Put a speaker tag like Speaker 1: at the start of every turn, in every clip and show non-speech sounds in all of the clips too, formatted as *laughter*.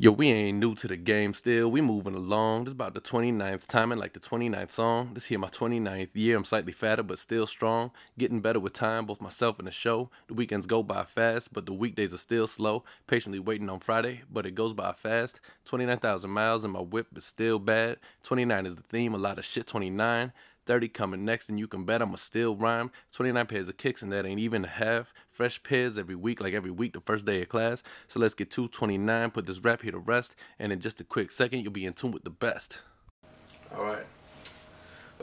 Speaker 1: Yo, we ain't new to the game still. We moving along. This about the 29th time and like the 29th song. This here my 29th year. I'm slightly fatter but still strong. Getting better with time, both myself and the show. The weekends go by fast, but the weekdays are still slow. Patiently waiting on Friday, but it goes by fast. 29,000 miles and my whip is still bad. 29 is the theme, a lot of shit 29. 30 coming next, and you can bet I'ma still rhyme. 29 pairs of kicks, and that ain't even a half. Fresh pairs every week, like every week, the first day of class. So let's get to 29, put this rap here to rest, and in just a quick second, you'll be in tune with the best. All right.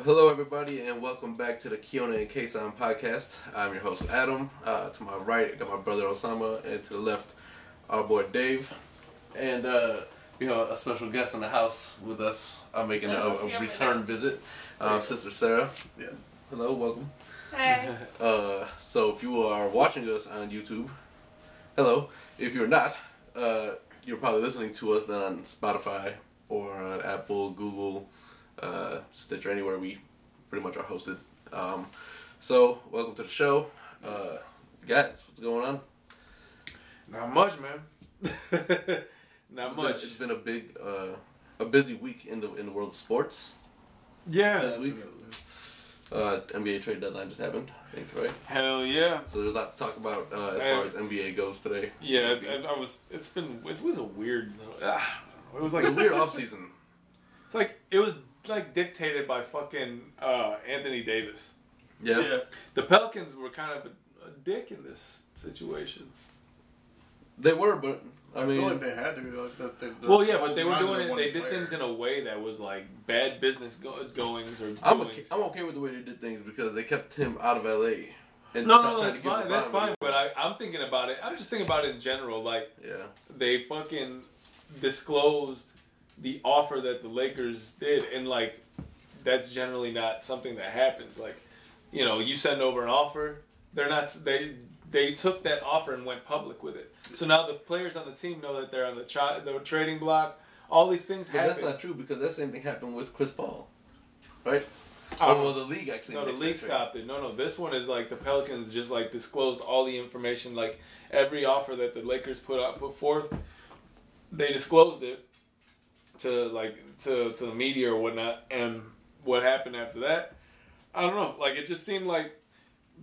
Speaker 1: Hello, everybody, and welcome back to the Kiona and Kason podcast. I'm your host, Adam. Uh, to my right, I got my brother Osama, and to the left, our boy Dave. And uh, we have a special guest in the house with us. I'm making a, a return visit, um, Sister Sarah. Yeah. Hello, welcome.
Speaker 2: Hey.
Speaker 1: Uh, so if you are watching us on YouTube, hello. If you're not, uh, you're probably listening to us then on Spotify or on Apple, Google, uh, Stitcher, anywhere we pretty much are hosted. Um, so welcome to the show, uh, guys. What's going on?
Speaker 3: Not much,
Speaker 1: *laughs*
Speaker 3: man. Not
Speaker 1: It's been-
Speaker 3: much.
Speaker 1: it's been a big, uh, a busy week in the in the world of sports.
Speaker 3: yeah.
Speaker 1: This week, uh, NBA trade deadline just happened. I think right.
Speaker 3: Hell yeah.
Speaker 1: So there's a lot to talk about uh, as
Speaker 3: Hey.
Speaker 1: far as NBA goes today.
Speaker 3: Yeah, I, I was. It's been. It was a weird. ah, it was like
Speaker 1: It's a
Speaker 3: *laughs*
Speaker 1: weird off season.
Speaker 3: It's like it was like dictated by fucking uh, Anthony Davis.
Speaker 1: Yeah.
Speaker 3: The Pelicans were kind of a, a dick in this situation.
Speaker 1: They were, but I,
Speaker 4: I
Speaker 1: mean,
Speaker 4: feel like they had to be like that. They,
Speaker 3: Well, yeah, but they were doing it. They did things in a way that was like bad business go- goings or
Speaker 1: I'm okay,
Speaker 3: doings.
Speaker 1: I'm okay with the way they did things because they kept him out of LA. And stopped
Speaker 3: no, no,
Speaker 1: trying to
Speaker 3: that's
Speaker 1: give him
Speaker 3: fine. That's
Speaker 1: bottom
Speaker 3: fine. But I, I'm thinking about it. I'm just thinking about it in general. Like
Speaker 1: money. Yeah.
Speaker 3: they fucking disclosed the offer that the Lakers did, and like that's generally not something that happens. Like, you know, you send over an offer, they're not they they took that offer and went public with it. So now the players on the team know that they're on the tra- the trading block. All these things
Speaker 1: But that's
Speaker 3: happen.
Speaker 1: not true because that same thing happened with Chris Paul. Right?
Speaker 3: Oh,
Speaker 1: or well, the league actually.
Speaker 3: no, the
Speaker 1: makes that
Speaker 3: league
Speaker 1: trade.
Speaker 3: stopped it. No, no, this one is like the Pelicans just like disclosed all the information, like every offer that the Lakers put out, put forth, they disclosed it to like to to the media or whatnot. And what happened after that, I don't know. Like it just seemed like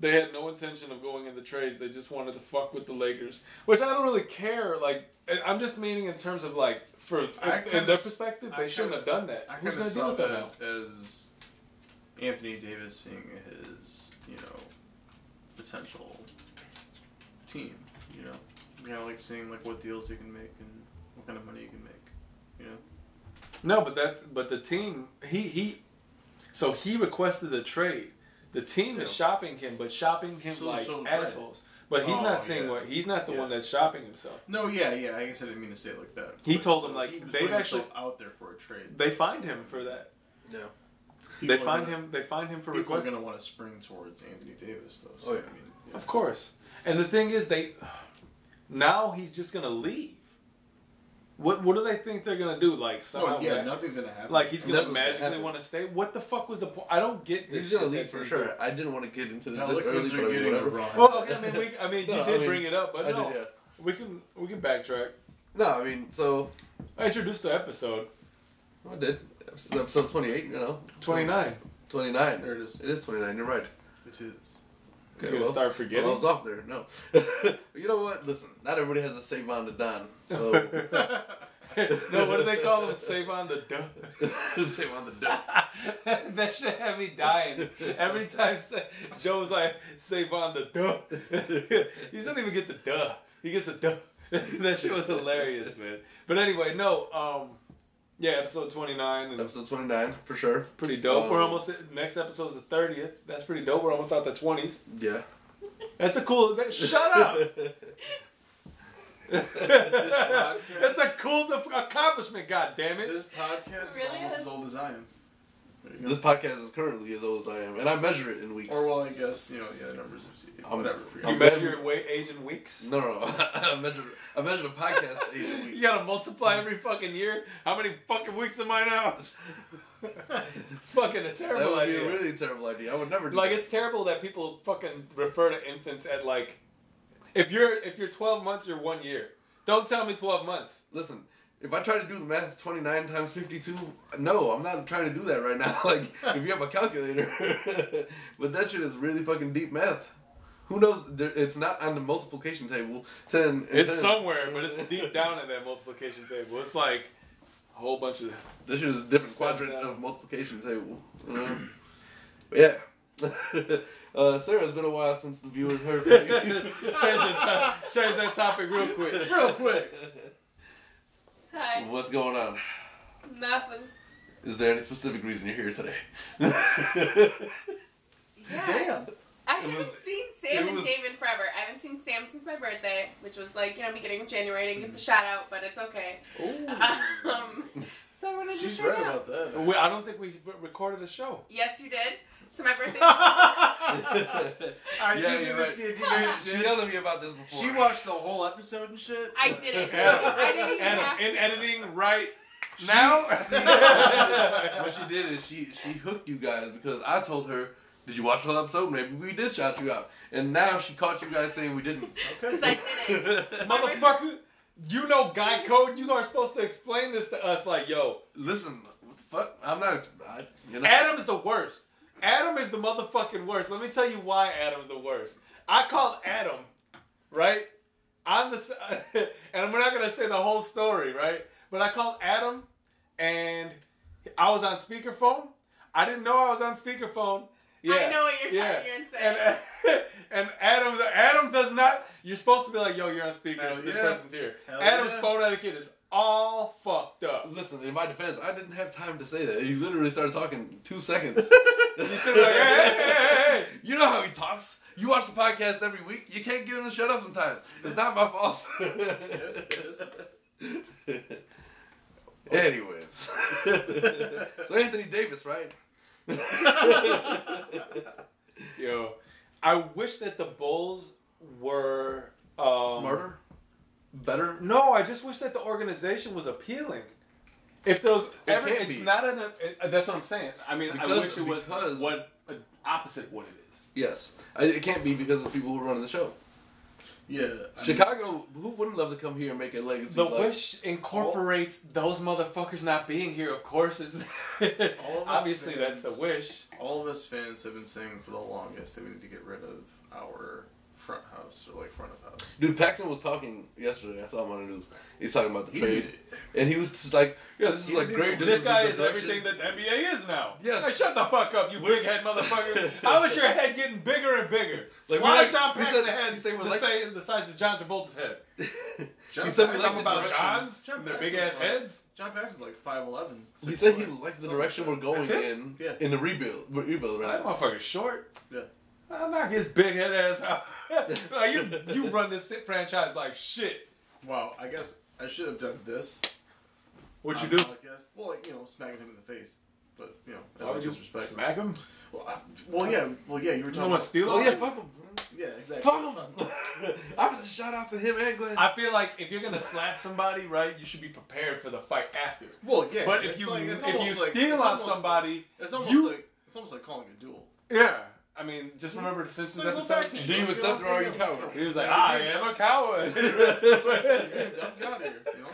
Speaker 3: they had no intention of going in the trades. They just wanted to fuck with the Lakers, which I don't really care. Like I- I'm just meaning in terms of like for
Speaker 4: I
Speaker 3: in
Speaker 4: kinda
Speaker 3: their
Speaker 4: s-
Speaker 3: perspective,
Speaker 4: I
Speaker 3: they shouldn't have
Speaker 4: kinda-
Speaker 3: done that.
Speaker 4: I
Speaker 3: Who's gonna
Speaker 4: kind of
Speaker 3: deal
Speaker 4: saw
Speaker 3: with that now?
Speaker 4: that as Anthony Davis seeing his, you know, potential team. You know, kind of like seeing like what deals he can make and what kind of money he can make. You know,
Speaker 3: No, but that but the team he he so he requested a trade. The team is
Speaker 4: Yeah.
Speaker 3: shopping him, but shopping him
Speaker 4: So-
Speaker 3: like
Speaker 4: so, right.
Speaker 3: assholes. But he's
Speaker 4: Oh,
Speaker 3: not seeing
Speaker 4: yeah.
Speaker 3: what he's not the
Speaker 4: Yeah.
Speaker 3: one that's shopping himself.
Speaker 4: no, yeah, yeah. I guess I didn't mean to say it like that.
Speaker 3: He
Speaker 4: But
Speaker 3: told
Speaker 4: so
Speaker 3: him, like,
Speaker 4: he was
Speaker 3: they've
Speaker 4: putting
Speaker 3: actually-
Speaker 4: himself out there for a trade.
Speaker 3: They find him for that.
Speaker 1: Yeah.
Speaker 3: They
Speaker 4: People are
Speaker 3: find
Speaker 4: gonna-
Speaker 3: him. They find him for
Speaker 4: People are
Speaker 3: request.
Speaker 4: going to want to spring towards Anthony Davis, though. So,
Speaker 1: Oh, yeah.
Speaker 4: I mean, yeah.
Speaker 3: Of course. And the thing is, they now he's just gonna leave. What what do they think they're gonna do? Like somehow,
Speaker 4: No, yeah,
Speaker 3: ma-
Speaker 4: nothing's gonna happen.
Speaker 3: like he's gonna
Speaker 1: Nothing's gonna
Speaker 3: magically
Speaker 1: happen.
Speaker 3: want to stay. What the fuck was the point? I don't get this.
Speaker 1: He's going to
Speaker 3: shit
Speaker 1: leave
Speaker 3: that
Speaker 1: for
Speaker 3: they do.
Speaker 1: *laughs* sure. I didn't want to get into this
Speaker 4: Now,
Speaker 1: this
Speaker 4: look,
Speaker 1: early,
Speaker 4: kids are
Speaker 1: but I mean,
Speaker 4: getting
Speaker 1: whatever.
Speaker 4: wrong.
Speaker 3: Well, okay. I mean, we, I mean,
Speaker 1: No,
Speaker 3: you
Speaker 1: I
Speaker 3: did
Speaker 1: mean,
Speaker 3: bring it up, but
Speaker 1: I
Speaker 3: no,
Speaker 1: did, yeah.
Speaker 3: we can we can backtrack.
Speaker 1: No, I mean, so,
Speaker 3: I introduced the episode
Speaker 1: I did. Episode episode 28, you know.
Speaker 3: twenty nine.
Speaker 1: 29.
Speaker 4: There it is.
Speaker 1: It is 29, you're right.
Speaker 4: It is.
Speaker 3: You're gonna start forgetting.
Speaker 1: Well, I was off there. No, *laughs* But you know what? Listen, not everybody has a save on the Don. So
Speaker 3: *laughs* no, what do they call them? Save on the duck.
Speaker 1: save on the Don.
Speaker 3: *laughs* that shit had me dying every time. Sa- Joe was like, "Save on the duck." *laughs* you don't even get the duh. He gets the duh. *laughs* that shit was hilarious, man. But anyway, no. Um, yeah, episode Oh. twenty nine and
Speaker 1: Episode 29 for sure.
Speaker 3: pretty dope. We're
Speaker 1: Um,
Speaker 3: almost next episode's the thirtieth. That's pretty dope. We're almost out the twenties.
Speaker 1: Yeah.
Speaker 3: That's a cool. That, shut up. *laughs* That's a cool def- accomplishment, God damn
Speaker 4: This
Speaker 3: it!
Speaker 4: podcast
Speaker 2: Really is.
Speaker 4: is almost as old as I am. There you
Speaker 1: *laughs*
Speaker 4: go.
Speaker 1: This podcast is currently as old as I am, and I measure it in weeks.
Speaker 4: Or well, I guess you know yeah, the numbers of
Speaker 1: I'm-
Speaker 4: whatever. for you.
Speaker 3: You
Speaker 1: I'm-
Speaker 3: measure your weight, age, in weeks.
Speaker 1: No, no, *laughs* no. I measure. I measure the podcast eight
Speaker 3: You *laughs*
Speaker 1: weeks.
Speaker 3: gotta multiply every fucking year. How many fucking weeks am I now? *laughs* it's fucking a
Speaker 1: That
Speaker 3: terrible
Speaker 1: would be a
Speaker 3: idea.
Speaker 1: really terrible idea. I would never do
Speaker 3: like
Speaker 1: that.
Speaker 3: it's terrible that people fucking refer to infants at like, if you're if you're 12 months, you're one year. Don't tell me 12 months.
Speaker 1: Listen, If I try to do the math, twenty nine times fifty two. No, I'm not trying to do that right now. *laughs* Like
Speaker 3: *laughs*
Speaker 1: if you have a calculator, *laughs* but that shit is really fucking deep math. Who knows? There- It's not on the multiplication table. Ten. and
Speaker 3: It's
Speaker 1: *laughs* 10.
Speaker 3: somewhere, but it's deep down in that multiplication table. It's like a whole bunch
Speaker 1: *laughs*
Speaker 3: of. *laughs*
Speaker 1: This shit is a different
Speaker 3: Step
Speaker 1: quadrant
Speaker 3: down.
Speaker 1: of multiplication table. you know? But yeah. *laughs* uh, Sarah, it's been a while since the viewers heard
Speaker 3: change,
Speaker 1: from you.
Speaker 3: that to- change that topic real quick.
Speaker 1: *laughs* Real quick.
Speaker 2: Hi.
Speaker 1: What's going on?
Speaker 2: Nothing.
Speaker 1: Is there any specific reason you're here today?
Speaker 2: Yeah.
Speaker 1: Damn.
Speaker 2: I
Speaker 1: It was-
Speaker 2: haven't seen Sam
Speaker 1: it
Speaker 2: and
Speaker 1: was-
Speaker 2: David forever. I haven't seen Sam since my birthday, which was like, you know, beginning of January. I didn't get the shout out, but it's okay. Um, so I wanted to
Speaker 4: She's
Speaker 2: shout
Speaker 4: right
Speaker 2: out.
Speaker 4: about that.
Speaker 3: We, I don't think we re- recorded a show. *laughs*
Speaker 2: Yes, you did. So my birthday.
Speaker 4: I
Speaker 1: Yeah,
Speaker 4: didn't
Speaker 1: you're
Speaker 4: even
Speaker 1: right.
Speaker 4: see if you guys
Speaker 1: she
Speaker 4: did.
Speaker 1: yelled at me about this before.
Speaker 4: She watched the whole episode and shit.
Speaker 2: I didn't.
Speaker 3: Adam,
Speaker 2: I didn't even
Speaker 3: Adam,
Speaker 2: have to.
Speaker 3: in editing right now.
Speaker 1: *laughs* what she did is she she hooked you guys because I told her, "Did you watch the whole episode? Maybe we did shout you out." And now she caught you guys saying we didn't.
Speaker 2: Because I didn't.
Speaker 3: Motherfucker, you know guy code. You are supposed to explain this to us. Like, yo,
Speaker 1: Listen, what the fuck? I'm not. ex- I, you know.
Speaker 3: Adam's the worst. Adam is the motherfucking worst. Let me tell you why Adam's the worst. I called Adam, right? I'm the, s- *laughs* and we're not gonna say the whole story, right? But I called Adam, and I was on speakerphone. I didn't know I was on speakerphone. Yeah,
Speaker 2: I know what you're
Speaker 3: yeah.
Speaker 2: talking. You're insane.
Speaker 3: And *laughs* and Adam Adam does not. You're supposed to be like, yo, you're on speaker.
Speaker 4: Hell
Speaker 3: this
Speaker 4: yeah.
Speaker 3: person's here.
Speaker 4: Hell
Speaker 3: Adam's
Speaker 4: yeah.
Speaker 3: phone etiquette is all fucked
Speaker 4: *laughs*
Speaker 3: up.
Speaker 1: Listen, in my defense, I didn't have time to say that. You literally started talking two seconds.
Speaker 3: *laughs* You should be like, hey, hey, hey, hey.
Speaker 1: You know how he talks. You watch the podcast every week. You can't get him to shut up sometimes. It's not my
Speaker 3: *laughs*
Speaker 1: fault. Anyways. *laughs* so Anthony Davis, right?
Speaker 3: *laughs* Yo, I wish that the Bulls were um,
Speaker 1: Smarter? Better?
Speaker 3: No, I just wish that the organization was appealing. If the every,
Speaker 1: can't
Speaker 3: it's
Speaker 1: be.
Speaker 3: not an uh, that's what I'm saying. I mean, I
Speaker 1: Because-
Speaker 3: wish it was
Speaker 1: because-
Speaker 3: what uh, opposite what it is.
Speaker 1: Yes. I, it can't be because of the people who are running the show.
Speaker 4: *laughs* Yeah. I mean,
Speaker 1: Chicago, who wouldn't love to come here and make a legacy?
Speaker 3: The
Speaker 1: like-
Speaker 3: wish incorporates those motherfuckers not being here. Of course, it's
Speaker 4: of us
Speaker 3: *laughs* obviously that's the
Speaker 4: fans.
Speaker 3: wish.
Speaker 4: all of us fans have been saying for the longest that we need to get rid of our front house or like front of house.
Speaker 1: Dude, Paxton was talking yesterday. I saw him on the news. He's talking about the
Speaker 4: He's-
Speaker 1: trade. And he was just like, yeah, this is
Speaker 4: He's-
Speaker 1: like
Speaker 4: he's-
Speaker 1: great.
Speaker 3: This,
Speaker 1: the
Speaker 3: guy is
Speaker 1: direction.
Speaker 3: everything that the NBA is now.
Speaker 1: Yes.
Speaker 3: Hey, shut the fuck up, you big head motherfucker. How is your head getting bigger and bigger?
Speaker 1: Like,
Speaker 3: Why
Speaker 1: we
Speaker 3: is John
Speaker 1: like- he
Speaker 3: Paxton's
Speaker 1: said-
Speaker 3: head
Speaker 1: he said we
Speaker 3: the,
Speaker 1: like-
Speaker 3: same, the size of John Travolta's head?
Speaker 4: John
Speaker 1: He said we like this
Speaker 3: Something
Speaker 4: Paxton-
Speaker 3: about
Speaker 1: direction.
Speaker 3: John's?
Speaker 4: John
Speaker 3: Their
Speaker 4: Paxton's
Speaker 3: big ass
Speaker 4: like-
Speaker 3: heads?
Speaker 4: John Paxton's like five eleven.
Speaker 1: *laughs* He said he likes the direction we're going
Speaker 3: That's it?
Speaker 1: in
Speaker 4: Yeah.
Speaker 1: in the rebuild, rebuild right?
Speaker 3: That motherfucker's short.
Speaker 4: Yeah.
Speaker 3: I'll knock his big head ass out. *laughs* like, you, you run this franchise like shit.
Speaker 4: Wow, I guess I should have done this.
Speaker 3: What you
Speaker 4: on the
Speaker 3: do?
Speaker 4: Podcast. Well, like, you know, smacking him in the face. But you know, that's
Speaker 3: Why would you
Speaker 4: disrespect.
Speaker 3: smack him?
Speaker 4: Well, I, well, yeah, well, yeah, you were
Speaker 3: You
Speaker 4: talking.
Speaker 3: don't want to
Speaker 4: about,
Speaker 3: steal
Speaker 1: Oh
Speaker 3: him?
Speaker 1: yeah, fuck him.
Speaker 4: yeah, exactly.
Speaker 1: Fuck him. *laughs* I was a shout out to him and Glenn.
Speaker 3: I feel like if you're gonna slap somebody, right, you should be prepared for the fight after.
Speaker 4: Well, yeah,
Speaker 3: But if
Speaker 4: it's
Speaker 3: you
Speaker 4: like, it's
Speaker 3: if you
Speaker 4: almost like-
Speaker 3: steal
Speaker 4: it's
Speaker 3: on
Speaker 4: almost-
Speaker 3: somebody,
Speaker 4: it's almost
Speaker 3: you-
Speaker 4: like it's almost like calling a duel.
Speaker 3: yeah. I mean, just remember the Simpsons
Speaker 4: Like, look back
Speaker 3: episode.
Speaker 4: at
Speaker 1: Do you accept or are you a
Speaker 4: *laughs*
Speaker 1: coward?
Speaker 3: He was like, "I am a coward."
Speaker 4: Get out of here, you know?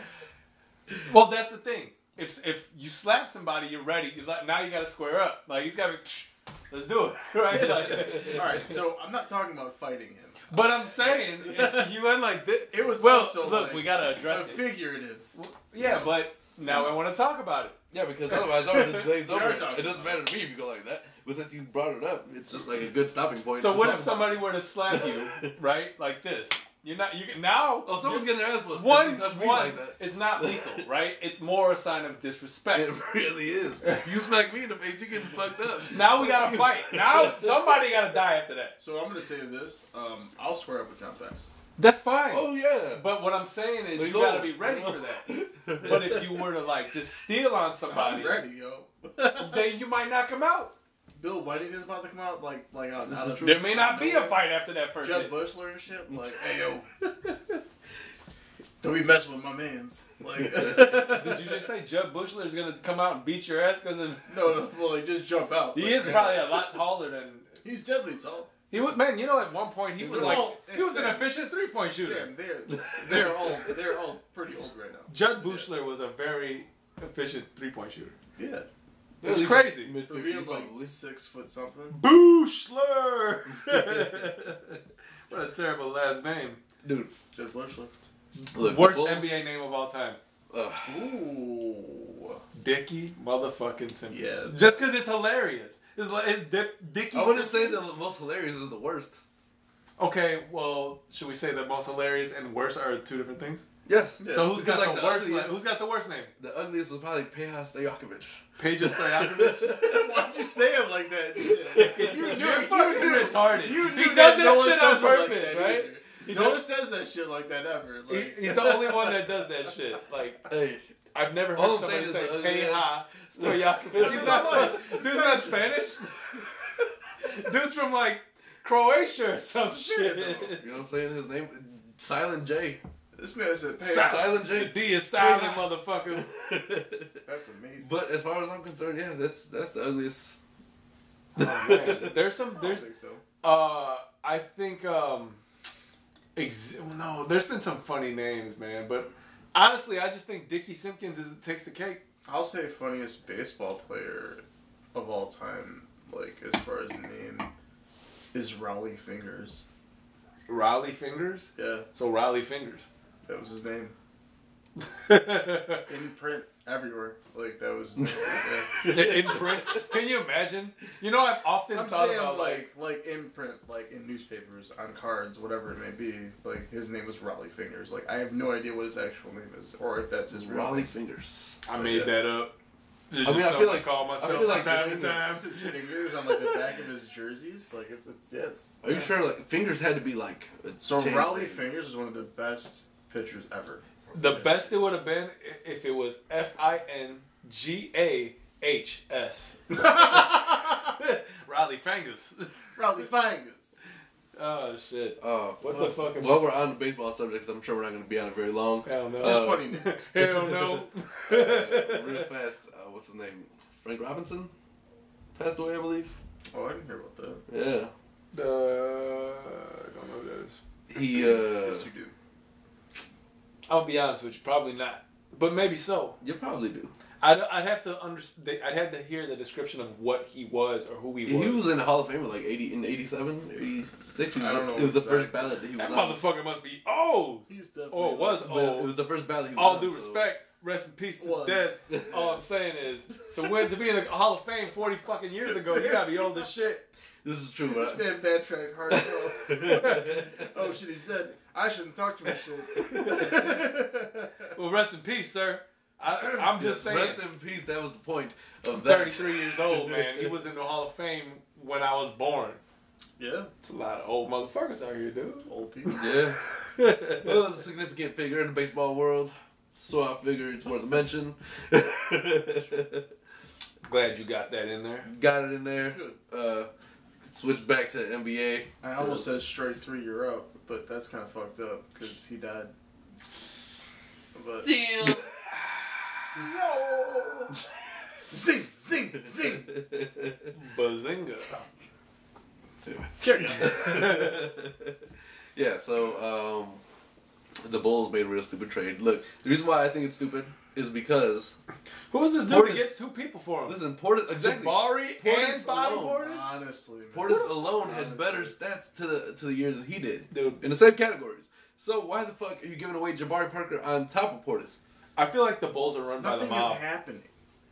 Speaker 3: well, that's the thing. If if you slap somebody, you're ready. You're like, now you got to square up. Like he's got to, let's do it, *laughs* right? Like-
Speaker 4: All right, so I'm not talking about fighting him.
Speaker 3: But I'm saying if you went like this.
Speaker 4: It was
Speaker 3: Well,
Speaker 4: also
Speaker 3: look,
Speaker 4: like
Speaker 3: we gotta
Speaker 4: a
Speaker 3: address it.
Speaker 4: figurative.
Speaker 3: Yeah, but now I want to talk about it.
Speaker 1: yeah, because otherwise I would just
Speaker 3: *laughs*
Speaker 1: glaze
Speaker 4: We
Speaker 1: over
Speaker 4: are
Speaker 1: it.
Speaker 4: talking
Speaker 1: It doesn't
Speaker 4: about
Speaker 1: matter to me if you go like that. But since you brought it up, it's just like a good stopping point.
Speaker 3: So
Speaker 1: to
Speaker 3: what
Speaker 1: talk
Speaker 3: if somebody
Speaker 1: about.
Speaker 3: were to slap you, right, like this? You're not. You can now.
Speaker 1: Oh, someone's
Speaker 3: you're-
Speaker 1: getting their ass whooped.
Speaker 3: one.
Speaker 1: If you touch me
Speaker 3: one.
Speaker 1: like that. *laughs*
Speaker 3: It's not *laughs* lethal, right? It's more a sign of disrespect.
Speaker 1: It really is. You smack me in the face, you getting fucked up.
Speaker 3: Now we gotta fight. *laughs*
Speaker 1: *laughs*
Speaker 3: Now somebody gotta die after that.
Speaker 4: So I'm gonna say this. Um, I'll square up with John Paxton.
Speaker 3: That's fine.
Speaker 1: Oh yeah.
Speaker 3: But what I'm saying is
Speaker 1: He's
Speaker 3: you gotta
Speaker 1: old.
Speaker 3: be ready for
Speaker 1: *laughs*
Speaker 3: *laughs* that. But if you were to like just steal on somebody,
Speaker 4: I'm ready, yo. *laughs*
Speaker 3: then you might not come out.
Speaker 4: Bill Whiting is about to come out like like out,
Speaker 1: This
Speaker 4: out
Speaker 1: is
Speaker 4: of
Speaker 1: true.
Speaker 3: There may not be a fight after that first.
Speaker 4: Jeb
Speaker 3: hit.
Speaker 4: Bushler and shit. Like, hey yo,
Speaker 3: *laughs*
Speaker 4: don't be messing with my man's.
Speaker 3: *laughs*
Speaker 4: Like,
Speaker 3: Did you
Speaker 4: *laughs*
Speaker 3: just say Jeb Bushler is gonna come out and beat your ass? Because
Speaker 4: no, no, well, like just jump
Speaker 3: *laughs*
Speaker 4: out.
Speaker 3: he
Speaker 4: Like,
Speaker 3: is probably a lot taller than.
Speaker 4: He's definitely tall.
Speaker 3: He was man. You know, at one point he was like
Speaker 4: Well,
Speaker 3: he was an
Speaker 4: Sam-
Speaker 3: efficient three point shooter. *laughs*
Speaker 4: Sam, they're they're all they're all pretty old right now.
Speaker 3: Judd Bushler was a very efficient three point shooter.
Speaker 4: Yeah,
Speaker 3: It's
Speaker 1: At least
Speaker 3: crazy.
Speaker 1: Mid
Speaker 4: for being
Speaker 1: fifties
Speaker 4: like
Speaker 1: probably.
Speaker 4: six foot something.
Speaker 3: Bushler. *laughs* what a terrible last name.
Speaker 1: Dude,
Speaker 4: Judge Bushler.
Speaker 1: look, the
Speaker 3: Worst
Speaker 1: Bulls-
Speaker 3: NBA name of all time.
Speaker 1: Ugh.
Speaker 4: Ooh.
Speaker 3: Dicky motherfucking Simpkins.
Speaker 4: Yeah.
Speaker 3: Just because it's hilarious. It's like it's Dick, Dicky.
Speaker 1: I wouldn't say the
Speaker 3: Simpkins.
Speaker 1: most hilarious is the worst.
Speaker 3: Okay, well, should we say the most hilarious and worst are two different things?
Speaker 1: Yes.
Speaker 4: Yeah.
Speaker 3: so who's got
Speaker 1: because, like,
Speaker 3: the,
Speaker 1: the
Speaker 3: worst?
Speaker 1: ugliest-
Speaker 3: who's got the worst name?
Speaker 1: The ugliest was probably Pejas Stojakovic.
Speaker 3: *laughs* Paige Stoyakovich.
Speaker 4: *laughs* Why'd you say it
Speaker 3: *laughs*
Speaker 4: like that?
Speaker 3: You're
Speaker 4: knew- you
Speaker 3: fucking
Speaker 4: knew-
Speaker 3: retarded.
Speaker 4: You
Speaker 3: he
Speaker 4: knew
Speaker 3: does
Speaker 4: that
Speaker 3: that,
Speaker 4: no one
Speaker 3: shit on
Speaker 4: says it like
Speaker 3: purpose,
Speaker 4: that
Speaker 3: right?
Speaker 4: either.
Speaker 3: He
Speaker 4: no one
Speaker 3: does-
Speaker 4: says that shit like that ever. Like,
Speaker 3: he- he's the only one that does that shit. Like
Speaker 1: *laughs* Hey,
Speaker 3: I've never heard
Speaker 1: All I'm
Speaker 3: somebody
Speaker 1: saying
Speaker 3: say
Speaker 1: is the ugliest-
Speaker 3: Peja Stoyakovich. He's not, dude's not Spanish. Dude's from like Croatia or some shit.
Speaker 1: you know what I'm saying? His name, Silent J.
Speaker 4: *laughs* This man said, "Hey,
Speaker 1: Silent,
Speaker 3: The
Speaker 1: J.
Speaker 3: D is silent, motherfucker.
Speaker 4: that's amazing."
Speaker 1: *laughs* but as far as I'm concerned, yeah, that's that's the ugliest.
Speaker 3: Oh,
Speaker 1: *laughs*
Speaker 3: man. There's some.
Speaker 4: I
Speaker 3: There's
Speaker 4: don't think so.
Speaker 3: Uh, I think um, ex- no, there's been some funny names, man. But honestly, I just think Dickie Simpkins is takes the cake.
Speaker 4: I'll say funniest baseball player of all time, like as far as name, is Raleigh Fingers.
Speaker 3: Raleigh Fingers.
Speaker 4: Yeah,
Speaker 3: So Raleigh Fingers. *laughs*
Speaker 4: that was his name.
Speaker 3: In
Speaker 4: In print, everywhere. Like that
Speaker 3: *laughs*
Speaker 4: was. His name. Yeah.
Speaker 3: print. Can you imagine? You know, I've often
Speaker 4: I'm
Speaker 3: thought
Speaker 4: saying
Speaker 3: about like,
Speaker 4: like like in print, like in newspapers, on cards, whatever it may be. Like his name was Raleigh Fingers. Like I have no idea what his actual name is, or if that's his real
Speaker 1: Raleigh
Speaker 4: name.
Speaker 1: fingers.
Speaker 3: I made that up. There's
Speaker 1: I mean,
Speaker 3: just
Speaker 1: I feel
Speaker 3: something
Speaker 1: like-
Speaker 3: call
Speaker 1: I feel
Speaker 3: myself
Speaker 1: like
Speaker 3: from time
Speaker 1: the
Speaker 3: to time.
Speaker 4: It's his fingers on like the back of his jerseys. Like it's it's yes.
Speaker 1: Are you sure? Like fingers had to be like. a
Speaker 4: So
Speaker 1: chain
Speaker 4: Raleigh
Speaker 1: thing.
Speaker 4: Fingers is one of the best pitchers
Speaker 1: *laughs*
Speaker 4: ever.
Speaker 3: *laughs* The best it would have been i- if it was F I N G A H S. *laughs* Raleigh Fingers.
Speaker 4: Raleigh
Speaker 3: *laughs*
Speaker 4: Fingers.
Speaker 3: Oh shit.
Speaker 1: Uh,
Speaker 3: What
Speaker 1: well,
Speaker 3: the fuck am
Speaker 1: While we're on the baseball subject, 'cause I'm sure we're not going to be on it very long.
Speaker 3: Hell no.
Speaker 4: Just
Speaker 1: Uh,
Speaker 4: funny name.
Speaker 3: Oh. *laughs* Hell no.
Speaker 1: Uh, real fast, uh, what's his name? Frank Robinson passed away, I believe.
Speaker 4: Oh, I didn't hear about that.
Speaker 1: Yeah,
Speaker 3: *laughs* uh, I don't know who that is.
Speaker 1: he. Uh,
Speaker 4: yes, you do.
Speaker 3: I'll be honest with you, probably not. But maybe so.
Speaker 1: you probably do.
Speaker 3: I'd, I'd have to understand. I'd have to hear the description of what he was or who he was.
Speaker 1: He was in the Hall of Fame like eighty in 87, 86. He was,
Speaker 4: I don't know
Speaker 1: It was the
Speaker 4: exactly.
Speaker 1: first ballot that he was
Speaker 3: that
Speaker 1: on.
Speaker 3: motherfucker must be old.
Speaker 4: He's definitely.
Speaker 3: Or was
Speaker 1: But Oh, It was
Speaker 3: old.
Speaker 1: the first ballot. He was
Speaker 3: All
Speaker 1: on,
Speaker 3: due
Speaker 1: so-
Speaker 3: respect. Rest in peace to
Speaker 1: *laughs*
Speaker 4: Was.
Speaker 3: death. All I'm saying is to win to be in the Hall of Fame 40 fucking years ago, you gotta be old as shit.
Speaker 1: This is true,
Speaker 4: This
Speaker 1: but.
Speaker 4: man backtracked hard as hell.
Speaker 1: *laughs*
Speaker 4: Oh shit, he said, I shouldn't talk to him shit.
Speaker 3: Well, rest in peace, sir. I, I'm just saying.
Speaker 1: Rest in peace. That was the point of that.
Speaker 3: 33 years old, man. He was in the Hall of Fame when I was born.
Speaker 4: yeah,
Speaker 3: It's a lot of old motherfuckers out
Speaker 1: *laughs*
Speaker 3: here, dude.
Speaker 4: old people.
Speaker 1: *laughs* Yeah. Well, it was a significant figure in the baseball world, so I figured it's worth a mention. *laughs*
Speaker 3: Glad you got that in there.
Speaker 1: Got it in there.
Speaker 4: It's good.
Speaker 1: Uh, switch back to NBA.
Speaker 4: I almost said straight three you're out, but that's kind of fucked up because he died. But
Speaker 2: Damn.
Speaker 4: zing, zing, zing.
Speaker 3: Bazinga.
Speaker 4: Carry on.
Speaker 1: *laughs* yeah, so um, the Bulls made a real stupid trade. Look, the reason why I think it's stupid is because
Speaker 3: Who was this dude
Speaker 1: Portis.
Speaker 3: to get two people for him?
Speaker 1: this is Portis exactly.
Speaker 3: Jabari
Speaker 1: Portis
Speaker 3: and Bobby
Speaker 1: alone.
Speaker 3: Portis?
Speaker 4: Honestly, man.
Speaker 1: Portis alone had
Speaker 4: Honestly.
Speaker 1: better stats to the to the year than he did
Speaker 3: Dude,
Speaker 1: in the same categories. So why the fuck are you giving away Jabari Parker on top of Portis?
Speaker 3: I feel like the Bulls are run
Speaker 4: nothing
Speaker 3: by
Speaker 4: is
Speaker 3: the mob.
Speaker 4: happening.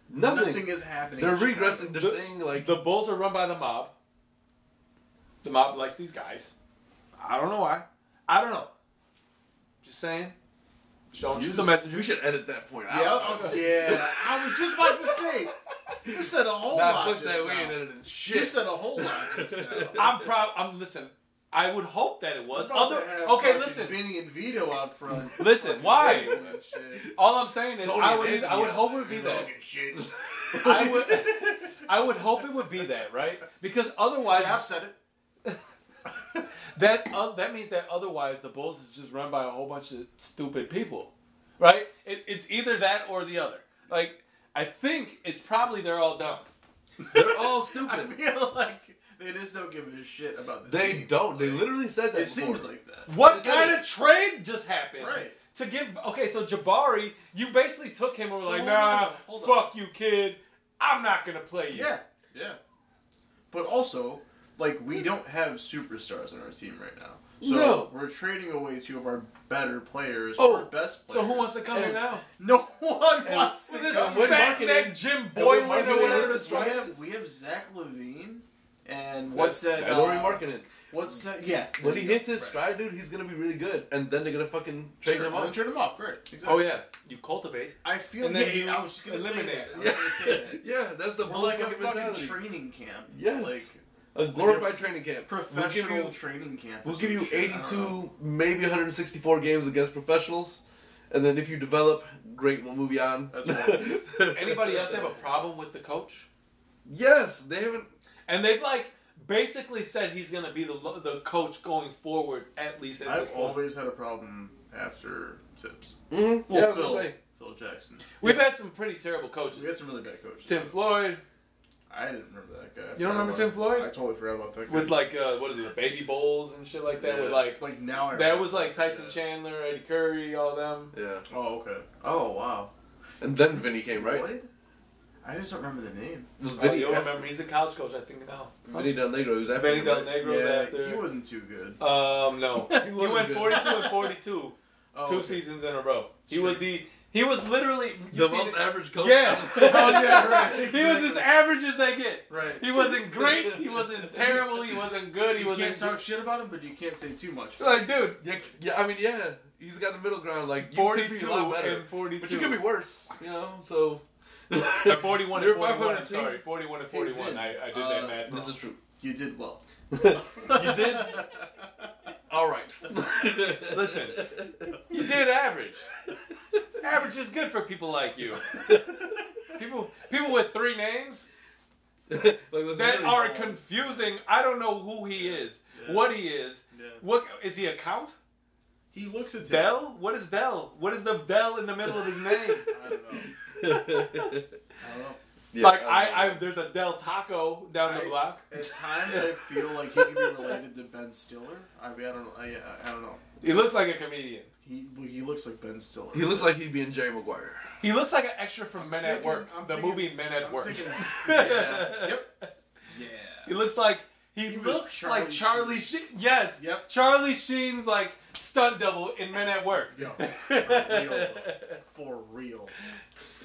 Speaker 1: Nothing.
Speaker 4: is happening.
Speaker 1: They're
Speaker 4: in Chicago.
Speaker 1: regressing. They're
Speaker 3: The-
Speaker 1: staying like
Speaker 3: the Bulls are run by the mob. The mob likes these guys. I don't know why. I don't know. Just saying. Don't
Speaker 1: You
Speaker 3: shoot the
Speaker 1: just-
Speaker 3: messenger.
Speaker 1: We should edit that point
Speaker 4: Yeah,
Speaker 1: out.
Speaker 4: I was- yeah. I was just about to say. You said a whole
Speaker 1: Nah,
Speaker 4: lot.
Speaker 1: fuck
Speaker 4: just
Speaker 1: that. We
Speaker 4: now.
Speaker 1: ain't editing
Speaker 4: You
Speaker 1: shit.
Speaker 4: said a whole lot just
Speaker 1: *laughs*
Speaker 4: now.
Speaker 3: *laughs* I'm proud. I'm listen. I would hope that it was.
Speaker 4: About
Speaker 3: Other,
Speaker 4: to have
Speaker 3: okay,
Speaker 4: fucking
Speaker 3: listen.
Speaker 4: Vinny and Vito out front.
Speaker 3: Listen, why?
Speaker 4: Doing shit.
Speaker 3: All I'm saying is,
Speaker 1: Tony
Speaker 3: I would.
Speaker 1: and
Speaker 3: I would
Speaker 1: Anthony
Speaker 3: hope it
Speaker 1: out
Speaker 3: would be
Speaker 1: there,
Speaker 3: that.
Speaker 4: Fucking shit. *laughs*
Speaker 3: I would. I would hope it would be that, right? Because otherwise,
Speaker 4: Yeah, I said it.
Speaker 3: that's oth- that means that otherwise the Bulls is just run by a whole bunch of stupid people, right? It, it's either that or the other. Like I think it's probably they're all dumb.
Speaker 1: They're all
Speaker 4: *laughs* I
Speaker 1: Oh, stupid.
Speaker 4: feel like They just don't give a shit about the
Speaker 1: They
Speaker 4: team.
Speaker 1: don't. They
Speaker 4: Like,
Speaker 1: literally said that.
Speaker 4: It seems
Speaker 1: before.
Speaker 4: like that.
Speaker 1: Is
Speaker 3: What
Speaker 1: that
Speaker 3: kind
Speaker 1: it?
Speaker 3: of trade just happened?
Speaker 4: Right.
Speaker 3: To give okay, so Jabari, you basically took him and were
Speaker 4: So
Speaker 3: like,
Speaker 4: hold on,
Speaker 3: nah,
Speaker 4: hold on.
Speaker 3: fuck you, kid. I'm not gonna play you.
Speaker 4: Yeah, yeah. But also, like, we don't have superstars on our team right now. So
Speaker 1: No.
Speaker 4: we're trading away two of our better players,
Speaker 1: Oh,
Speaker 4: or best players.
Speaker 3: So who wants to come here
Speaker 1: And-
Speaker 3: *laughs* now?
Speaker 4: No one wants
Speaker 3: So
Speaker 4: to
Speaker 3: this
Speaker 4: come.
Speaker 1: we're
Speaker 3: fat
Speaker 1: marketing-
Speaker 3: neck Jim
Speaker 1: we're
Speaker 3: Boylan or
Speaker 1: marketing
Speaker 3: whatever
Speaker 1: this
Speaker 3: this
Speaker 4: We
Speaker 1: right-
Speaker 4: have, we have Zach Levine, and what's
Speaker 5: That's-
Speaker 4: that?
Speaker 1: That's
Speaker 4: uh,
Speaker 1: where we marking it.
Speaker 4: What's that? Yeah.
Speaker 1: When he hits his
Speaker 4: Right.
Speaker 1: stride, dude, he's gonna be really good, and then they're gonna fucking trade
Speaker 4: Sure,
Speaker 1: him
Speaker 4: and
Speaker 1: off.
Speaker 4: then Trade him off, right? Exactly.
Speaker 3: Oh yeah, you cultivate.
Speaker 4: I feel
Speaker 3: And then
Speaker 4: yeah,
Speaker 3: you
Speaker 4: I was just gonna
Speaker 3: eliminate.
Speaker 4: Say that. I was gonna say
Speaker 1: Yeah,
Speaker 4: that.
Speaker 1: yeah, that's *laughs* the
Speaker 4: We're like a
Speaker 1: bullshit mentality.
Speaker 4: fucking training camp.
Speaker 1: Yes.
Speaker 4: Like
Speaker 1: a glorified training camp. We'll give
Speaker 4: professional
Speaker 1: you,
Speaker 4: training camp. or
Speaker 1: we'll give
Speaker 4: some
Speaker 1: you
Speaker 4: shit, I don't know.
Speaker 1: 82, maybe 164 games against professionals, and then if you develop, great, we'll move you on.
Speaker 4: That's
Speaker 1: *laughs*
Speaker 4: right.
Speaker 3: Anybody else have a problem with the coach?
Speaker 1: Yes, they haven't.
Speaker 3: And they've like basically said he's gonna be the lo- the coach going forward at least at this
Speaker 4: I've
Speaker 3: point.
Speaker 4: always had a problem after tips.
Speaker 1: Mm,
Speaker 4: Mm-hmm. Well,
Speaker 1: yeah, I was
Speaker 4: Phil,
Speaker 1: gonna say.
Speaker 4: Phil Jackson.
Speaker 3: We've had some pretty terrible
Speaker 4: We
Speaker 3: coaches.
Speaker 4: had some really bad coaches.
Speaker 3: Tim Floyd
Speaker 4: I didn't remember that guy. I
Speaker 3: You don't
Speaker 4: forgot
Speaker 3: remember
Speaker 4: about-
Speaker 3: Tim Floyd?
Speaker 4: I totally forgot about that guy.
Speaker 3: with like uh, what is it, the baby bowls and shit like that.
Speaker 4: Yeah.
Speaker 3: With like
Speaker 4: like now I
Speaker 3: that
Speaker 4: remember.
Speaker 3: was like Tyson
Speaker 4: Yeah.
Speaker 3: Chandler, Eddie Curry, all them.
Speaker 1: Yeah.
Speaker 4: Oh okay. Oh wow.
Speaker 1: And then Vinny came, right?
Speaker 4: Floyd? I just don't remember the name.
Speaker 1: Was
Speaker 3: Oh,
Speaker 1: Vinny,
Speaker 3: you'll
Speaker 1: after-
Speaker 3: remember he's a college coach, I think now.
Speaker 1: Vinny Del Negro, he was after
Speaker 3: Benny
Speaker 1: him,
Speaker 3: Del
Speaker 1: right?
Speaker 3: Negro's after.
Speaker 4: he wasn't too good.
Speaker 3: Um, no, he,
Speaker 1: wasn't
Speaker 3: went
Speaker 1: good.
Speaker 3: 42 and 42,
Speaker 4: Oh,
Speaker 3: two
Speaker 4: okay.
Speaker 3: seasons in a row. He was the he was literally you
Speaker 1: The
Speaker 3: see
Speaker 1: most average coach. *laughs*
Speaker 3: Yeah,
Speaker 1: Oh, yeah,
Speaker 3: *laughs*
Speaker 4: right.
Speaker 3: he was as average as they get.
Speaker 4: Right.
Speaker 3: He wasn't great.
Speaker 1: *laughs*
Speaker 3: He wasn't terrible. He wasn't good. He
Speaker 4: You can't
Speaker 3: wasn't
Speaker 4: talk shit about him, but you can't say
Speaker 3: *laughs*
Speaker 4: too much.
Speaker 3: like dude.
Speaker 1: yeah, yeah, I mean, yeah. He's got the middle ground. Like, you could be a
Speaker 3: 42
Speaker 1: lot better.
Speaker 3: and 42.
Speaker 1: But you could be worse, you know?
Speaker 3: *laughs*
Speaker 1: So.
Speaker 3: Or
Speaker 1: *laughs*
Speaker 3: 41
Speaker 1: You're
Speaker 3: and 41.
Speaker 1: 500
Speaker 3: I'm
Speaker 1: team.
Speaker 3: sorry, 41 and 41.
Speaker 4: Vin,
Speaker 3: I, I did
Speaker 4: uh,
Speaker 3: that math.
Speaker 1: This
Speaker 3: wrong.
Speaker 1: is *laughs* true.
Speaker 4: You did well.
Speaker 1: you
Speaker 4: *laughs*
Speaker 1: did? All *laughs* right.
Speaker 3: Listen, you did average. Average is good for people like you. People people with three names
Speaker 1: *laughs* like, let's
Speaker 3: that
Speaker 1: really-
Speaker 3: are confusing. I don't know who he is,
Speaker 4: Yeah.
Speaker 3: what he is.
Speaker 4: Yeah.
Speaker 3: What is he a count?
Speaker 4: He looks at
Speaker 3: Dell? What is Dell? What is the Dell in the middle of his name?
Speaker 4: I don't know.
Speaker 1: *laughs*
Speaker 4: I don't know.
Speaker 1: Yeah,
Speaker 3: like
Speaker 1: don't know.
Speaker 3: I, I, there's a Del Taco down the
Speaker 4: I-
Speaker 3: block.
Speaker 4: At times, I feel like he could be related to Ben Stiller. I mean, I don't, I, I don't know.
Speaker 3: He looks like a comedian.
Speaker 4: He well, he looks like Ben Stiller.
Speaker 1: He looks like he's being Jerry Maguire.
Speaker 3: He looks like an extra from Men at
Speaker 4: thinking-
Speaker 3: Work,
Speaker 4: I'm
Speaker 3: the
Speaker 4: thinking-
Speaker 3: movie Men at
Speaker 4: I'm
Speaker 3: Work.
Speaker 4: thinking-
Speaker 3: *laughs*
Speaker 4: yeah. Yep.
Speaker 3: He
Speaker 4: yeah.
Speaker 3: looks like he,
Speaker 4: He was
Speaker 3: looks like Charlie
Speaker 4: Charlie
Speaker 3: Sheen.
Speaker 4: Sheen.
Speaker 3: Yes.
Speaker 4: Yep.
Speaker 3: Charlie Sheen's like stunt double in Men at Work.
Speaker 4: Yo,
Speaker 3: Yo,
Speaker 4: for real.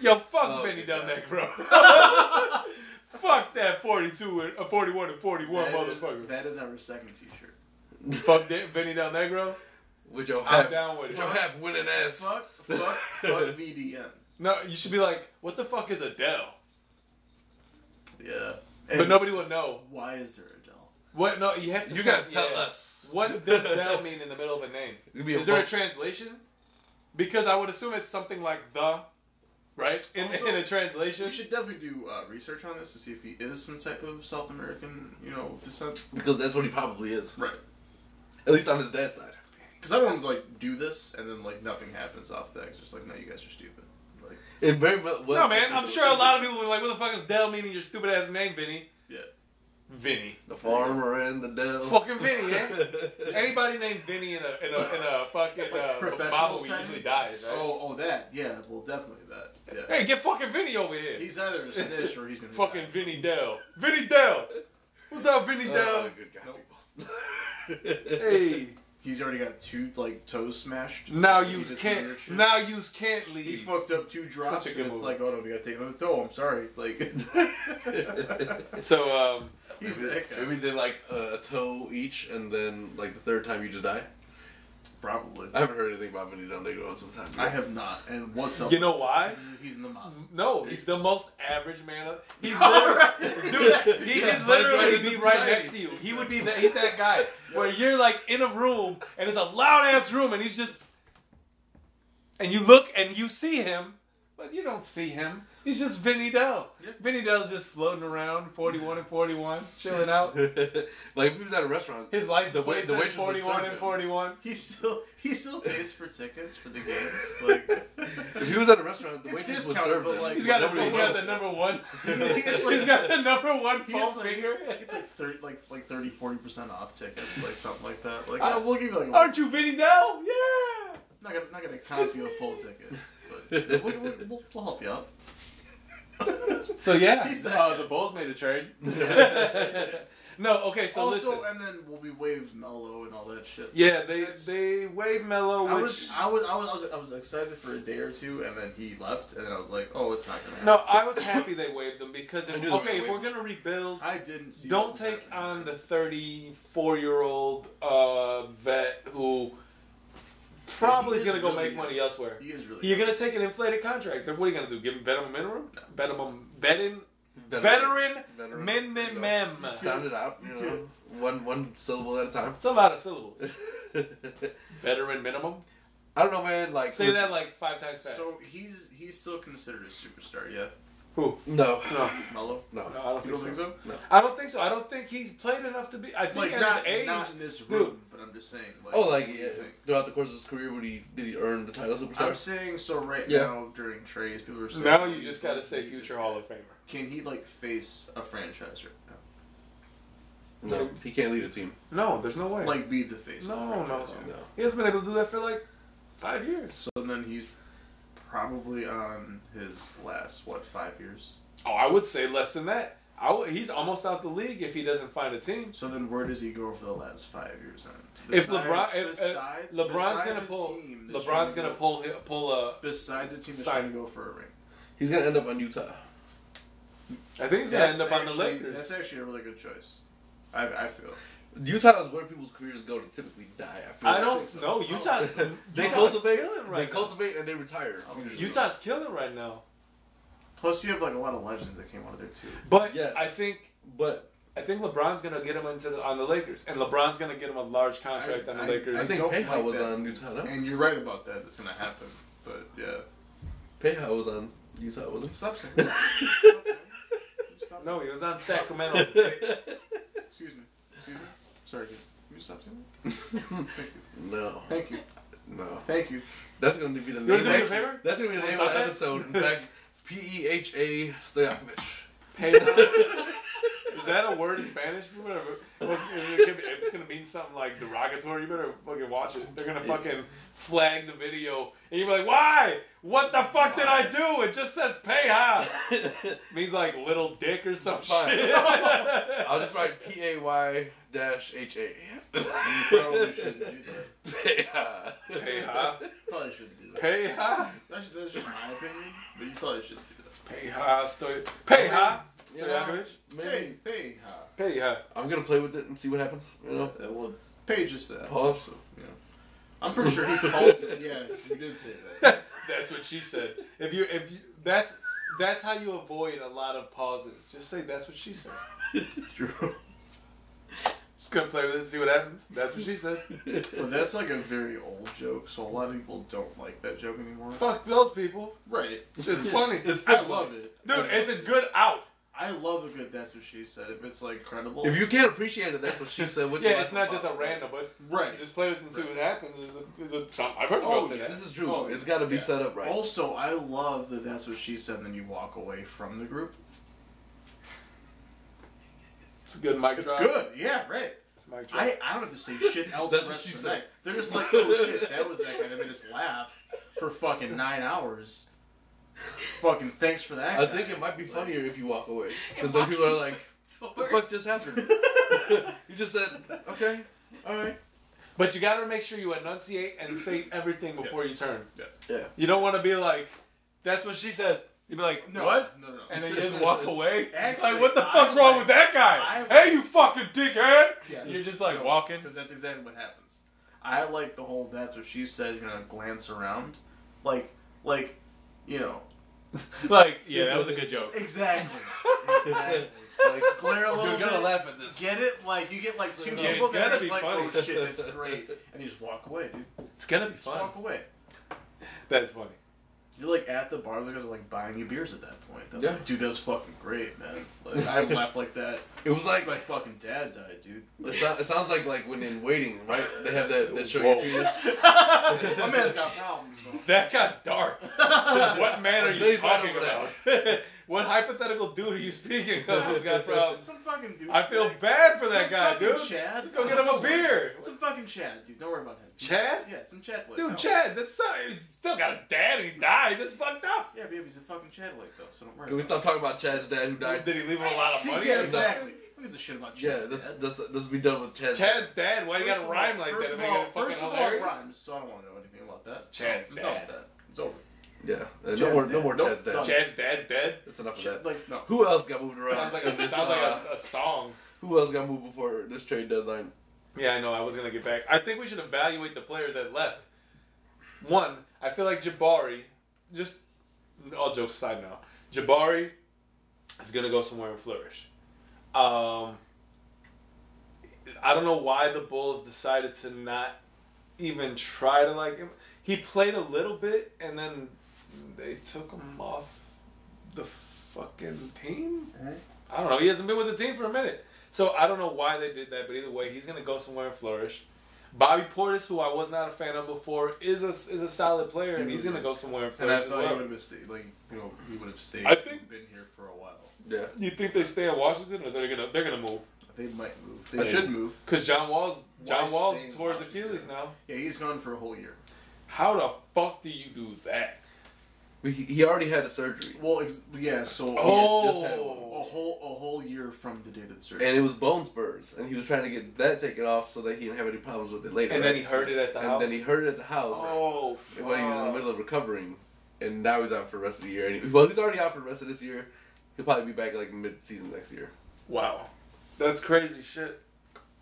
Speaker 3: fuck
Speaker 1: Oh,
Speaker 3: Benny
Speaker 1: yeah.
Speaker 3: Del Negro.
Speaker 4: *laughs*
Speaker 3: *laughs* fuck that 42 and uh, 41 and 41
Speaker 4: That is-
Speaker 3: motherfucker.
Speaker 4: that is our second T-shirt.
Speaker 3: fuck that Benny Del Negro.
Speaker 1: With your
Speaker 3: I'm
Speaker 1: half,
Speaker 3: down with
Speaker 1: with
Speaker 3: it.
Speaker 1: your half winning ass.
Speaker 4: Fuck, fuck,
Speaker 3: *laughs*
Speaker 4: fuck VDM.
Speaker 3: No, you should be like, what the fuck is Adele?
Speaker 4: Yeah.
Speaker 3: But nobody will know.
Speaker 4: Why is there Adele?
Speaker 3: What? No, you have to.
Speaker 1: You
Speaker 3: say-
Speaker 1: guys tell
Speaker 3: yeah.
Speaker 1: us.
Speaker 3: What does Del mean in the middle of a name?
Speaker 1: It'd be a
Speaker 3: Is there a
Speaker 1: fuck-
Speaker 3: translation? Because I would assume it's something like the, right? In,
Speaker 4: Also-
Speaker 3: in a
Speaker 4: We
Speaker 3: translation.
Speaker 4: should definitely do uh, research on this to see if he is some type of South American, you know, descent.
Speaker 1: because that's what he probably is.
Speaker 4: Right.
Speaker 1: At least on his dad's side.
Speaker 4: Because I don't want to like do this and then like nothing happens off that. It's just like no, you guys are stupid. Like
Speaker 1: It very well.
Speaker 3: no, man. I'm sure a lot of people would be like, "What the fuck is Dell meaning your stupid ass name, Vinny?"
Speaker 4: yeah,
Speaker 3: Vinny.
Speaker 1: The farmer and the devil.
Speaker 3: Fucking Vinny,
Speaker 1: *laughs*
Speaker 3: eh? Anybody named Vinny in a in a, in a fucking uh,
Speaker 4: professional
Speaker 3: Bible
Speaker 4: setting?
Speaker 3: usually dies, right?
Speaker 4: Oh, oh, that. Yeah, well, definitely that. Yeah.
Speaker 3: Hey, get fucking Vinny over here.
Speaker 4: He's either a snitch or he's gonna
Speaker 3: fucking
Speaker 4: be
Speaker 3: Vinny Dell. Vinny Dell. What's up, Vinny
Speaker 1: Oh,
Speaker 3: Dell?
Speaker 1: good God,
Speaker 3: Hey,
Speaker 4: He's already got two like toes smashed.
Speaker 3: now
Speaker 4: He
Speaker 3: you
Speaker 4: just
Speaker 3: can't.
Speaker 4: weird shit.
Speaker 3: Now you can't
Speaker 4: he
Speaker 3: leave.
Speaker 4: fucked up two drops,
Speaker 3: Such a
Speaker 4: and
Speaker 3: good
Speaker 4: it's
Speaker 3: movie.
Speaker 4: like, oh no, we gotta take another toe. I'm sorry. Like *laughs*
Speaker 1: people.
Speaker 3: So, um,
Speaker 4: he's
Speaker 1: maybe,
Speaker 4: that
Speaker 1: *laughs*
Speaker 4: guy.
Speaker 1: maybe they like uh, a toe each, and then like the third time you just die.
Speaker 4: Probably.
Speaker 1: I haven't heard anything about Vinny Del Negro in some time.
Speaker 4: I have not. And what's up?
Speaker 3: you know why?
Speaker 4: He's- he's in the mob.
Speaker 3: No, he's the most average man. Of, he
Speaker 4: Alright.
Speaker 3: literally, dude, he
Speaker 1: Yeah,
Speaker 3: could
Speaker 1: but
Speaker 3: literally
Speaker 1: it's
Speaker 3: be
Speaker 1: society.
Speaker 3: right next to you. He would be that. He's that guy where you're like in a room and it's a loud ass room and he's just, and you look and you see him, But you don't see him. He's just Vinny Dell.
Speaker 4: Yeah.
Speaker 3: Vinny Dell's just floating around, 41 and 41, chilling out.
Speaker 1: *laughs* like if he was at a restaurant,
Speaker 3: His license
Speaker 1: The
Speaker 3: the
Speaker 1: wait-
Speaker 3: plate
Speaker 1: the
Speaker 3: says
Speaker 1: waitress would
Speaker 3: 41
Speaker 1: serve
Speaker 3: and
Speaker 1: him.
Speaker 3: 41.
Speaker 4: He still
Speaker 3: *laughs*
Speaker 4: he still pays for tickets for the games. Like *laughs*
Speaker 1: if he was at a restaurant, the
Speaker 4: It's
Speaker 1: waitress would
Speaker 4: discounted,
Speaker 1: serve
Speaker 4: but,
Speaker 1: him.
Speaker 4: like,
Speaker 3: He's got, a,
Speaker 4: Nobody
Speaker 3: he's got
Speaker 4: knows.
Speaker 3: the number one.
Speaker 4: *laughs*
Speaker 3: *laughs*
Speaker 4: It's like-
Speaker 3: he's got the number one
Speaker 4: He
Speaker 3: foam
Speaker 4: gets like-
Speaker 3: finger.
Speaker 4: it's like thirty like like 30 40 percent off tickets, like something like that. Like uh, I, we'll give you like a-
Speaker 3: Aren't you Vinny Dell? Yeah.
Speaker 4: not gonna not gonna count you a full ticket, *laughs* but we'll, we'll, we'll, we'll help you out.
Speaker 3: So yeah,
Speaker 4: He's that
Speaker 3: uh,
Speaker 4: guy.
Speaker 3: the Bulls made a *laughs* trade. no, okay, so
Speaker 4: also,
Speaker 3: listen.
Speaker 4: and then we'll be waived Mello and all that shit.
Speaker 3: Yeah, they
Speaker 4: That's-
Speaker 3: they waived Melo,
Speaker 4: I
Speaker 3: which
Speaker 4: was, I was I was I was I was excited for a day or two, and then he left, and then I was like, oh, it's not gonna happen.
Speaker 3: no, I was happy they waived them because
Speaker 1: I
Speaker 3: if,
Speaker 1: knew they were
Speaker 3: okay,
Speaker 1: gonna
Speaker 3: if we're
Speaker 1: waive
Speaker 3: gonna rebuild,
Speaker 4: I didn't see.
Speaker 3: don't
Speaker 4: what was
Speaker 3: take on
Speaker 4: happening.
Speaker 3: the 34 year old uh, vet who probably is
Speaker 4: He is
Speaker 3: gonna go
Speaker 4: really
Speaker 3: make money elsewhere.
Speaker 4: He is really.
Speaker 3: You're gonna take an inflated contract. Then what are you gonna do? Give him minimum minimum? Minimum veteran veteran
Speaker 1: Veteran.
Speaker 3: min min mem.
Speaker 1: Sound it out, you know,
Speaker 3: *laughs*
Speaker 1: one one syllable at a time.
Speaker 3: It's a lot
Speaker 1: *laughs*
Speaker 3: of syllables.
Speaker 1: I
Speaker 3: Veteran minimum.
Speaker 1: don't know, man. Like
Speaker 3: Say that like five times fast.
Speaker 4: So he's he's still considered a superstar, yeah?
Speaker 3: Who?
Speaker 1: No,
Speaker 3: No,
Speaker 4: Mello.
Speaker 1: no.
Speaker 3: no, I don't
Speaker 4: You
Speaker 3: think
Speaker 4: don't
Speaker 3: so.
Speaker 4: think so?
Speaker 3: I don't think so. I don't think he's played enough to be. I think
Speaker 4: Like
Speaker 3: at
Speaker 4: not,
Speaker 3: his age.
Speaker 4: not in this
Speaker 3: dude.
Speaker 4: room, but I'm just saying. Like,
Speaker 1: Oh, like
Speaker 4: what do
Speaker 1: yeah,
Speaker 4: you think?
Speaker 1: throughout the course of his career, would he did he earn the title superstar?
Speaker 4: I'm saying so right
Speaker 1: Yeah.
Speaker 4: now during trades, people are saying.
Speaker 3: now you just
Speaker 4: "Can
Speaker 3: gotta
Speaker 4: he
Speaker 3: say
Speaker 4: just-
Speaker 3: future Hall of Famer.
Speaker 4: Can he like face a franchise right now?
Speaker 1: no, he can't lead a team.
Speaker 3: No, there's no way.
Speaker 4: Like be the face.
Speaker 3: no,
Speaker 4: of a
Speaker 3: no, no.
Speaker 4: franchise right now.
Speaker 1: no.
Speaker 3: He hasn't been able to do that for like five years.
Speaker 4: So then he's probably on his last what five years.
Speaker 3: Oh, I would say less than that. I w- he's almost out the league if he doesn't find a team.
Speaker 4: So then where does he go for the last five years? Then
Speaker 3: If
Speaker 4: Besides-
Speaker 3: LeBron- if, uh,
Speaker 4: besides-
Speaker 3: LeBron's
Speaker 4: besides
Speaker 3: gonna
Speaker 4: a
Speaker 3: pull-
Speaker 4: team that's trying
Speaker 3: LeBron's
Speaker 4: to
Speaker 3: gonna
Speaker 4: go-
Speaker 3: pull hi- pull a.
Speaker 4: Besides a team that's
Speaker 3: Sign.
Speaker 4: trying to go for a ring.
Speaker 1: He's gonna end up on Utah.
Speaker 3: I think he's gonna end up on the
Speaker 4: actually-
Speaker 3: Lakers.
Speaker 4: That's actually a really good choice. I, I feel.
Speaker 1: Utah is where people's careers go to typically die. I, feel
Speaker 3: I don't know. Utah's *laughs*
Speaker 1: They
Speaker 3: Utah's
Speaker 1: cultivate.
Speaker 3: killing
Speaker 1: they
Speaker 3: right. now.
Speaker 1: cultivate and they retire.
Speaker 4: Oh,
Speaker 1: usually.
Speaker 3: Utah's killing right now.
Speaker 4: Plus, you have like a lot of legends that came out of there too.
Speaker 3: But
Speaker 1: Yes.
Speaker 3: I think
Speaker 1: but
Speaker 3: I think LeBron's gonna get him into the, on the Lakers, and LeBron's gonna get him a large contract
Speaker 4: I-
Speaker 3: on the
Speaker 4: I-
Speaker 3: Lakers.
Speaker 1: I think
Speaker 4: don't
Speaker 1: Peja
Speaker 4: like
Speaker 1: was
Speaker 4: that.
Speaker 1: on Utah. No?
Speaker 4: And you're right about that. That's gonna happen. But yeah.
Speaker 1: Peja was on Utah, wasn't
Speaker 4: Stop *laughs* saying. that. Stop.
Speaker 3: no, he was
Speaker 1: *laughs*
Speaker 3: on Sacramento.
Speaker 1: he?
Speaker 4: Excuse me. Excuse me. Sorry, guys. Can you stop saying
Speaker 1: *laughs* no,
Speaker 4: that? Thank you.
Speaker 1: no.
Speaker 4: Thank *laughs* you.
Speaker 1: That's gonna be the name.
Speaker 3: you wanna do me a
Speaker 1: of-
Speaker 3: favor?
Speaker 1: That's gonna be the name
Speaker 3: Stop
Speaker 1: of the
Speaker 3: that.
Speaker 1: episode. In
Speaker 3: *laughs*
Speaker 1: fact, P E H A Stojakovic.
Speaker 3: Peja. Is that a word in Spanish? Whatever. What's- It could be- if it's gonna mean something like derogatory, you better fucking watch it. They're gonna fucking flag the video, and you're like, "Why? What the fuck did I do? It just says Peja." Means like little dick or some
Speaker 1: Fine. *laughs*
Speaker 3: shit.
Speaker 1: I'll just write P A Y dash H A.
Speaker 4: Probably shouldn't do
Speaker 1: *laughs*
Speaker 4: that.
Speaker 1: Peja.
Speaker 3: Peja.
Speaker 4: Probably shouldn't do that.
Speaker 3: Peja.
Speaker 4: That's, that's just my opinion. But you probably shouldn't do that.
Speaker 3: Peja. Stoy. Peja.
Speaker 1: You know,
Speaker 3: Stojakovic.
Speaker 1: maybe
Speaker 4: hey,
Speaker 3: Peja.
Speaker 1: I'm gonna play with it and see what happens. You know,
Speaker 4: Uh, well, Paige just that.
Speaker 3: *laughs*
Speaker 1: pause.
Speaker 4: I'm pretty sure he called. *laughs* it. Yeah, he did say that.
Speaker 3: That's what she said. If you if you that's that's how you avoid a lot of pauses. Just say that's what she said.
Speaker 4: True.
Speaker 3: Just gonna play with it and see what happens. That's what she said.
Speaker 4: But that's like a very old joke, so a lot of people don't like that joke anymore.
Speaker 3: Fuck those people.
Speaker 4: Right.
Speaker 3: It's funny. Dude,
Speaker 4: I love it.
Speaker 3: it's a good out.
Speaker 4: I love a good that's what she said. If it's like credible.
Speaker 1: If you can't appreciate it, that's what she said. What you
Speaker 3: yeah,
Speaker 1: like
Speaker 3: it's not just a
Speaker 1: about it?
Speaker 3: random, but
Speaker 4: right.
Speaker 3: just play with it and see what happens. There's a, there's a, some, I've heard
Speaker 4: Oh,
Speaker 3: girls say
Speaker 4: yeah,
Speaker 3: that.
Speaker 1: This is true.
Speaker 4: Oh,
Speaker 1: it's got to be
Speaker 4: yeah.
Speaker 1: set up right.
Speaker 4: Also, I love that that's what she said and then you walk away from the group.
Speaker 3: It's a good mic
Speaker 4: It's
Speaker 3: drop.
Speaker 4: good. Yeah, right.
Speaker 3: It's a mic drop.
Speaker 4: I, I don't have to say shit else
Speaker 1: That's
Speaker 4: the
Speaker 1: what
Speaker 4: rest
Speaker 1: she
Speaker 4: of the
Speaker 1: said.
Speaker 4: night. They're just like, oh shit, that was that guy. They made us laugh for fucking nine hours. Fucking thanks for that.
Speaker 1: I
Speaker 4: guy.
Speaker 1: think it might be funnier if you walk away because
Speaker 2: And
Speaker 1: then
Speaker 2: walk-
Speaker 1: people are like, "What the
Speaker 2: Toward-
Speaker 1: fuck just happened?" you just said, "Okay, all right."
Speaker 3: *laughs* but you gotta make sure you enunciate and say everything before you turn.
Speaker 4: Yes.
Speaker 1: Yeah.
Speaker 3: You don't wanna be like, that's what she said. You'd be like,
Speaker 4: No,
Speaker 3: what?
Speaker 4: No, no, no.
Speaker 1: *laughs*
Speaker 3: and then you just walk away.
Speaker 4: Actually,
Speaker 3: like, what the
Speaker 4: I
Speaker 3: fuck's wrong
Speaker 4: like-
Speaker 3: with that guy?
Speaker 4: I
Speaker 3: hey, you fucking dickhead!
Speaker 4: Yeah.
Speaker 3: You're just like walking.
Speaker 4: Because that's exactly what happens. I like the whole that's what she said, you know, glance around. Like, like, you know.
Speaker 3: *laughs* Like, yeah, that was a good joke.
Speaker 4: Exactly.
Speaker 1: Like, *laughs*
Speaker 4: exactly. Glare a little
Speaker 1: you're gonna
Speaker 4: bit.
Speaker 1: laugh at this.
Speaker 4: Get it? Like, you get like two
Speaker 1: Yeah,
Speaker 4: people
Speaker 3: it's
Speaker 4: that
Speaker 3: gotta
Speaker 4: are
Speaker 3: be
Speaker 4: just like,
Speaker 3: funny.
Speaker 4: oh
Speaker 3: *laughs*
Speaker 4: shit, that's great. And you just walk away, dude.
Speaker 3: It's gonna be
Speaker 4: Just walk away.
Speaker 3: That's funny.
Speaker 4: You're like at the bar, the guys are like buying you beers at that point. They're
Speaker 1: Yeah.
Speaker 4: like, dude, that was fucking great, man.
Speaker 3: *laughs*
Speaker 4: Like I left like that.
Speaker 1: It was
Speaker 4: Like
Speaker 1: like
Speaker 4: my fucking dad died,
Speaker 3: *laughs*
Speaker 4: dude.
Speaker 1: it, so- it sounds like like when in waiting, right? They have that that show your penis.
Speaker 4: my man's got problems. *laughs* though.
Speaker 3: That got dark. what man are
Speaker 1: I'm
Speaker 3: you
Speaker 1: glad you
Speaker 3: talking
Speaker 1: went
Speaker 3: about? *laughs*
Speaker 1: over
Speaker 3: what hypothetical dude are you speaking of who's
Speaker 4: *laughs*
Speaker 3: got problems?
Speaker 4: Some fucking dude.
Speaker 3: I feel bad for that guy, dude.
Speaker 4: Chad.
Speaker 3: Let's go get him a beer.
Speaker 4: Some fucking Chad, dude. Don't worry about him.
Speaker 3: Chad?
Speaker 4: Yeah, some Chad. like, no.
Speaker 3: Dude, Chad, that's so, he's still got a dad and he died. That's fucked up.
Speaker 4: Yeah, baby's a fucking Chad like though, so don't worry.
Speaker 1: Can we stop
Speaker 4: about
Speaker 1: talking about Chad's dad who died?
Speaker 3: Did he leave him a lot
Speaker 4: it.
Speaker 3: of money?
Speaker 4: Yeah,
Speaker 3: or something?
Speaker 4: exactly. Who gives a shit about
Speaker 1: Yeah,
Speaker 4: Chad's
Speaker 1: let's,
Speaker 4: dad?
Speaker 1: let's let's be done with Chad's.
Speaker 3: Chad's dad, why you
Speaker 4: First
Speaker 3: gotta
Speaker 4: of
Speaker 3: rhyme
Speaker 4: all-
Speaker 3: like
Speaker 4: first
Speaker 3: that?
Speaker 4: Of
Speaker 3: Make
Speaker 4: all,
Speaker 3: it
Speaker 4: first
Speaker 3: fucking
Speaker 4: of all, it
Speaker 3: hilarious.
Speaker 4: rhymes, so I don't want to know anything about that.
Speaker 3: Chad's
Speaker 4: I'm done with
Speaker 3: dad.
Speaker 4: that. It's over.
Speaker 1: Yeah, uh, no
Speaker 4: Chad's
Speaker 1: more no
Speaker 4: dad.
Speaker 1: more
Speaker 4: Nope,
Speaker 1: Chad's dad.
Speaker 4: done.
Speaker 3: Chad's dad's dead?
Speaker 1: That's enough
Speaker 4: Shit,
Speaker 1: of that.
Speaker 4: like no.
Speaker 1: Who else got moved around?
Speaker 3: Sounds like a,
Speaker 1: in this,
Speaker 3: sounds like
Speaker 1: uh,
Speaker 3: a, a song.
Speaker 1: Who else got moved before this trade deadline?
Speaker 3: Yeah, I know. I was gonna get back. I think we should evaluate the players that left. One, I feel like Jabari. Just all jokes aside now, Jabari is gonna go somewhere and flourish. Um, I don't know why the Bulls decided to not even try to like him. He played a little bit, and then they took him off the fucking team. I don't know. He hasn't been with the team for a minute. So I don't know why they did that, but either way, he's gonna go somewhere and flourish. Bobby Portis, who I was not a fan of before, is a is a solid player, and he's gonna go somewhere and
Speaker 4: And
Speaker 3: flourish. as
Speaker 4: I thought he
Speaker 3: well.
Speaker 4: would have stayed. Like you know, he would have stayed.
Speaker 3: I think-
Speaker 4: and been here for a while.
Speaker 1: Yeah,
Speaker 3: You think they stay in Washington, or they're gonna they're gonna move?
Speaker 4: They might move.
Speaker 1: I
Speaker 4: They
Speaker 1: think-
Speaker 4: should move.
Speaker 3: Because John Wall's John
Speaker 4: Why
Speaker 3: Wall
Speaker 4: stay in
Speaker 3: towards
Speaker 4: Washington?
Speaker 3: Achilles now.
Speaker 4: Yeah, he's gone for a whole year.
Speaker 3: How the fuck do you do that?
Speaker 1: he, he already had a surgery,
Speaker 4: Well, ex- yeah. So
Speaker 1: just had one.
Speaker 4: a
Speaker 3: Oh.
Speaker 4: whole a whole year from the date of the surgery.
Speaker 1: and it was bone spurs, and he was trying to get that taken off so that he didn't have any problems with it later.
Speaker 3: and then
Speaker 1: right?
Speaker 3: he heard it at the
Speaker 1: and
Speaker 3: house.
Speaker 1: then he heard it at the house
Speaker 3: oh,
Speaker 1: when he was in the middle of recovering, and now he's out for the rest of the year. And he, well, he's already out for the rest of this year. He'll probably be back like mid-season next year.
Speaker 3: Wow, that's crazy shit.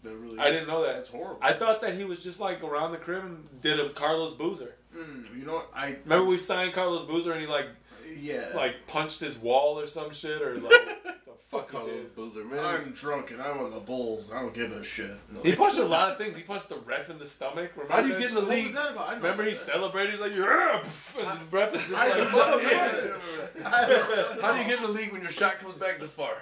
Speaker 4: That really,
Speaker 3: I didn't know that.
Speaker 4: That's horrible.
Speaker 3: I thought that he was just like around the crib and did a Carlos Boozer.
Speaker 4: Mm, you know, what? I
Speaker 3: Remember we signed Carlos Boozer and he like
Speaker 4: yeah.
Speaker 3: like punched his wall or some shit or like
Speaker 1: *laughs*
Speaker 3: the
Speaker 1: Fuck
Speaker 3: fuck he
Speaker 1: Carlos
Speaker 3: did.
Speaker 1: Boozer, man.
Speaker 4: I'm drunk and I want the Bulls. I don't give a shit. No.
Speaker 3: He punched a lot of things. He punched the ref in the stomach. Remember
Speaker 1: How do you
Speaker 3: that
Speaker 1: get in
Speaker 3: shit?
Speaker 1: the league?
Speaker 4: that about? I don't
Speaker 3: Remember
Speaker 4: know
Speaker 3: he
Speaker 4: that.
Speaker 3: celebrated. He's like, yeah, pff," and his ref is just
Speaker 1: I
Speaker 3: like,
Speaker 1: did not hear
Speaker 3: "Motherfucker."
Speaker 1: that.
Speaker 4: *laughs* I don't
Speaker 1: *laughs*
Speaker 4: know.
Speaker 1: How do you get in the league when your shot comes back this far?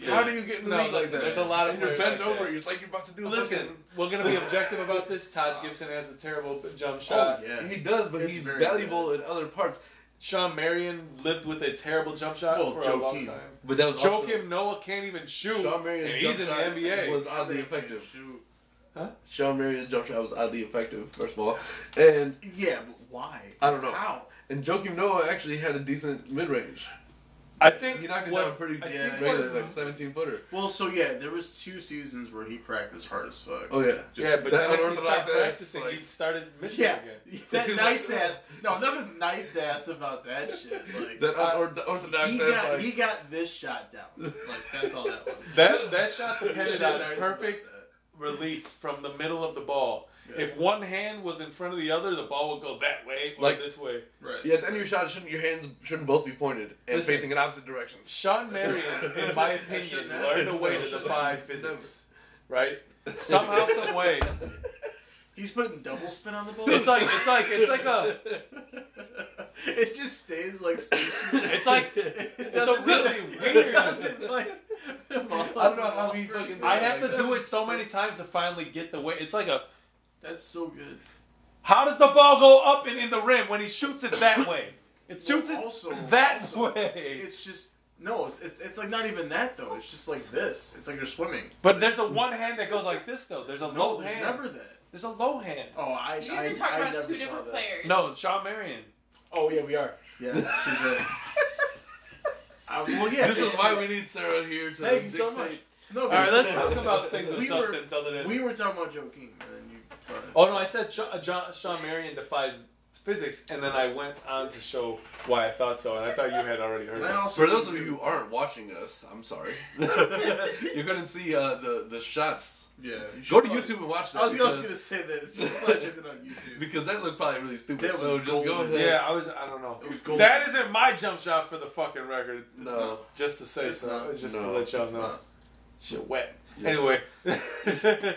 Speaker 3: Yeah.
Speaker 1: How do you get in the
Speaker 3: No,
Speaker 1: league like
Speaker 3: listen,
Speaker 1: that?
Speaker 3: there's a lot of
Speaker 1: and you're
Speaker 3: players
Speaker 1: bent
Speaker 3: like
Speaker 1: over.
Speaker 3: that.
Speaker 1: You're like you're about to do.
Speaker 3: Listen, we're gonna be objective about this. Taj Gibson has a terrible jump shot.
Speaker 4: Oh,
Speaker 1: fucking-
Speaker 4: yeah.
Speaker 1: Uh, he does, but
Speaker 4: It's
Speaker 1: he's
Speaker 4: very
Speaker 1: valuable in other parts.
Speaker 3: Sean Marion lived with a terrible jump shot
Speaker 4: Well,
Speaker 3: for a
Speaker 4: Joakim.
Speaker 3: long time.
Speaker 1: But that was also,
Speaker 3: Joakim Noah can't even shoot,
Speaker 1: Sean Marion's
Speaker 3: and he's in
Speaker 1: jump
Speaker 3: the
Speaker 1: shot
Speaker 3: NBA.
Speaker 1: was oddly effective.
Speaker 4: Shoot.
Speaker 1: Sean Marion's jump shot was oddly effective, first of all, and
Speaker 4: Yeah, but why?
Speaker 1: I don't know.
Speaker 4: How?
Speaker 1: and Joakim Noah actually had a decent mid range.
Speaker 3: I think
Speaker 1: He knocked it
Speaker 3: what-
Speaker 1: down pretty
Speaker 3: I
Speaker 4: yeah.
Speaker 3: think
Speaker 1: regular,
Speaker 3: what-
Speaker 1: like seventeen footer.
Speaker 4: Well, so yeah, there was two seasons where he practiced hard as fuck.
Speaker 1: Oh yeah,
Speaker 3: yeah,
Speaker 1: that
Speaker 3: but then if he
Speaker 1: unorthodox
Speaker 3: stopped
Speaker 1: ass,
Speaker 3: practicing,
Speaker 1: like-
Speaker 3: he started missing
Speaker 4: Yeah,
Speaker 3: again.
Speaker 4: *laughs* that
Speaker 1: He's
Speaker 4: nice
Speaker 1: like-
Speaker 4: ass. No, nothing's nice ass about that shit.
Speaker 1: *laughs*
Speaker 4: Like
Speaker 1: that
Speaker 3: Uh,
Speaker 1: unorthodox
Speaker 4: he
Speaker 1: ass.
Speaker 4: got
Speaker 1: like,
Speaker 4: he got this
Speaker 1: *laughs*
Speaker 4: shot down. Like that's all that was.
Speaker 3: That that shot depended
Speaker 4: Shit,
Speaker 3: on
Speaker 4: nice about
Speaker 3: perfect
Speaker 4: that.
Speaker 3: release from the middle of the ball.
Speaker 4: Yeah.
Speaker 3: If one hand was in front of the other, the ball would go that way or
Speaker 1: Like-
Speaker 3: this way.
Speaker 4: Right.
Speaker 1: yeah, at the end of your shot, shouldn't your hands shouldn't both be pointed and
Speaker 3: Listen.
Speaker 1: facing in opposite directions?
Speaker 3: Sean Marion, in my opinion, learned a way to defy
Speaker 4: *laughs*
Speaker 3: physics. Right? *laughs* Somehow, some way.
Speaker 4: He's putting double
Speaker 1: *laughs*
Speaker 4: spin on the ball.
Speaker 3: It's like it's like it's like a
Speaker 4: *laughs* it just
Speaker 1: *laughs*
Speaker 4: stays like stationary.
Speaker 3: it's like
Speaker 4: it
Speaker 3: it's a really
Speaker 4: It
Speaker 3: weird.
Speaker 4: doesn't like. I don't
Speaker 1: I don't know how he fucking did
Speaker 3: I have to do it
Speaker 4: *laughs*
Speaker 3: so many times to finally get the way. It's like a
Speaker 4: That's so good.
Speaker 3: how does the ball go up and in the rim when he shoots it that way? It shoots it
Speaker 4: Also-
Speaker 3: that
Speaker 4: also,
Speaker 3: way.
Speaker 4: It's just no. It's, it's it's like not even that though. It's just like this. It's like you're swimming.
Speaker 3: But there's a one hand that goes like this though. There's a
Speaker 4: No,
Speaker 3: low
Speaker 4: there's
Speaker 3: hand.
Speaker 4: never that.
Speaker 3: There's a low hand.
Speaker 4: Oh, I.
Speaker 2: You
Speaker 4: I,
Speaker 2: guys are talking
Speaker 4: I
Speaker 2: about
Speaker 4: never
Speaker 2: two
Speaker 4: saw
Speaker 2: different
Speaker 4: that.
Speaker 2: players.
Speaker 3: No, Sean Marion.
Speaker 4: Oh yeah, we are. Yeah, she's
Speaker 3: *laughs*
Speaker 4: right. Uh, well, yeah.
Speaker 1: This is why we need Sarah here to.
Speaker 4: Thank you so much.
Speaker 1: dictate-
Speaker 4: No,
Speaker 3: All right, let's talk about things of
Speaker 4: We were-
Speaker 3: substance other than.
Speaker 4: We were talking about joking, and then you. brought it up.
Speaker 3: oh no, I said Sean, uh, John, Sean Marion defies physics, and then I went on to show why I thought so, and I thought you had already heard
Speaker 4: And I
Speaker 3: it.
Speaker 4: also
Speaker 1: For those of you who aren't watching us, I'm sorry. *laughs* you couldn't see uh, the the shots.
Speaker 4: yeah, you
Speaker 1: Go
Speaker 4: should
Speaker 1: to
Speaker 4: probably-
Speaker 1: YouTube and watch that.
Speaker 4: I was
Speaker 1: because,
Speaker 4: just gonna say that it's just probably joking on *laughs* YouTube.
Speaker 1: because that looked probably really stupid.
Speaker 4: That was
Speaker 1: So just go
Speaker 4: golden.
Speaker 1: ahead.
Speaker 3: Yeah, I was. I don't know.
Speaker 4: It was gold.
Speaker 3: That isn't my jump shot for the fucking record.
Speaker 1: No.
Speaker 3: Just to say
Speaker 4: It's
Speaker 3: so,
Speaker 4: not.
Speaker 3: just to
Speaker 1: No,
Speaker 3: let y'all
Speaker 4: It's
Speaker 3: know.
Speaker 4: not.
Speaker 3: Shit wet.
Speaker 4: *laughs*
Speaker 1: Yeah.
Speaker 3: Anyway.
Speaker 4: Okay.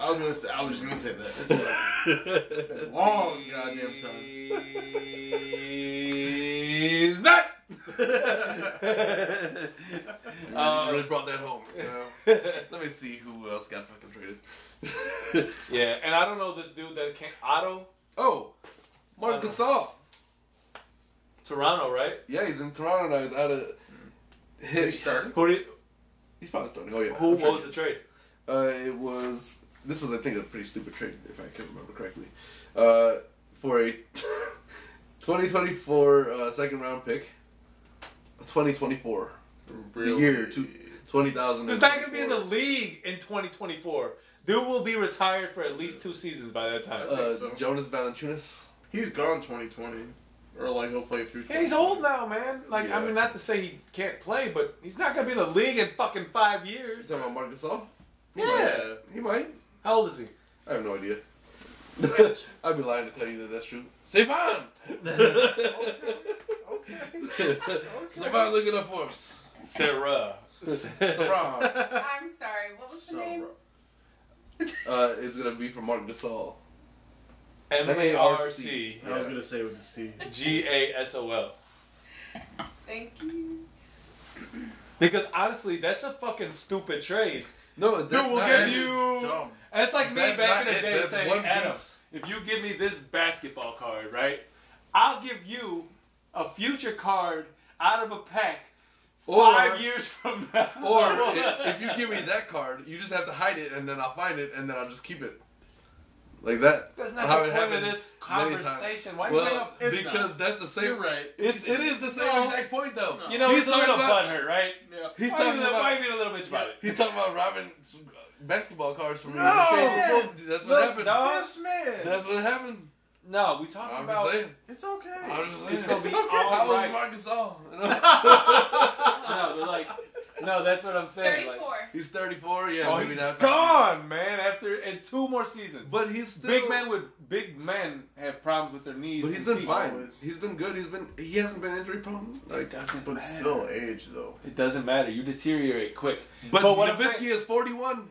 Speaker 1: I don't know, it's been a
Speaker 4: I was gonna say. I was just gonna say that. It's
Speaker 1: *laughs*
Speaker 4: been a long goddamn time.
Speaker 3: He's
Speaker 4: *laughs*
Speaker 3: nuts.
Speaker 1: you
Speaker 4: uh,
Speaker 3: um,
Speaker 1: really brought that home. You know? Let me see who else got fucking traded.
Speaker 3: *laughs*
Speaker 1: *laughs*
Speaker 3: yeah, and I don't know this dude that came Otto
Speaker 1: oh, Mark Gasol.
Speaker 3: Toronto, right?
Speaker 1: Yeah, he's in Toronto now. He's out of.
Speaker 4: Hmm. Did he start?
Speaker 3: Who did,
Speaker 1: He's probably starting. Oh yeah.
Speaker 3: who
Speaker 1: I'm sure
Speaker 3: what was
Speaker 1: he is.
Speaker 3: the trade?
Speaker 1: Uh, it was. This was, I think, a pretty stupid trade, if I can remember correctly. Uh, for a *laughs* 2024 uh, second round pick. 2024.
Speaker 4: Really?
Speaker 1: year, two- 20,000.
Speaker 3: He's not gonna be in the league in 2024. Dude will be retired for at least two seasons by that time.
Speaker 1: Uh,
Speaker 4: so.
Speaker 1: Jonas Valanciunas.
Speaker 4: He's gone 2020, or like he'll play through.
Speaker 3: Yeah, he's
Speaker 4: 2020.
Speaker 3: old now, man. Like,
Speaker 1: Yeah.
Speaker 3: I mean, not to say he can't play, but he's not gonna be in the league in fucking five
Speaker 1: You
Speaker 3: years.
Speaker 1: talking about Marc Gasol? He
Speaker 3: Yeah.
Speaker 1: might. He might.
Speaker 3: How old is
Speaker 1: *laughs*
Speaker 3: he?
Speaker 1: I have no idea. *laughs* I'd be lying to tell you that that's true. *laughs*
Speaker 3: *laughs*
Speaker 1: Stefan! Stefan looking up for us.
Speaker 3: Sarah.
Speaker 1: Sarah.
Speaker 3: *laughs*
Speaker 2: I'm sorry. What was the name?
Speaker 1: Uh, it's going to be for Marc Gasol.
Speaker 3: M A R C
Speaker 4: I was gonna say with the *laughs* C.
Speaker 3: G A S O L.
Speaker 2: Thank you.
Speaker 3: Because honestly, that's a fucking stupid trade.
Speaker 1: No, that's
Speaker 3: Dude, we'll
Speaker 1: not
Speaker 3: give
Speaker 1: it.
Speaker 3: you.
Speaker 4: dumb.
Speaker 3: That's like me
Speaker 1: That's
Speaker 3: back in
Speaker 1: not
Speaker 3: the
Speaker 1: it.
Speaker 3: day
Speaker 1: That's
Speaker 3: saying,
Speaker 1: one
Speaker 3: Adam,
Speaker 1: piece."
Speaker 3: if you give me this basketball card, right, I'll give you a future card out of a pack
Speaker 1: Or-
Speaker 3: five years from now.
Speaker 1: Or
Speaker 3: *laughs*
Speaker 1: if, if you give me that card, you just have to hide it, and then I'll find it, and then I'll just keep it. Like that.
Speaker 3: That's not
Speaker 1: how it
Speaker 3: the point of
Speaker 1: happens
Speaker 3: this
Speaker 1: many times.
Speaker 3: conversation. Why do you bring
Speaker 1: Well,
Speaker 3: up?
Speaker 4: It's
Speaker 1: because that's the same.
Speaker 4: You're right.
Speaker 1: It's it is the same
Speaker 4: No.
Speaker 1: exact point though.
Speaker 4: No.
Speaker 3: You know, he's,
Speaker 1: he's
Speaker 3: a little
Speaker 1: talking about
Speaker 3: butthurt, right?
Speaker 4: Yeah.
Speaker 1: he's
Speaker 3: Why
Speaker 1: talking
Speaker 3: you- Why
Speaker 1: about
Speaker 3: you being a little bitch about it?
Speaker 1: he's talking about robbing s- basketball cards from
Speaker 3: No.
Speaker 1: the same
Speaker 3: Yeah.
Speaker 1: boom. That's what
Speaker 3: Look,
Speaker 1: happened.
Speaker 3: dog.
Speaker 4: Yes, man.
Speaker 1: That's what happened.
Speaker 3: No, we talking
Speaker 1: I'm
Speaker 3: about.
Speaker 1: just saying.
Speaker 4: it's okay.
Speaker 1: I'm just saying.
Speaker 3: It's gonna be
Speaker 1: How
Speaker 3: all
Speaker 1: old is
Speaker 3: right.
Speaker 1: Marc Gasol? You know?
Speaker 3: *laughs* No, but like, no, that's what I'm saying. Like,
Speaker 2: 34.
Speaker 1: he's 34. Yeah,
Speaker 3: oh,
Speaker 1: maybe
Speaker 3: he's
Speaker 1: not.
Speaker 3: gone, man. After and two more seasons.
Speaker 1: But he's still
Speaker 3: big men with big men have problems with their knees.
Speaker 1: But he's
Speaker 3: and
Speaker 1: been
Speaker 3: feet.
Speaker 1: fine.
Speaker 4: always.
Speaker 1: He's been good. He's been he hasn't been injury prone. Like
Speaker 3: doesn't
Speaker 4: but
Speaker 3: matter.
Speaker 4: still, age though.
Speaker 3: It doesn't matter. You deteriorate quick.
Speaker 1: but,
Speaker 3: But what I'm
Speaker 1: Nowitzki is forty one.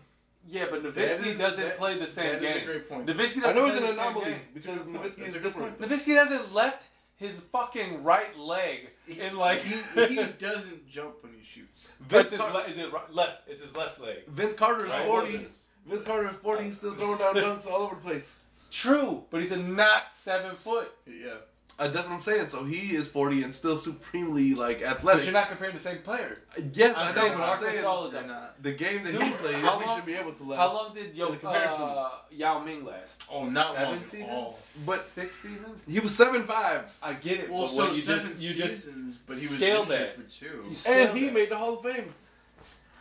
Speaker 3: Yeah, but
Speaker 4: That
Speaker 3: Nowitzki
Speaker 4: is-
Speaker 3: doesn't
Speaker 4: that-
Speaker 3: play the same
Speaker 4: That
Speaker 3: game.
Speaker 4: is a great point.
Speaker 3: Nowitzki doesn't
Speaker 1: I know he's
Speaker 3: play
Speaker 1: an
Speaker 3: the same
Speaker 1: anomaly
Speaker 3: game.
Speaker 1: because Nowitzki
Speaker 4: That's
Speaker 1: is
Speaker 4: a good
Speaker 1: different.
Speaker 3: Nowitzki hasn't left his fucking right leg in like. *laughs*
Speaker 4: he, *laughs* he doesn't jump when he shoots.
Speaker 1: Vince,
Speaker 3: That's his
Speaker 1: Car-
Speaker 3: le- is it right, left? It's his left leg.
Speaker 1: Vince Carter is
Speaker 3: Right,
Speaker 1: forty.
Speaker 3: what is
Speaker 1: Vince Carter is forty. He's still throwing down dunks all over the place.
Speaker 3: True, but he's a not seven foot.
Speaker 4: Yeah.
Speaker 1: Uh, that's what I'm saying. So he is forty and still supremely like
Speaker 3: But
Speaker 1: athletic. Uh,
Speaker 3: you're not comparing the same player.
Speaker 1: yes,
Speaker 3: I'm
Speaker 1: I know,
Speaker 3: saying,
Speaker 1: but
Speaker 3: but
Speaker 1: I'm
Speaker 3: Arkansas
Speaker 1: saying
Speaker 3: is
Speaker 4: They're
Speaker 3: a.
Speaker 4: not.
Speaker 1: the game that he
Speaker 3: Dude,
Speaker 1: plays,
Speaker 3: how
Speaker 1: he
Speaker 3: long-
Speaker 1: should be able to last.
Speaker 3: How long did Yo,
Speaker 1: in comparison.
Speaker 3: uh, Yao Ming last?
Speaker 4: Oh, not
Speaker 3: seven
Speaker 4: long at
Speaker 3: seasons.
Speaker 4: all.
Speaker 1: But-
Speaker 3: six seasons.
Speaker 1: He was seven five,
Speaker 3: I get it.
Speaker 4: Well,
Speaker 3: but
Speaker 4: so
Speaker 3: what you
Speaker 4: seven
Speaker 3: just, you just
Speaker 4: seasons, but he was
Speaker 3: scaled
Speaker 4: injured
Speaker 3: that.
Speaker 4: for two.
Speaker 3: You scaled
Speaker 1: and he
Speaker 3: that.
Speaker 1: made the Hall of Fame.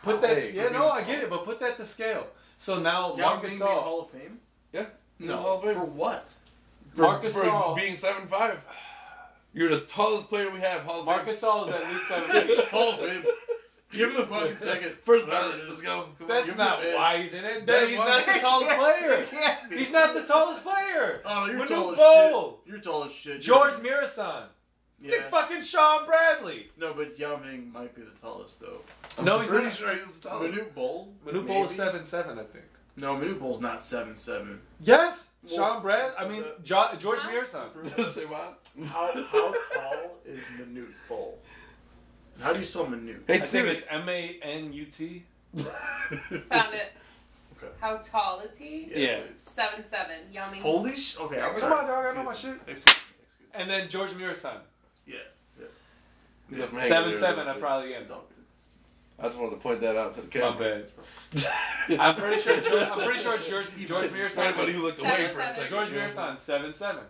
Speaker 3: Put that.
Speaker 1: Hey,
Speaker 3: yeah,
Speaker 1: for
Speaker 3: no,
Speaker 1: being
Speaker 3: I get it,
Speaker 1: tall.
Speaker 3: but put that to scale. So now
Speaker 4: Yao
Speaker 3: Marc
Speaker 4: Ming made
Speaker 3: Gasol,
Speaker 4: Hall of Fame.
Speaker 1: Yeah.
Speaker 4: No. For what?
Speaker 1: For,
Speaker 3: Marc
Speaker 1: for
Speaker 3: Gasol-
Speaker 1: being seven five. You're the tallest player we have. Hall of
Speaker 3: Marc
Speaker 1: Fame.
Speaker 3: Gasol is at least seven feet. *laughs*
Speaker 4: *laughs* Hall of Fame. Give him the *laughs* fucking ticket.
Speaker 1: First ballot. Let's go. Come on,
Speaker 3: That's
Speaker 1: give
Speaker 3: not
Speaker 1: me the
Speaker 3: why he's in it.
Speaker 1: That's
Speaker 3: he's
Speaker 1: why-
Speaker 3: not the tallest player.
Speaker 4: can't be.
Speaker 3: He's not the tallest player.
Speaker 4: Oh, you're
Speaker 3: Manute
Speaker 4: tall as
Speaker 3: Bol.
Speaker 4: shit. You're tall as shit.
Speaker 3: George Mirasan.
Speaker 4: Yeah.
Speaker 3: They fucking Sean Bradley.
Speaker 4: No, but Yao Ming might be the tallest though.
Speaker 1: I'm
Speaker 3: No, he's
Speaker 1: pretty
Speaker 3: not.
Speaker 1: sure he was the tallest.
Speaker 4: Manute Bol.
Speaker 3: Manute Bol is seven seven, I think.
Speaker 4: No, Manute Bol's not seven seven.
Speaker 3: Yes,
Speaker 4: Well,
Speaker 3: Sean Brad. I mean,
Speaker 4: uh,
Speaker 3: Jo- George
Speaker 2: Huh?
Speaker 1: *laughs*
Speaker 3: Mirasan.
Speaker 1: Say what?
Speaker 4: How how tall is Manute Bol? How do you spell Manute?
Speaker 3: I
Speaker 1: Hey
Speaker 3: think
Speaker 1: Siri. *laughs*
Speaker 3: it's M A N U T.
Speaker 2: Found it.
Speaker 4: Okay.
Speaker 2: How tall is he?
Speaker 3: Yeah.
Speaker 4: please.
Speaker 2: Seven seven. Yummy.
Speaker 4: Holy sh! Okay, I'm
Speaker 3: Come
Speaker 4: sorry.
Speaker 3: on, dog. I know my
Speaker 4: Excuse
Speaker 3: shit.
Speaker 4: me. Excuse me. Excuse
Speaker 3: And then George Mirasan.
Speaker 4: me. Yeah.
Speaker 1: Yeah, man,
Speaker 3: Seven
Speaker 1: you're-
Speaker 3: seven. I probably am.
Speaker 4: It's all good.
Speaker 1: I just wanted to point that out to the
Speaker 3: My
Speaker 1: camera.
Speaker 3: bad.
Speaker 1: *laughs*
Speaker 3: I'm pretty sure. George, I'm pretty sure George George Mirasan.
Speaker 1: Everybody who looked
Speaker 2: Seven,
Speaker 1: away for a
Speaker 2: seven.
Speaker 1: second.
Speaker 3: George
Speaker 1: you know.
Speaker 3: Mirasan seven seven.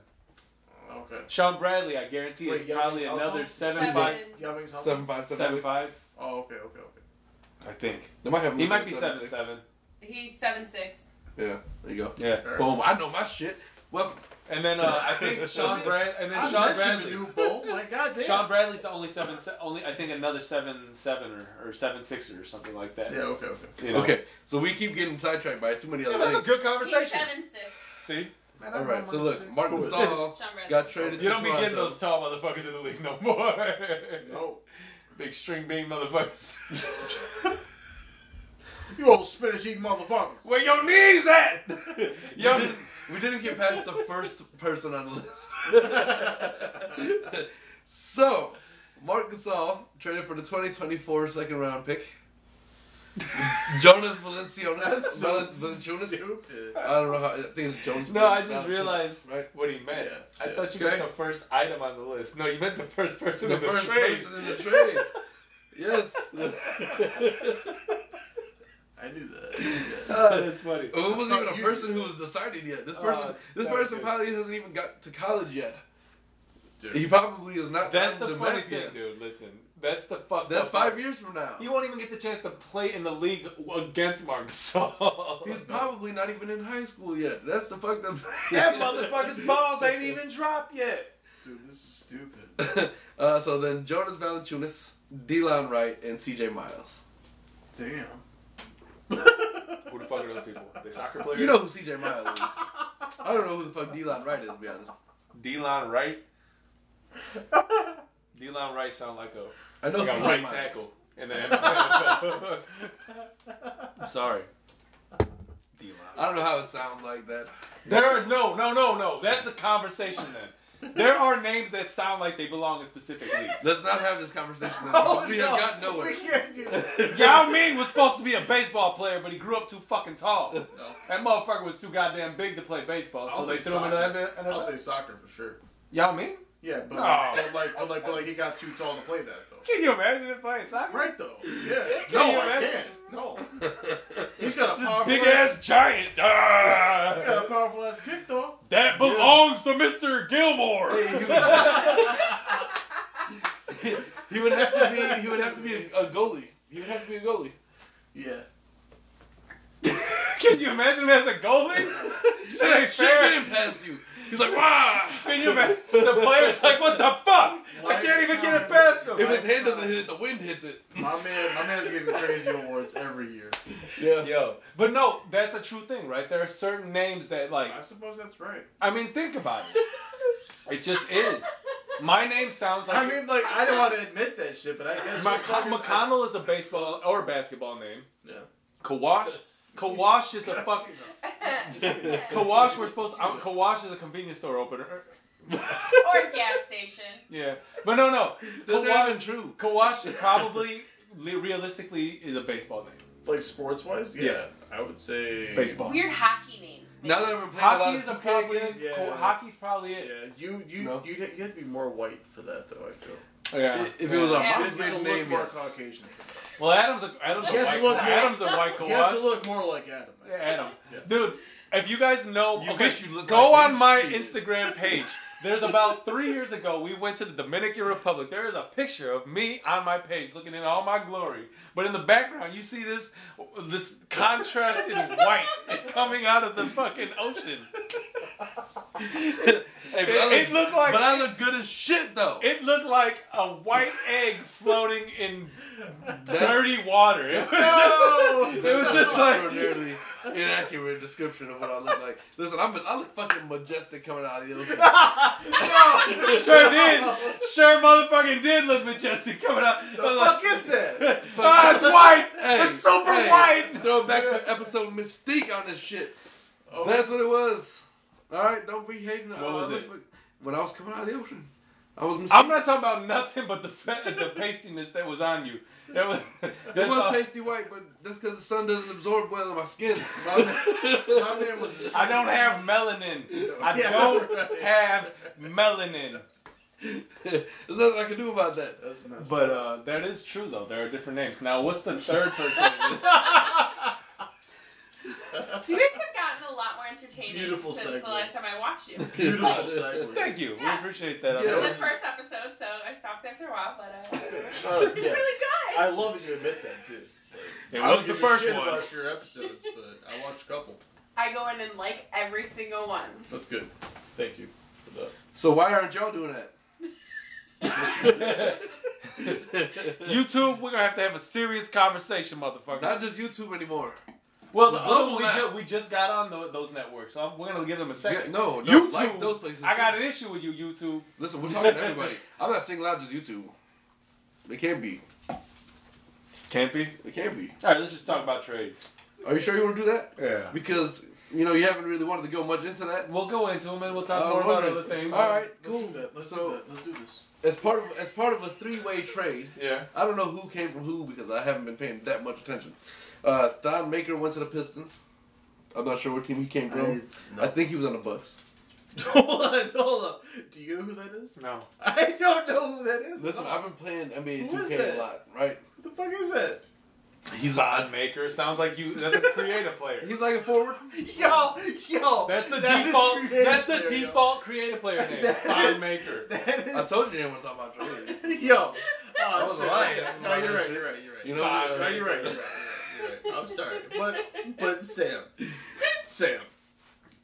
Speaker 4: Okay.
Speaker 3: Sean Bradley, I guarantee,
Speaker 4: Wait,
Speaker 3: is
Speaker 4: Young's
Speaker 3: probably
Speaker 4: how
Speaker 3: another
Speaker 4: tall?
Speaker 3: seven
Speaker 2: Seven.
Speaker 3: five,
Speaker 4: Yao Ming's how tall?
Speaker 1: Seven five, seven,
Speaker 3: seven
Speaker 1: six.
Speaker 3: five.
Speaker 4: Oh, okay, okay, okay.
Speaker 3: I think
Speaker 1: They might have him
Speaker 3: he
Speaker 1: listed
Speaker 3: might be
Speaker 1: as
Speaker 3: seven
Speaker 1: six.
Speaker 3: seven.
Speaker 2: He's seven six.
Speaker 1: Yeah, there you go.
Speaker 3: Yeah.
Speaker 4: All right.
Speaker 1: Boom! I know my shit. Well,
Speaker 3: And then uh, I think Sean Brad. And then
Speaker 4: I
Speaker 3: Sean
Speaker 4: mentioned
Speaker 3: Bradley.
Speaker 4: *laughs* Manute Bol. Like, goddamn.
Speaker 3: Sean Bradley's the only seven, se- only I think another seven seven or, or seven sixer or something like that.
Speaker 4: Yeah. Okay. Okay.
Speaker 3: You know?
Speaker 1: okay. So we keep getting sidetracked by too many
Speaker 3: Yeah,
Speaker 1: other
Speaker 3: that's a
Speaker 1: things.
Speaker 3: good
Speaker 2: He's
Speaker 3: conversation.
Speaker 2: seven six.
Speaker 3: See,
Speaker 1: All right. So look, Martin
Speaker 2: *laughs*
Speaker 1: Saul
Speaker 2: Sean Bradley.
Speaker 1: got traded to
Speaker 3: you don't be getting
Speaker 1: Toronto.
Speaker 3: those tall motherfuckers in the league no more. *laughs*
Speaker 4: No.
Speaker 3: Big string bean motherfuckers.
Speaker 4: You old spinach eating motherfuckers.
Speaker 3: *laughs* Where your knees *laughs* at?
Speaker 1: We
Speaker 3: Yo,
Speaker 1: didn't, we didn't get past the first person on the list. *laughs* so, Mark Gasol traded for the 2024 second round
Speaker 3: *laughs*
Speaker 1: pick. Jonas Valanciunas.
Speaker 3: *laughs*
Speaker 1: Val- Valanciunas?
Speaker 4: *laughs* Stupid.
Speaker 1: I don't know how. I think it's Jonas.
Speaker 3: No, I
Speaker 1: Valanciunas,
Speaker 3: just realized
Speaker 1: Right?
Speaker 3: what he meant.
Speaker 4: Yeah,
Speaker 3: I
Speaker 4: yeah.
Speaker 3: thought you
Speaker 1: Okay.
Speaker 3: meant the first item on the list. No, you meant the first person
Speaker 1: The
Speaker 3: in
Speaker 1: first
Speaker 3: the trade.
Speaker 1: person in the
Speaker 3: *laughs*
Speaker 1: trade. yes.
Speaker 4: I knew that. I knew
Speaker 1: *laughs*
Speaker 4: that.
Speaker 3: oh, that's funny.
Speaker 1: Well, it wasn't even a
Speaker 4: You-
Speaker 1: person who was decided yet. This
Speaker 3: Oh,
Speaker 1: person, this
Speaker 3: that was
Speaker 1: person
Speaker 3: good.
Speaker 1: probably hasn't even got to college yet.
Speaker 4: Dude.
Speaker 1: He probably is not.
Speaker 3: That's
Speaker 1: on
Speaker 3: the
Speaker 1: map
Speaker 3: funny thing,
Speaker 1: yet.
Speaker 3: dude. Listen, that's the fuck.
Speaker 1: That's
Speaker 3: the
Speaker 1: five
Speaker 3: fuck-
Speaker 1: years from now.
Speaker 3: You won't even get the chance to play in the league against Mark Gasol. *laughs*
Speaker 1: He's probably not even in high school yet. That's the fucked up thing. *laughs*
Speaker 3: that motherfucker's balls ain't even dropped yet.
Speaker 4: Dude, this is stupid.
Speaker 1: uh, so then Jonas Valanciunas, DeLon Wright, and CJ Miles.
Speaker 4: Damn.
Speaker 1: *laughs*
Speaker 3: Who the fuck are those people? They soccer players?
Speaker 1: You know who CJ Miles is. I don't know who the fuck DeLon Wright is, to be honest.
Speaker 3: D-line right. *laughs* D-line right sound like a
Speaker 1: I know
Speaker 3: like a
Speaker 1: CJ
Speaker 3: right
Speaker 1: Miles.
Speaker 3: *laughs* tackle in the NFL. I'm sorry. D-line.
Speaker 1: I don't know how it sounds like that.
Speaker 3: There are no, no, no, no. That's a conversation then. There are names that sound like they belong in specific leagues.
Speaker 1: Let's not have this conversation. Then, because we have got nowhere.
Speaker 4: Oh, We can't do
Speaker 1: *laughs*
Speaker 4: that.
Speaker 3: Yao Ming was supposed to be a baseball player, but he grew up too fucking tall. That motherfucker was too goddamn big to play baseball, so
Speaker 4: I'll
Speaker 3: they
Speaker 4: say
Speaker 3: threw him in the
Speaker 4: soccer.
Speaker 3: NBA.
Speaker 4: I'll say soccer for sure.
Speaker 3: Yao Ming?
Speaker 4: Yeah, but,
Speaker 3: Oh.
Speaker 4: but like, but like, but like, he got too tall to play that though.
Speaker 3: Can you imagine him playing soccer?
Speaker 4: Right though. Yeah.
Speaker 3: Can you
Speaker 4: No, I
Speaker 3: imagine?
Speaker 4: can't. No. He's got a powerful
Speaker 3: Big
Speaker 4: ass.
Speaker 3: ass giant.
Speaker 4: He's
Speaker 3: Ah,
Speaker 4: got a powerful ass kick *laughs* though.
Speaker 3: that belongs to Mr. Gilmore.
Speaker 1: *laughs*
Speaker 3: *laughs*
Speaker 1: He would have to be. He would have to be a, a goalie. He would have to be a goalie.
Speaker 4: Yeah.
Speaker 3: Can you imagine him as a goalie? Shit ain't
Speaker 1: Shit
Speaker 3: fair.
Speaker 1: getting past you. He's like, wow.
Speaker 3: Can you imagine? The player's like, what the fuck? I can't even get it past him.
Speaker 1: If his hand doesn't hit it, the wind hits it.
Speaker 4: My man, my man's getting crazy awards every year.
Speaker 1: Yeah.
Speaker 3: Yo, but no, that's a true thing, right? There are certain names that, like,
Speaker 4: I suppose that's right.
Speaker 3: I mean, think about it. It just is. My name sounds like
Speaker 4: I mean, like, I don't want to admit that shit, but I guess
Speaker 3: Mc-
Speaker 4: we're fucking-
Speaker 3: McConnell is a baseball or basketball name.
Speaker 4: Yeah.
Speaker 3: Kawash. Kawash is a fuck.
Speaker 2: *laughs*
Speaker 3: Kawash, we're supposed. To, Kawash is a convenience store opener.
Speaker 2: or gas station.
Speaker 3: Yeah, but no, no.
Speaker 1: *laughs* That's not even
Speaker 3: Kawash,
Speaker 1: true.
Speaker 3: Kawash probably li- realistically is a baseball name.
Speaker 4: Like sports wise, yeah,
Speaker 3: Yeah.
Speaker 4: I would say
Speaker 3: Baseball.
Speaker 2: Weird hockey name.
Speaker 1: Now that I've been playing a lot
Speaker 3: Hockey
Speaker 1: of
Speaker 3: is a
Speaker 1: 2K
Speaker 3: probably.
Speaker 1: again,
Speaker 4: Yeah.
Speaker 3: Ka- hockey's probably
Speaker 4: Yeah,
Speaker 3: it.
Speaker 4: you you
Speaker 1: No.
Speaker 4: you had you had to be more white for that though. I feel.
Speaker 3: Yeah.
Speaker 1: If it was a
Speaker 2: Yeah.
Speaker 1: mom's
Speaker 4: You had
Speaker 1: maiden
Speaker 4: to look
Speaker 1: name,
Speaker 4: more
Speaker 1: yes.
Speaker 4: Caucasian.
Speaker 3: Well, Adam's a Adam's a
Speaker 4: He has
Speaker 3: white.
Speaker 4: to look-
Speaker 3: Adam's a white
Speaker 4: You have to
Speaker 3: Kawash.
Speaker 4: look more like Adam. *laughs*
Speaker 3: Yeah, Adam,
Speaker 4: Yeah.
Speaker 3: dude. If you guys know,
Speaker 1: You
Speaker 3: okay,
Speaker 1: wish you looked
Speaker 3: go
Speaker 1: like
Speaker 3: on
Speaker 1: this
Speaker 3: my
Speaker 1: shit.
Speaker 3: Instagram page. There's about three years ago, we went to the Dominican Republic. There is a picture of me on my page, looking in all my glory. But in the background, you see this this contrasted white coming out of the fucking ocean.
Speaker 1: Hey, but
Speaker 3: It-
Speaker 1: I look,
Speaker 3: it looked like-
Speaker 1: But I look good as shit though.
Speaker 3: It looked like a white egg floating in dirty water.
Speaker 1: *laughs*
Speaker 3: It was just, it was
Speaker 1: That's
Speaker 3: just
Speaker 1: an
Speaker 3: like.
Speaker 1: extraordinarily inaccurate description of what I look like. Listen, I'm I look fucking majestic coming out of the
Speaker 3: *laughs*
Speaker 1: ocean.
Speaker 3: Sure did. Sure motherfucking did look majestic coming out. I was like,
Speaker 4: is that?
Speaker 3: *laughs* ah, it's white.
Speaker 1: Hey,
Speaker 3: it's super
Speaker 1: hey,
Speaker 3: white.
Speaker 1: Throw it back to episode Mystique on this shit.
Speaker 3: Oh.
Speaker 4: Oh,
Speaker 1: That's what it was. All right, don't be hating. What
Speaker 3: was it?
Speaker 1: When I was coming out of the ocean, I was Mystique.
Speaker 3: I'm not talking about nothing but the fa- the pastiness that was on you. That was
Speaker 1: It
Speaker 3: that's
Speaker 1: was
Speaker 3: all.
Speaker 1: pasty white, but that's because the sun doesn't absorb well in my skin. *laughs*
Speaker 4: My man was. the
Speaker 3: *laughs* I
Speaker 4: same.
Speaker 3: don't have melanin. I
Speaker 4: Yeah,
Speaker 3: don't
Speaker 4: right.
Speaker 3: have melanin.
Speaker 1: There's nothing I can do about that.
Speaker 4: *laughs* That's messed
Speaker 3: But uh, that is true though. There are different names. Now, what's the *laughs* third person? in this? uh,
Speaker 2: You guys have gotten a lot more entertaining
Speaker 4: Beautiful
Speaker 2: since
Speaker 4: segue.
Speaker 2: the last time I watched you.
Speaker 4: up. *laughs* beautiful segue.
Speaker 3: Thank you. We
Speaker 2: Yeah.
Speaker 3: appreciate that.
Speaker 1: Yeah.
Speaker 2: It
Speaker 3: That
Speaker 2: was
Speaker 3: was-
Speaker 2: the first episode, so I stopped after a while, but uh, *laughs* it
Speaker 4: Oh,
Speaker 2: was
Speaker 4: yeah.
Speaker 2: really good.
Speaker 4: I love that you admit that too.
Speaker 3: It
Speaker 4: I
Speaker 3: was
Speaker 4: don't
Speaker 3: the
Speaker 4: give a
Speaker 3: first
Speaker 4: shit
Speaker 3: one.
Speaker 4: About your episodes, but I watched a couple.
Speaker 2: I go in and like every single one.
Speaker 4: That's good. Thank you for that.
Speaker 1: So why aren't y'all doing that? *laughs*
Speaker 3: *laughs* YouTube, we're gonna have to have a serious conversation, motherfucker.
Speaker 1: Not just YouTube anymore.
Speaker 3: Well, the
Speaker 1: Global
Speaker 3: other, we,
Speaker 1: map.
Speaker 3: ju- we just got on tho- those networks, so I'm, we're gonna give them a second.
Speaker 1: Yeah, no, no,
Speaker 3: YouTube.
Speaker 1: like those places.
Speaker 3: I got an issue with you, YouTube.
Speaker 1: Listen, we're talking to everybody. I'm not singling out just YouTube. It can't be.
Speaker 3: Can't be.
Speaker 1: It can't be.
Speaker 3: All right, let's just talk about trades.
Speaker 1: Are you sure you want to do that?
Speaker 3: Yeah.
Speaker 1: Because you know you haven't really wanted to go much into that.
Speaker 3: We'll go into them and we'll
Speaker 1: I
Speaker 3: talk
Speaker 1: was
Speaker 3: more about
Speaker 1: wondering.
Speaker 3: other things.
Speaker 1: All right,
Speaker 4: Let's
Speaker 1: cool.
Speaker 4: do that. Let's
Speaker 1: so
Speaker 4: do that. Let's do this.
Speaker 1: as part of as part of a three way trade,
Speaker 3: Yeah.
Speaker 1: I don't know who came from who because I haven't been paying that much attention. Uh, Don Maker went to the Pistons. I'm not sure what team he came from. I, think he was on the Bucks.
Speaker 4: *laughs* hold on, hold on. Do you know who that is?
Speaker 3: No.
Speaker 4: I don't know who that is.
Speaker 1: Listen, I've been playing NBA
Speaker 4: Who is
Speaker 1: 2K
Speaker 4: that?
Speaker 1: a lot, right?
Speaker 4: Who the fuck is that? *laughs*
Speaker 3: He's odd maker. Sounds like you. That's a creative
Speaker 1: *laughs*
Speaker 3: player.
Speaker 1: He's like a forward.
Speaker 4: Yo, yo.
Speaker 3: That's the
Speaker 4: *laughs* that is
Speaker 3: default.
Speaker 4: creative
Speaker 3: That's the
Speaker 4: there, yo.
Speaker 3: default creative
Speaker 4: *laughs*
Speaker 3: player name.
Speaker 4: That
Speaker 3: Odd
Speaker 4: is-
Speaker 3: maker.
Speaker 4: That is.
Speaker 1: I told you they want to talk about trade.
Speaker 3: *laughs*
Speaker 4: Yo.
Speaker 2: I
Speaker 4: Oh,
Speaker 1: was
Speaker 4: shit.
Speaker 1: lying.
Speaker 4: No, you're right. You're right. You're right.
Speaker 1: You know,
Speaker 3: Five,
Speaker 1: uh,
Speaker 4: No, you're right. You're right. You're right. I'm sorry, but but Sam, Sam.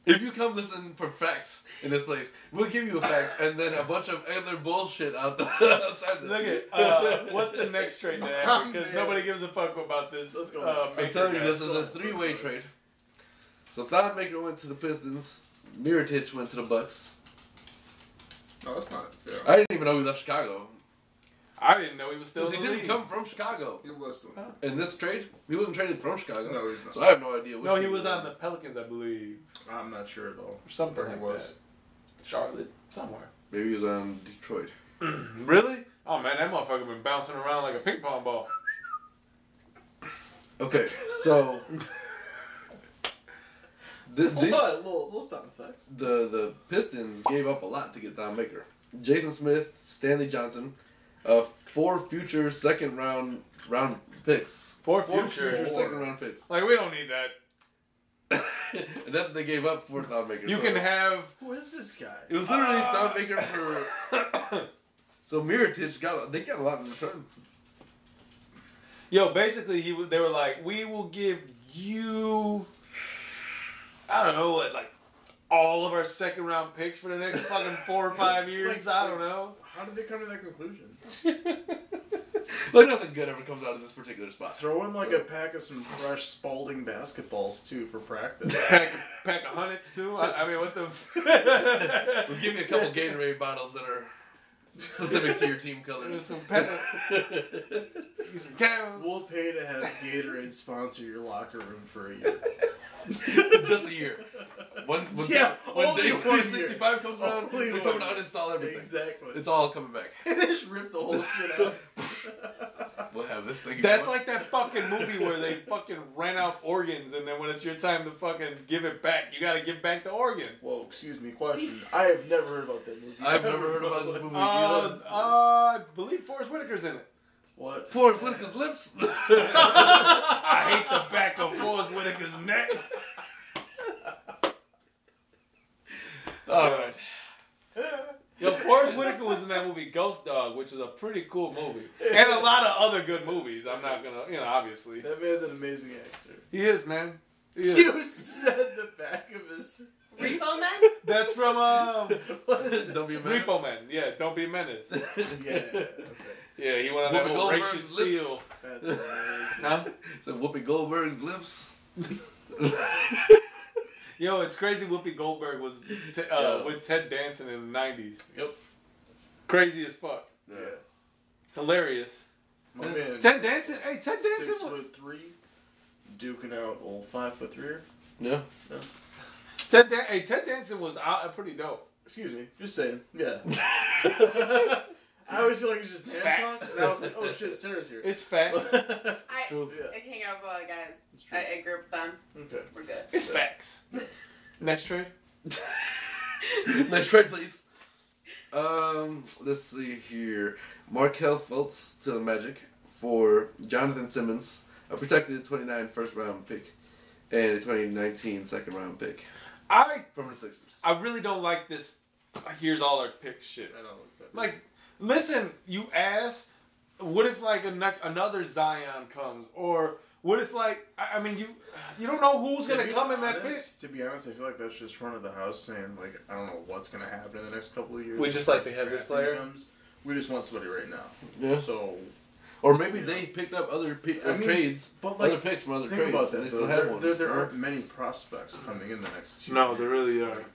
Speaker 1: if you come listen for facts in this place, we'll give you a fact and then a bunch of other bullshit out the *laughs* outside. this.
Speaker 3: Look
Speaker 4: *laughs*
Speaker 3: at
Speaker 1: *laughs*
Speaker 3: uh, what's the next trade to have? Because
Speaker 4: Oh, Man.
Speaker 3: nobody gives a fuck about this.
Speaker 4: Let's go.
Speaker 3: Uh,
Speaker 1: I'm
Speaker 3: maker
Speaker 1: telling you,
Speaker 3: guy.
Speaker 1: this is a three-way trade. So Thonmaker went to the Pistons. Miritich went to the Bucks.
Speaker 4: No, that's not. fair.
Speaker 1: I didn't even know he left Chicago.
Speaker 3: I didn't know he was still.
Speaker 1: Because
Speaker 3: in
Speaker 1: he
Speaker 3: the
Speaker 1: didn't
Speaker 3: league.
Speaker 1: come from Chicago.
Speaker 4: He was. No,
Speaker 1: In this trade, he wasn't traded from Chicago.
Speaker 4: he's
Speaker 1: So
Speaker 4: not.
Speaker 1: I have no idea. Which
Speaker 3: No, he
Speaker 1: team
Speaker 3: was on the Pelicans, I believe,
Speaker 4: I'm not sure at all.
Speaker 3: or something
Speaker 4: Or he
Speaker 3: like
Speaker 4: was.
Speaker 3: that. Charlotte,
Speaker 1: *clears throat*
Speaker 3: somewhere.
Speaker 1: Maybe he was on Detroit.
Speaker 3: Really? Oh man, that motherfucker been bouncing around like a ping pong ball.
Speaker 1: Okay, so this,
Speaker 4: Hold
Speaker 1: these,
Speaker 4: on, little, little sound effects.
Speaker 1: the the Pistons gave up a lot to get Thon Maker. Jason Smith, Stanley Johnson, uh, four future second round round picks.
Speaker 3: For
Speaker 1: Four
Speaker 3: future.
Speaker 1: future second round picks. *laughs*
Speaker 3: Like we don't need that.
Speaker 1: and that's what they gave up for Thonmaker.
Speaker 3: You
Speaker 1: So
Speaker 3: can have.
Speaker 4: Who is this guy?
Speaker 1: it was literally
Speaker 3: Ah.
Speaker 1: Thonmaker for. *coughs*
Speaker 3: *coughs*
Speaker 1: so Miritich got they got a lot in return.
Speaker 3: Yo, basically, he was. They were like, we will give you. I don't know what, like, all of our second round picks for the next fucking four or
Speaker 1: *laughs*
Speaker 3: five years.
Speaker 4: Like-
Speaker 3: I don't know.
Speaker 4: How did they come to that conclusion?
Speaker 1: Like nothing good ever comes out of this particular *laughs* spot.
Speaker 4: Throw in like a pack of some fresh Spalding basketballs too for *laughs* practice.
Speaker 3: Pack, pack of hundreds too. I, I mean, what the? F-
Speaker 1: *laughs* We'll give you a couple Gatorade bottles that are specific to your team
Speaker 3: There's
Speaker 1: colors.
Speaker 3: some pep, some cows.
Speaker 4: We'll pay to have Gatorade sponsor your locker room for a year.
Speaker 1: *laughs*
Speaker 4: *laughs*
Speaker 1: Just a year. One, one
Speaker 4: Yeah,
Speaker 1: when
Speaker 4: only
Speaker 1: day
Speaker 4: one
Speaker 1: 365 comes around,
Speaker 4: Only
Speaker 1: we're coming to
Speaker 4: one.
Speaker 1: uninstall everything.
Speaker 4: Exactly.
Speaker 1: It's all coming back.
Speaker 4: *laughs* they just ripped the whole shit out.
Speaker 3: *laughs*
Speaker 1: We'll have this thing.
Speaker 3: That's like that fucking movie where they fucking rent out organs, and then when it's your time to fucking give it back, you gotta give back the organ.
Speaker 4: Whoa, excuse me, question. I have never heard about that movie.
Speaker 1: I've never heard about this movie.
Speaker 3: Uh, uh, I believe Forrest
Speaker 1: *laughs*
Speaker 3: Whitaker's in it. *laughs*
Speaker 4: What?
Speaker 1: Forrest
Speaker 4: *laughs*
Speaker 1: Whitaker's lips.
Speaker 3: I hate the back of Forrest Whitaker's neck.
Speaker 1: *laughs* all
Speaker 4: *laughs*
Speaker 1: right.
Speaker 3: *laughs* Yo, Forrest Whitaker was in that movie Ghost Dog, which is a pretty cool movie, and a lot of other good movies. I'm not gonna, you know, obviously
Speaker 4: That man's an amazing actor.
Speaker 3: he is, man. He is.
Speaker 4: You said the back of his. *laughs*
Speaker 2: Repo Man?
Speaker 3: That's
Speaker 1: *laughs*
Speaker 3: from um,
Speaker 4: What is
Speaker 1: Don't be a menace.
Speaker 3: Repo Man. Yeah, don't be a menace.
Speaker 1: *laughs*
Speaker 4: Yeah, okay.
Speaker 3: Yeah, he went on that
Speaker 1: Whoopi
Speaker 3: whole
Speaker 1: Goldberg's
Speaker 3: racial
Speaker 1: lips.
Speaker 3: steel.
Speaker 4: That's amazing.
Speaker 3: Huh?
Speaker 1: So Whoopi Goldberg's
Speaker 4: *laughs*
Speaker 1: lips. *laughs*
Speaker 3: Yo, it's crazy. Whoopi Goldberg was t- uh,
Speaker 1: Yo.
Speaker 3: with Ted Danson in the '90s.
Speaker 4: Yep.
Speaker 3: Crazy as fuck.
Speaker 1: Yeah.
Speaker 3: It's hilarious.
Speaker 4: My man.
Speaker 3: Uh, Ted Danson. Hey, Ted Danson.
Speaker 4: Six foot three, duking out old five foot three.
Speaker 1: Yeah.
Speaker 3: Ted. Dan- hey, Ted Danson was out, pretty dope.
Speaker 1: *laughs*
Speaker 4: Excuse me, just saying.
Speaker 3: *laughs*
Speaker 4: Yeah. I always feel like it's just man
Speaker 3: Facts.
Speaker 4: talk, and I was like, oh shit, Sarah's here.
Speaker 3: It's facts.
Speaker 1: *laughs*
Speaker 2: I,
Speaker 1: True.
Speaker 4: *laughs* Yeah.
Speaker 2: I hang out with all the guys.
Speaker 4: It's true.
Speaker 2: I, I grew up with them.
Speaker 4: Okay.
Speaker 2: We're good.
Speaker 3: It's facts. Next trade.
Speaker 1: *laughs* Next trade, please. Um, let's see here. Markel Fultz to the Magic for Jonathan Simmons, a protected 29 first round pick, and a 2019 second round pick
Speaker 3: I
Speaker 1: from the Sixers.
Speaker 3: I really don't like this. Here's all our pick shit.
Speaker 4: I don't like that.
Speaker 3: Like, listen, you ass. What if like a ne- another Zion comes, or what if like I, I mean you you don't know who's
Speaker 4: To
Speaker 3: gonna
Speaker 4: be
Speaker 3: come in that bitch.
Speaker 4: honest- To be honest, I feel like that's just front of the house saying like I don't know what's gonna happen in the next couple of years.
Speaker 3: We just like to have this
Speaker 4: Drafting
Speaker 3: player.
Speaker 4: comes, we just want somebody right now.
Speaker 1: Yeah.
Speaker 4: So
Speaker 1: Or maybe they picked up other pe- uh,
Speaker 4: I mean,
Speaker 1: trades,
Speaker 4: but,
Speaker 1: other
Speaker 4: like,
Speaker 1: picks from other
Speaker 4: think
Speaker 1: trades, and
Speaker 4: about that.
Speaker 1: they
Speaker 4: though.
Speaker 1: still have
Speaker 4: there,
Speaker 1: one.
Speaker 4: there, there aren't many prospects coming in the next two.
Speaker 3: No, there
Speaker 4: years.
Speaker 3: really
Speaker 4: Like,
Speaker 3: aren't.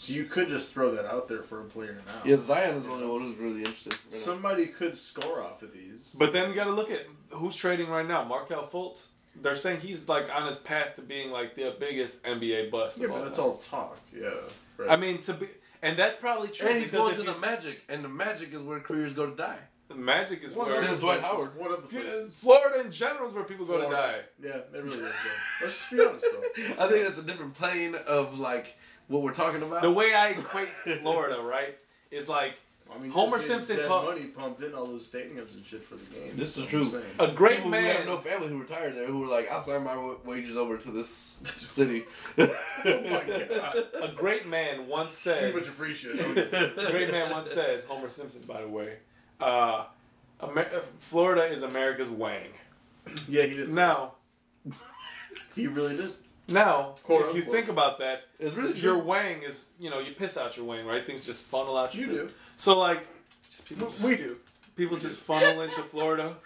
Speaker 4: So you could just throw that out there for a player now.
Speaker 1: Yeah, Zion is the only one who's really interested. Right now.
Speaker 4: Somebody could score off of these.
Speaker 3: But then you got to look at who's trading right now. Markel Fultz. They're saying he's like on his path to being like the biggest NBA bust.
Speaker 4: Yeah,
Speaker 3: of all
Speaker 4: but that's
Speaker 3: time.
Speaker 4: all talk. Yeah. Right.
Speaker 3: I mean, to be, and that's probably true.
Speaker 1: And he's going
Speaker 3: because if
Speaker 1: to the
Speaker 3: you-
Speaker 1: Magic, and the Magic is where careers go to die.
Speaker 3: the Magic is
Speaker 4: one
Speaker 3: where
Speaker 4: of the
Speaker 1: Since Dwight
Speaker 4: places-
Speaker 1: Howard.
Speaker 4: One of the places.
Speaker 3: Florida in general is where people go to die.
Speaker 4: Florida. Yeah, it really is. Though. Let's just be honest
Speaker 1: *laughs* *laughs*
Speaker 4: though.
Speaker 1: I think that's a different plane of like what we're talking about.
Speaker 3: The way I equate Florida, right, is like
Speaker 4: I mean,
Speaker 3: Homer
Speaker 4: just getting
Speaker 3: Simpson
Speaker 4: dead
Speaker 3: called-
Speaker 4: money pumped in all those stadiums and shit for the game.
Speaker 1: This
Speaker 4: So
Speaker 1: is
Speaker 4: I'm
Speaker 1: true.
Speaker 4: saying.
Speaker 3: a
Speaker 4: *laughs*
Speaker 3: great
Speaker 1: people who
Speaker 3: man.
Speaker 1: have no family who retired there who were like, I'll sign my wa- wages over to this
Speaker 3: *laughs*
Speaker 1: city. oh my
Speaker 3: a great man once said.
Speaker 4: Too much of free shit.
Speaker 3: A *laughs* great man once said, Homer Simpson, by the way, uh, Amer- Florida is America's Wang.
Speaker 4: yeah, he did.
Speaker 3: Now,
Speaker 4: He really did.
Speaker 3: now,
Speaker 4: Quote,
Speaker 3: if you
Speaker 4: unquote.
Speaker 3: think about that,
Speaker 1: *laughs* It's really
Speaker 3: your
Speaker 1: true.
Speaker 3: wang is, you know, you piss out your wang, right? Things just funnel out.
Speaker 4: You
Speaker 3: your-
Speaker 4: do.
Speaker 3: So like, just people,
Speaker 4: We do.
Speaker 3: people just funnel into Florida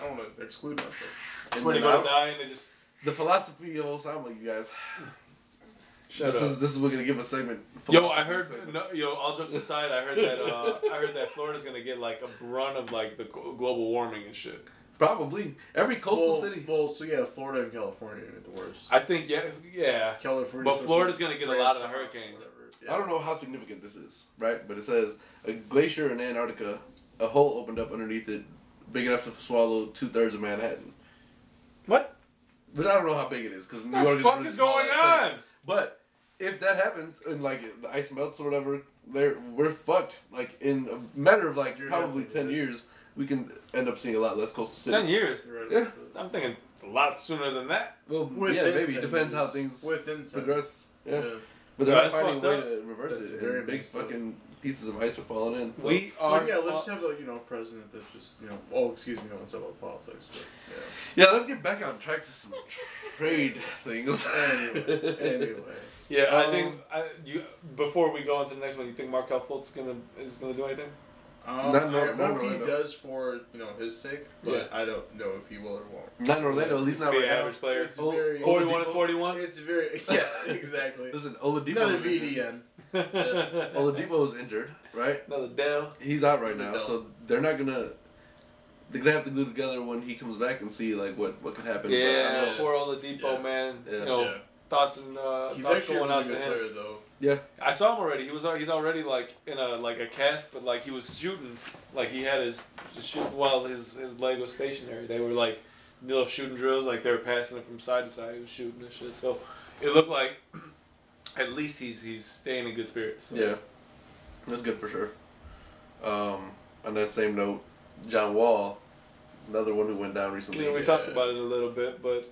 Speaker 4: I don't want to exclude myself.
Speaker 1: And
Speaker 3: when they
Speaker 1: then
Speaker 3: go to
Speaker 1: I-
Speaker 3: die, and they just
Speaker 1: The philosophy of Osama, you guys.
Speaker 3: shut
Speaker 1: this
Speaker 3: up.
Speaker 1: is this is we're gonna give a segment.
Speaker 3: Yo, I heard.
Speaker 1: Philosophy
Speaker 3: No, yo, all jokes aside, I heard that. Uh, I heard that Florida's gonna get like a brunt of like the glo- global warming and shit.
Speaker 1: probably every coastal
Speaker 4: Well,
Speaker 1: city.
Speaker 4: well, so yeah, Florida and California are the worst.
Speaker 3: I think, yeah, yeah.
Speaker 4: California.
Speaker 3: But Florida's gonna get a lot of the hurricanes.
Speaker 1: I don't know how significant this is, right? But it says a glacier in Antarctica, a hole opened up underneath it, big enough to swallow two thirds of Manhattan.
Speaker 3: What?
Speaker 1: But I don't know how big it is because New
Speaker 3: What the
Speaker 1: York
Speaker 3: fuck
Speaker 1: really
Speaker 3: is
Speaker 1: small
Speaker 3: going
Speaker 1: ass place.
Speaker 3: on?
Speaker 1: But if that happens and like the ice melts or whatever, there we're fucked. Like in a matter of like
Speaker 4: You're
Speaker 1: probably ten
Speaker 4: definitely
Speaker 1: years, we can end up seeing a lot less coastal cities.
Speaker 3: Ten years.
Speaker 1: Yeah.
Speaker 3: I'm thinking a lot sooner than that.
Speaker 1: Well,
Speaker 4: Within
Speaker 1: yeah, maybe
Speaker 4: 10
Speaker 1: it depends how
Speaker 4: years.
Speaker 1: things
Speaker 4: Within 10.
Speaker 1: progress. Yeah.
Speaker 4: Yeah.
Speaker 1: but they're
Speaker 3: Yeah,
Speaker 1: not
Speaker 3: that's
Speaker 1: finding a way
Speaker 3: fucked
Speaker 1: to reverse
Speaker 4: That's
Speaker 1: it.
Speaker 4: very
Speaker 1: And big
Speaker 4: messed up.
Speaker 1: fucking pieces of ice are falling in. So-
Speaker 3: We are. uh,
Speaker 4: But oh, yeah, let's just have a you know president that's just you know. Oh, excuse me, I want to talk about politics.
Speaker 1: *laughs*
Speaker 4: But,
Speaker 1: yeah, let's get back on track to some trade things. *laughs*
Speaker 4: yeah. anyway,
Speaker 3: Yeah, I
Speaker 1: Um,
Speaker 3: think I, you. Before we go on to the next one, you think Markel Fultz is gonna is gonna do anything?
Speaker 4: um,
Speaker 1: Not-
Speaker 4: I
Speaker 1: not-
Speaker 4: hope
Speaker 1: not
Speaker 4: he
Speaker 1: Orlando.
Speaker 4: does for you know his sake, but I don't know if he will or won't.
Speaker 1: Not in Orlando, at least not
Speaker 3: Be
Speaker 1: right
Speaker 3: an
Speaker 1: now.
Speaker 3: average player.
Speaker 4: It's
Speaker 1: Oh,
Speaker 4: very,
Speaker 1: oh,
Speaker 3: 41 and 41.
Speaker 4: it's very *laughs* yeah, exactly.
Speaker 1: Listen, Oladipo.
Speaker 4: Another
Speaker 1: was injured.
Speaker 4: VDN.
Speaker 3: *laughs*
Speaker 1: Oladipo was injured, right?
Speaker 3: Another Dell.
Speaker 1: He's out right now,
Speaker 4: No.
Speaker 1: so they're not gonna. They're gonna have to glue together when he comes back and see like what what could happen. but I don't
Speaker 3: Yeah,
Speaker 1: know.
Speaker 3: poor Oladipo,
Speaker 4: Yeah.
Speaker 3: man.
Speaker 1: Yeah.
Speaker 3: You know,
Speaker 4: Yeah.
Speaker 3: thoughts and Oh, uh,
Speaker 4: He's
Speaker 3: thoughts
Speaker 4: actually
Speaker 3: going
Speaker 4: a
Speaker 3: out
Speaker 4: really
Speaker 3: to
Speaker 4: good
Speaker 3: him.
Speaker 4: player though.
Speaker 3: I saw him already. He was al- he's already like in a like a cast, but like he was shooting, like he had his, his shoot while his his leg was stationary. They were like little shooting drills, like they were passing it from side to side. He was shooting and shit. So it looked like *clears throat* at least he's he's staying in good spirits. So.
Speaker 1: Yeah, that's good for sure. Um, on that same note, John Wall, another one who went down recently.
Speaker 3: You know, we talked about it a little bit, but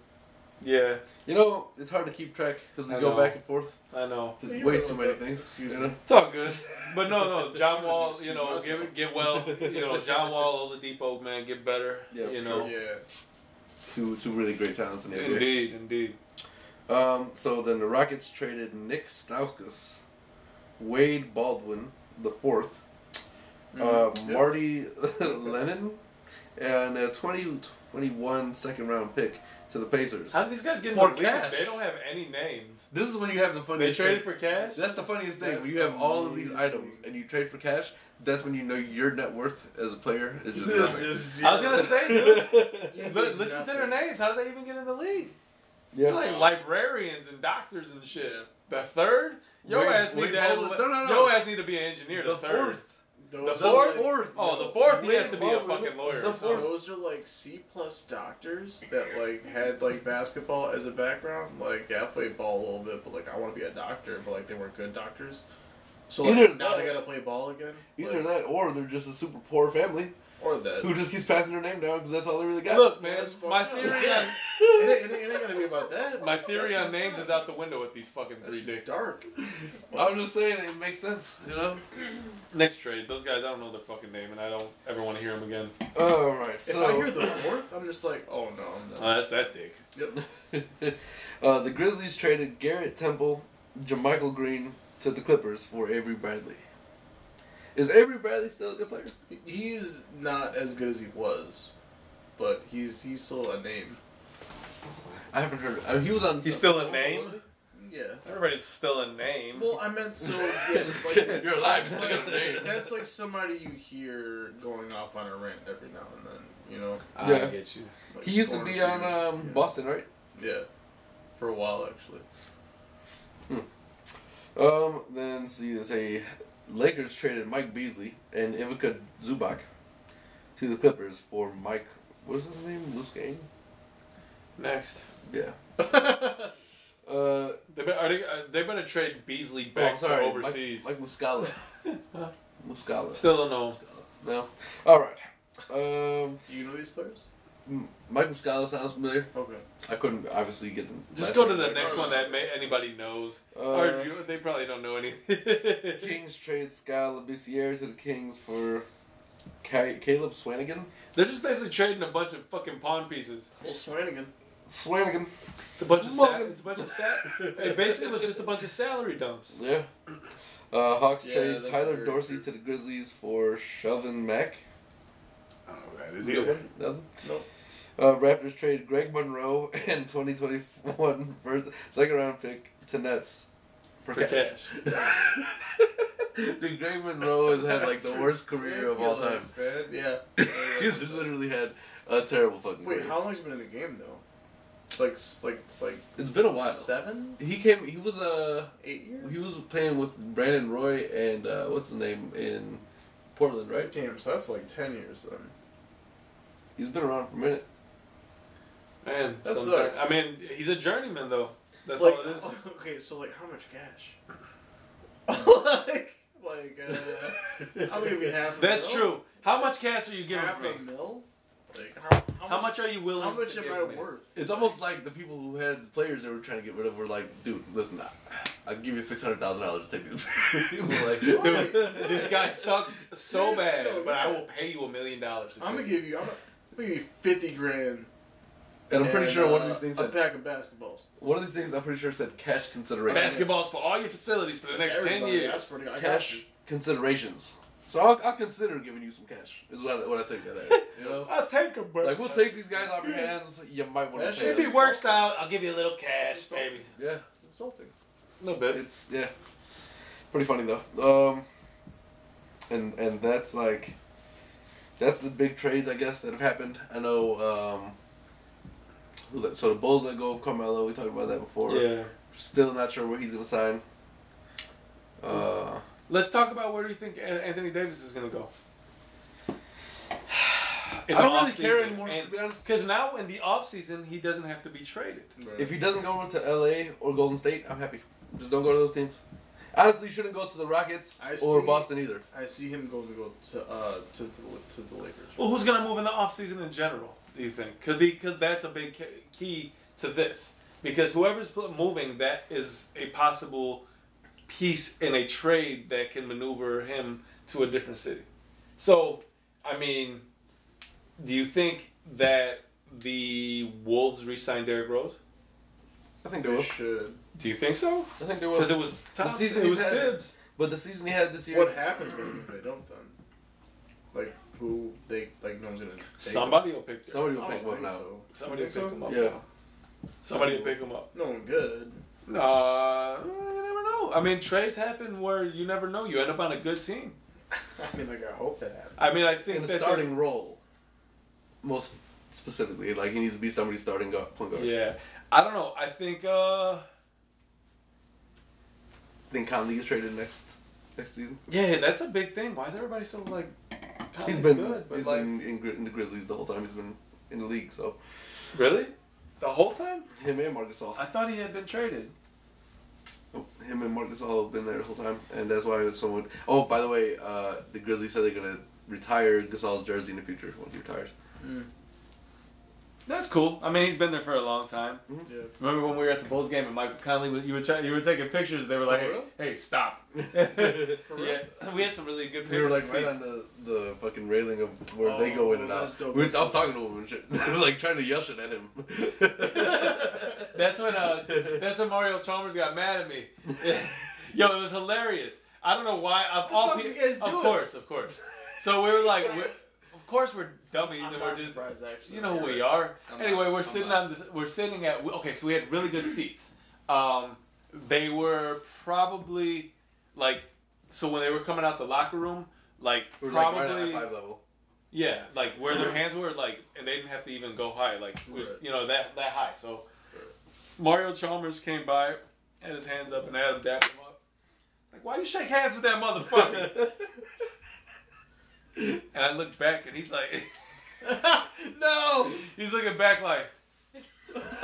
Speaker 3: yeah,
Speaker 1: You know, it's hard to keep track because we
Speaker 3: I
Speaker 1: go
Speaker 3: know.
Speaker 1: back and forth
Speaker 3: I know.
Speaker 1: to
Speaker 4: Yeah,
Speaker 1: way
Speaker 4: but-
Speaker 1: too many things. Excuse me.
Speaker 3: It's all good. *laughs* But no, no, John Wall, you know, get get well, you know, John Wall, Oladipo, man, get better.
Speaker 1: Yeah,
Speaker 3: you
Speaker 1: for
Speaker 3: know,
Speaker 4: Yeah.
Speaker 1: Two two really great talents in the NBA.
Speaker 3: indeed, indeed.
Speaker 1: Um, so then the Rockets traded Nick Stauskas, Wade Baldwin the fourth, uh,
Speaker 4: Mhm.
Speaker 1: Marty *laughs* Lennon, and a 2021 second round pick to the Pacers.
Speaker 3: How do these guys get
Speaker 1: For
Speaker 3: into the league?
Speaker 1: cash.
Speaker 3: They don't have any names.
Speaker 1: This is when you have the
Speaker 3: They
Speaker 1: funniest.
Speaker 3: traded
Speaker 1: trade.
Speaker 3: for cash.
Speaker 1: That's the funniest thing.
Speaker 4: That's
Speaker 1: when you have all of these
Speaker 4: amazing.
Speaker 1: items and you trade for cash, that's when you know your net worth as a player
Speaker 3: *laughs*
Speaker 1: is just.
Speaker 4: This
Speaker 1: nothing. *laughs*
Speaker 4: is
Speaker 3: I was gonna say, dude.
Speaker 4: Yeah,
Speaker 3: li-
Speaker 4: dude,
Speaker 3: listen to their
Speaker 4: nothing.
Speaker 3: names. How did they even get in the league?
Speaker 1: yeah.
Speaker 3: They're like librarians and doctors and shit. The third, your
Speaker 1: Wait,
Speaker 3: ass
Speaker 1: wait,
Speaker 3: need to have,
Speaker 1: hold it. No, no, no.
Speaker 3: your ass need to be an engineer. The,
Speaker 1: the
Speaker 3: third.
Speaker 1: fourth.
Speaker 3: The
Speaker 4: Those
Speaker 3: fourth?
Speaker 4: Are like, uh,
Speaker 3: Oh, the fourth, he
Speaker 1: Wait,
Speaker 3: has to be a
Speaker 1: hold it.
Speaker 3: fucking lawyer.
Speaker 1: The
Speaker 3: or
Speaker 1: fourth.
Speaker 4: those are like C plus doctors that like had like basketball as a background. Like yeah, I played ball a little bit, but like I want to be a doctor, but like they weren't good doctors. So like,
Speaker 1: Either
Speaker 4: now
Speaker 1: that-
Speaker 4: they gotta play ball again.
Speaker 1: Either
Speaker 4: like,
Speaker 1: that or they're just a super poor family
Speaker 4: or that.
Speaker 1: who just keeps passing their name down because that's all they really got.
Speaker 3: something. Look,
Speaker 4: Well,
Speaker 3: man,
Speaker 4: that's
Speaker 3: my
Speaker 4: fucked up.
Speaker 3: theory on
Speaker 4: it, ain't, it, ain't, it ain't gonna be about that.
Speaker 3: my theory
Speaker 4: That's
Speaker 3: on names
Speaker 4: not-
Speaker 3: is out the window with these fucking
Speaker 4: That's
Speaker 3: three dicks.
Speaker 4: dark.
Speaker 1: *laughs* I'm just saying it makes sense, you know.
Speaker 3: Next trade, those guys, I don't know their fucking name, and I don't ever want to hear them again.
Speaker 1: All right,
Speaker 4: If
Speaker 1: so
Speaker 4: I hear the fourth, I'm just like, oh no, I'm not.
Speaker 3: Oh, that's that dick.
Speaker 1: *laughs* uh, the Grizzlies traded Garrett Temple, Jermichael Green to the Clippers for Avery Bradley. Is Avery Bradley still a good player?
Speaker 4: He's not as good as he was, but he's he's still a name.
Speaker 1: I haven't heard. I mean, he was on.
Speaker 3: He's still a name.
Speaker 4: Yeah.
Speaker 3: Everybody's still a name.
Speaker 4: Well, I meant so. Yeah, it's like,
Speaker 1: You're alive, you
Speaker 4: That's
Speaker 1: still got a name.
Speaker 4: like, that's like somebody you hear going off on a rant every now and then. You know.
Speaker 3: I
Speaker 1: Yeah.
Speaker 3: get you.
Speaker 4: Like
Speaker 1: He used to be on
Speaker 4: Stormzy.
Speaker 1: um, Boston, right?
Speaker 4: Yeah. For a while, actually.
Speaker 1: Um, then see this a Lakers traded Mike Beasley and Ivica Zubac to the Clippers for Mike. What is his name? Loose game.
Speaker 3: *laughs* Next.
Speaker 1: Yeah.
Speaker 3: they,
Speaker 1: Uh,
Speaker 3: be- are they, uh, they better trade Beasley
Speaker 1: oh,
Speaker 3: back
Speaker 1: I'm sorry.
Speaker 3: to
Speaker 1: Mike-
Speaker 3: overseas. *laughs*
Speaker 1: Mike, Muscala. Muscala.
Speaker 3: Still don't know.
Speaker 1: No. All right. Um,
Speaker 4: Do you know these players?
Speaker 1: M- Mike Muscala sounds familiar.
Speaker 4: Okay.
Speaker 1: I couldn't obviously get them.
Speaker 3: Just
Speaker 1: last
Speaker 3: go to
Speaker 1: name.
Speaker 3: the next one that may, anybody knows. or
Speaker 1: Uh,
Speaker 3: you, they probably don't know anything.
Speaker 4: *laughs*
Speaker 1: Kings trade Scott Labissiere to the Kings for Ca- Caleb Swanigan.
Speaker 3: They're just basically trading a bunch of fucking pawn pieces.
Speaker 4: Well, Swanigan.
Speaker 1: Swanigan.
Speaker 3: It's a bunch of sal-
Speaker 1: Mother-
Speaker 3: it's a bunch of sal- It basically was just a bunch of salary dumps.
Speaker 1: Yeah. Uh, Hawks
Speaker 4: Yeah,
Speaker 1: trade
Speaker 4: that's
Speaker 1: Tyler
Speaker 4: very
Speaker 1: Dorsey
Speaker 4: true.
Speaker 1: to the Grizzlies for Shelvin Mack.
Speaker 5: I
Speaker 4: Oh,
Speaker 5: don't know what that is
Speaker 1: Nope.
Speaker 5: either.
Speaker 1: Nothing.
Speaker 4: Nope.
Speaker 1: Uh, Raptors trade Greg Monroe *laughs* and 2021 first, second round pick to Nets for
Speaker 3: For
Speaker 1: Cat.
Speaker 3: cash.
Speaker 1: *laughs* Dude, Greg Monroe has had like the
Speaker 4: That's
Speaker 1: worst career of all time.
Speaker 4: ridiculous, man. Yeah.
Speaker 1: *laughs* He's literally had a terrible fucking
Speaker 4: Wait,
Speaker 1: career.
Speaker 4: how long has he been in the game though? It's Like, s- like, like
Speaker 1: It's been a while.
Speaker 4: seven,
Speaker 1: He came. He was uh
Speaker 4: eight years.
Speaker 1: he was playing with Brandon Roy and uh, what's his name in Portland, right?
Speaker 4: Damn, so that's like ten years then.
Speaker 1: He's been around for a *laughs* minute.
Speaker 3: Man,
Speaker 4: That
Speaker 3: sometimes-
Speaker 4: sucks.
Speaker 3: I mean, he's a journeyman though. That's
Speaker 4: like, oh,
Speaker 3: all it is.
Speaker 4: *laughs* Okay, so like, how much
Speaker 1: *laughs*
Speaker 4: cash? like, like, uh, I'll give you half. A
Speaker 3: That's
Speaker 4: mil.
Speaker 3: true. How much cash are you giving
Speaker 4: Half
Speaker 3: me?
Speaker 4: a mil. Like, how, how,
Speaker 3: How much are you willing?
Speaker 4: How much
Speaker 3: to
Speaker 4: am
Speaker 3: give
Speaker 4: I
Speaker 3: me?
Speaker 4: worth?
Speaker 1: It's almost like the people who had the players they were trying to get rid of were like, dude, listen, I, I'll give you six hundred thousand dollars to take these *laughs* people. were like, *laughs* dude,
Speaker 3: Dude, this guy sucks so
Speaker 4: Seriously,
Speaker 3: bad,
Speaker 4: though,
Speaker 3: but I
Speaker 4: yeah.
Speaker 3: will pay you a million dollars. to
Speaker 4: I'm gonna
Speaker 3: take
Speaker 4: give you. I'm gonna, I'm gonna give you fifty grand.
Speaker 1: and I'm pretty
Speaker 4: and,
Speaker 1: sure one of
Speaker 4: uh,
Speaker 1: these things
Speaker 4: a
Speaker 1: said
Speaker 4: pack of basketballs.
Speaker 1: one of these things I'm pretty sure said cash
Speaker 3: it.
Speaker 1: considerations.
Speaker 3: basketballs for all your facilities for the next
Speaker 4: Everybody,
Speaker 3: ten
Speaker 4: I
Speaker 3: years.
Speaker 4: swear to God, I got you.
Speaker 1: Cash considerations. So I'll, I'll consider giving you some cash. Is what I, what I take that as. You know,
Speaker 3: I'll take him, bro.
Speaker 1: like we'll take these guys off your hands. You might want
Speaker 4: That
Speaker 1: to
Speaker 4: shit
Speaker 3: if
Speaker 1: pay.
Speaker 3: he
Speaker 1: us.
Speaker 4: is-
Speaker 3: works out, I'll give you a little cash, baby.
Speaker 1: Yeah.
Speaker 4: It's insulting.
Speaker 3: A little bit.
Speaker 1: It's yeah, pretty funny though. Um, and and that's like, that's the big trades I guess that have happened. I know. Um, who let, so the Bulls let go of Carmelo. We talked about that before.
Speaker 3: Yeah.
Speaker 1: Still not sure where he's gonna sign. Uh,
Speaker 3: Let's talk about where do you think An- Anthony Davis is going to go? *sighs*
Speaker 1: I don't really care anymore. to be honest,
Speaker 3: Because now in the offseason, he doesn't have to be traded.
Speaker 1: if he doesn't go to L.A. or Golden State, I'm happy. Just don't go to those teams. Honestly, you shouldn't go to the Rockets
Speaker 4: I
Speaker 1: or
Speaker 4: see.
Speaker 1: Boston either.
Speaker 4: I see him going to go to uh to the to the Lakers.
Speaker 3: Well, who's going to move in the offseason in general, do you think? Cause, because that's a big ca- key to this. Because whoever's pl- moving, that is a possible piece in a trade that can maneuver him to a different city. So, I mean, do you think that the Wolves re signed Derrick Rose?
Speaker 1: I think they
Speaker 4: They
Speaker 1: will.
Speaker 4: should.
Speaker 3: Do you think so?
Speaker 1: I think they will.
Speaker 3: Because it was Thompson.
Speaker 1: season
Speaker 3: it
Speaker 1: he's
Speaker 3: was
Speaker 1: had-
Speaker 3: Tibbs.
Speaker 1: But the season he had this year,
Speaker 4: What happens with them if they don't then? Like who they like no one's gonna. take
Speaker 3: Somebody will pick. Somebody,
Speaker 1: somebody
Speaker 4: them.
Speaker 1: will
Speaker 4: I
Speaker 1: pick
Speaker 4: don't
Speaker 1: one now.
Speaker 4: think Oh, so.
Speaker 3: somebody will pick
Speaker 4: Think so?
Speaker 3: him up.
Speaker 1: Yeah.
Speaker 3: Somebody will pick him up.
Speaker 4: No one good.
Speaker 3: Uh, you never know. I mean, trades happen where you never know. You end up on a good team.
Speaker 4: I mean, like I hope that happens.
Speaker 3: I mean, I think
Speaker 1: in a
Speaker 3: that
Speaker 1: starting role. Most specifically, like he needs to be somebody's starting guard, point guard.
Speaker 3: Yeah. I don't know. I think. uh
Speaker 1: I think Conley is traded next next season.
Speaker 3: Yeah, that's a big thing. Why is everybody so like?
Speaker 1: He's
Speaker 3: Conley's
Speaker 1: been
Speaker 3: good, but
Speaker 1: he's
Speaker 3: like
Speaker 1: been in, Gri- in the Grizzlies the whole time. He's been in the league, so
Speaker 3: really, the whole time.
Speaker 1: him and Marcus all
Speaker 3: I thought he had been traded.
Speaker 1: him and Marcus all have been there the whole time, and that's why someone. Oh, by the way, uh, the Grizzlies said they're gonna retire Gasol's jersey in the future when he retires.
Speaker 3: That's cool. I mean, he's been there for a long time.
Speaker 4: Yeah.
Speaker 3: Remember when we were at the Bulls game and Mike Conley was you were try, you were taking pictures? They were like,
Speaker 1: For
Speaker 3: "Hey,
Speaker 1: real? *laughs*
Speaker 3: hey, stop!"
Speaker 1: we
Speaker 3: *laughs* Yeah, we had some really good pictures.
Speaker 1: were like right on the, the fucking railing of where they
Speaker 4: Oh,
Speaker 1: go in and
Speaker 4: that's
Speaker 1: out.
Speaker 4: dope.
Speaker 1: We were- I was talking to him and shit, *laughs* like trying to yell shit at him. *laughs*
Speaker 4: *laughs*
Speaker 3: that's when uh, that's when Mario Chalmers got mad at me. *laughs* Yo, it was hilarious. I don't know why. Of all
Speaker 4: fuck you
Speaker 3: people,
Speaker 4: guys
Speaker 3: of
Speaker 4: doing?
Speaker 3: course, of course. So we were
Speaker 4: *laughs*
Speaker 3: like, we're, of course we're dummies
Speaker 4: I'm
Speaker 3: and
Speaker 4: not
Speaker 3: we're just
Speaker 4: surprised actually.
Speaker 3: you know who we are.
Speaker 4: I'm
Speaker 3: anyway,
Speaker 4: not-
Speaker 3: we're
Speaker 4: I'm
Speaker 3: sitting
Speaker 4: not.
Speaker 3: on this. We're sitting at. Okay, so we had really good seats. Um, they were probably like so when they were coming out the locker room, like
Speaker 1: We're like right at
Speaker 3: probably
Speaker 1: high five level.
Speaker 3: yeah, like where their hands were, like, and they didn't have to even go high, like, we-
Speaker 1: Right.
Speaker 3: you know, that that high. So Mario Chalmers came by, had his hands up, and Adam dapped him up. Like, why you shake hands with
Speaker 1: *laughs*
Speaker 3: that motherfucker? and I looked back, and
Speaker 1: *laughs*
Speaker 3: he's like,
Speaker 5: no.
Speaker 3: he's looking back like, *laughs*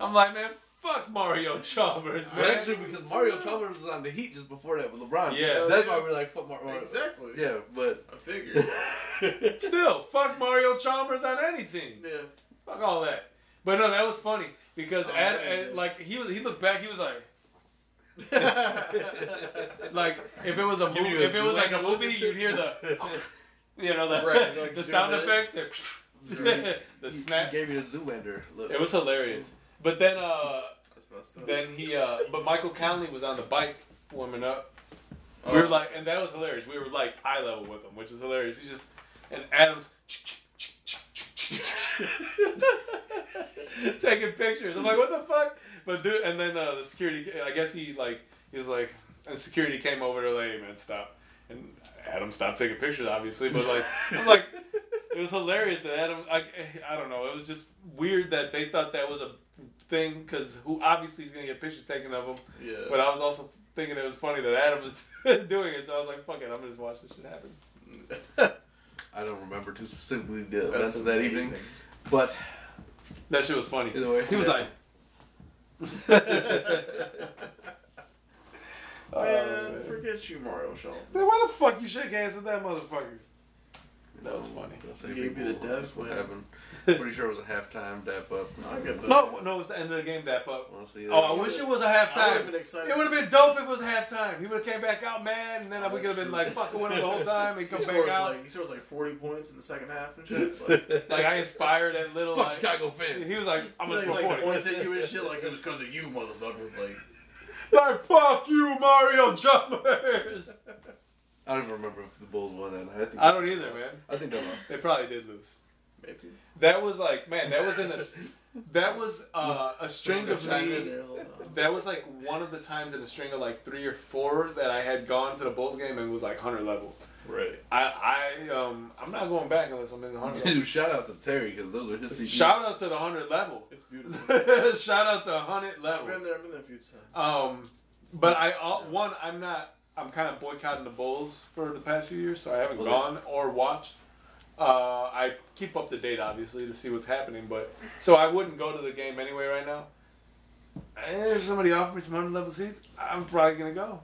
Speaker 3: I'm like, man, fuck Mario Chalmers,
Speaker 1: But
Speaker 3: man.
Speaker 1: that's true because Mario Chalmers was on the Heat just before that with LeBron.
Speaker 3: Yeah.
Speaker 1: that's why we're like fuck Mario.
Speaker 4: Exactly.
Speaker 1: Yeah,
Speaker 3: *laughs*
Speaker 1: but *laughs*
Speaker 4: I figured.
Speaker 3: Still, fuck Mario Chalmers on any team.
Speaker 4: yeah.
Speaker 3: Fuck all that. But no, that was funny because
Speaker 4: Oh,
Speaker 3: Ad,
Speaker 4: yeah,
Speaker 3: Ad-
Speaker 4: yeah.
Speaker 3: like he was, he looked back, he was like,
Speaker 4: right.
Speaker 3: *laughs* like if it
Speaker 4: *laughs*
Speaker 3: was a
Speaker 1: Give
Speaker 3: movie,
Speaker 1: you a
Speaker 3: if it was like a
Speaker 1: Zoolander look
Speaker 3: movie,
Speaker 1: and shit.
Speaker 3: you'd hear the,
Speaker 1: *laughs*
Speaker 3: you know, the
Speaker 4: Right,
Speaker 3: *laughs*
Speaker 4: like
Speaker 3: the
Speaker 4: zoom
Speaker 3: sound
Speaker 4: in.
Speaker 3: effects, the, *laughs* the
Speaker 1: he, he
Speaker 3: snap.
Speaker 1: gave you the Zoolander look.
Speaker 3: It was hilarious. But then, uh,
Speaker 4: That's messed up.
Speaker 3: then he, uh, but Michael Conley was on the bike warming up.
Speaker 4: Oh,
Speaker 3: We were like, and that was hilarious. We were like eye level with him, which was hilarious. He's just, and Adams *laughs* taking pictures. I'm like, what the fuck? But dude, and then uh, the security, I guess he like, he was like, and security came over to like, hey man, stop. And Adam stopped taking pictures, obviously, but like, I'm like, it was hilarious that Adam, I, I don't know, it was just weird that they thought that was a thing because who obviously is gonna get pictures taken of him.
Speaker 4: yeah.
Speaker 3: But I was also thinking it was funny that Adam was *laughs* doing it, so I was like, fuck it, I'm gonna just watch this shit happen.
Speaker 4: *laughs*
Speaker 1: I don't remember too specifically the events of that evening, but
Speaker 3: That shit was funny.
Speaker 1: Either way.
Speaker 3: He was like, *laughs* oh,
Speaker 4: Man,
Speaker 3: man.
Speaker 4: forget you, Mario Shelton.
Speaker 3: Man, why the fuck you shake hands with that motherfucker? That
Speaker 1: um,
Speaker 3: was funny.
Speaker 1: Save
Speaker 4: He gave you the
Speaker 1: people.
Speaker 4: death
Speaker 1: That's what
Speaker 3: *laughs*
Speaker 4: win.
Speaker 1: happened. Pretty sure it was a halftime dap up.
Speaker 4: I get that.
Speaker 3: No, no, it was the end of the game that up.
Speaker 1: Honestly,
Speaker 3: Oh, I wish it was a
Speaker 4: I would have
Speaker 3: halftime.
Speaker 4: been excited.
Speaker 3: It would have been dope if it was halftime. He would have came back out, man, and then
Speaker 4: Oh,
Speaker 3: we could have
Speaker 4: that's
Speaker 3: been
Speaker 4: true.
Speaker 3: like fucking with him the whole time and
Speaker 4: He
Speaker 3: come back
Speaker 4: scores,
Speaker 3: out.
Speaker 4: like, he scores like 40 points in the second half and
Speaker 1: *laughs*
Speaker 3: *laughs*
Speaker 4: shit. Like,
Speaker 3: Like I inspired that little.
Speaker 1: fuck
Speaker 3: Like,
Speaker 1: Chicago fans.
Speaker 3: he was like, I'm gonna
Speaker 4: like,
Speaker 3: score
Speaker 4: like, the
Speaker 3: 40.
Speaker 4: points at you and shit, like it was because of you, motherfucker. Like,
Speaker 3: Like, fuck you, Mario Jumpers!
Speaker 1: I don't even remember if the Bulls won that night. I, think
Speaker 3: I don't either, man.
Speaker 1: I think they
Speaker 3: *laughs*
Speaker 1: lost.
Speaker 3: They probably did lose.
Speaker 4: maybe.
Speaker 3: That was like, man, that was in a, that was uh, a string of
Speaker 4: Chime in
Speaker 3: me.
Speaker 4: there, hold on.
Speaker 3: That was like one of the times in a string of like three or four that I had gone to the Bulls game and was like hundred level.
Speaker 4: Right.
Speaker 3: I, I, um, I'm not going back unless I'm in the hundred.
Speaker 1: *laughs*
Speaker 3: level.
Speaker 1: Dude, shout out to Terry because those are his CDs.
Speaker 3: Shout out to the hundred level. *laughs*
Speaker 4: It's beautiful.
Speaker 3: Shout out to hundred
Speaker 4: I've been
Speaker 3: level.
Speaker 4: there. I've been there a few times.
Speaker 3: Um, but I uh, one, I'm not. I'm kind of boycotting the Bulls for the past few years, so I haven't
Speaker 1: Well,
Speaker 3: gone or watched. Uh, I keep up to date, obviously, to see what's happening. But so I wouldn't go to the game anyway right now. Eh, If somebody offered me some hundred level seats, I'm probably gonna go.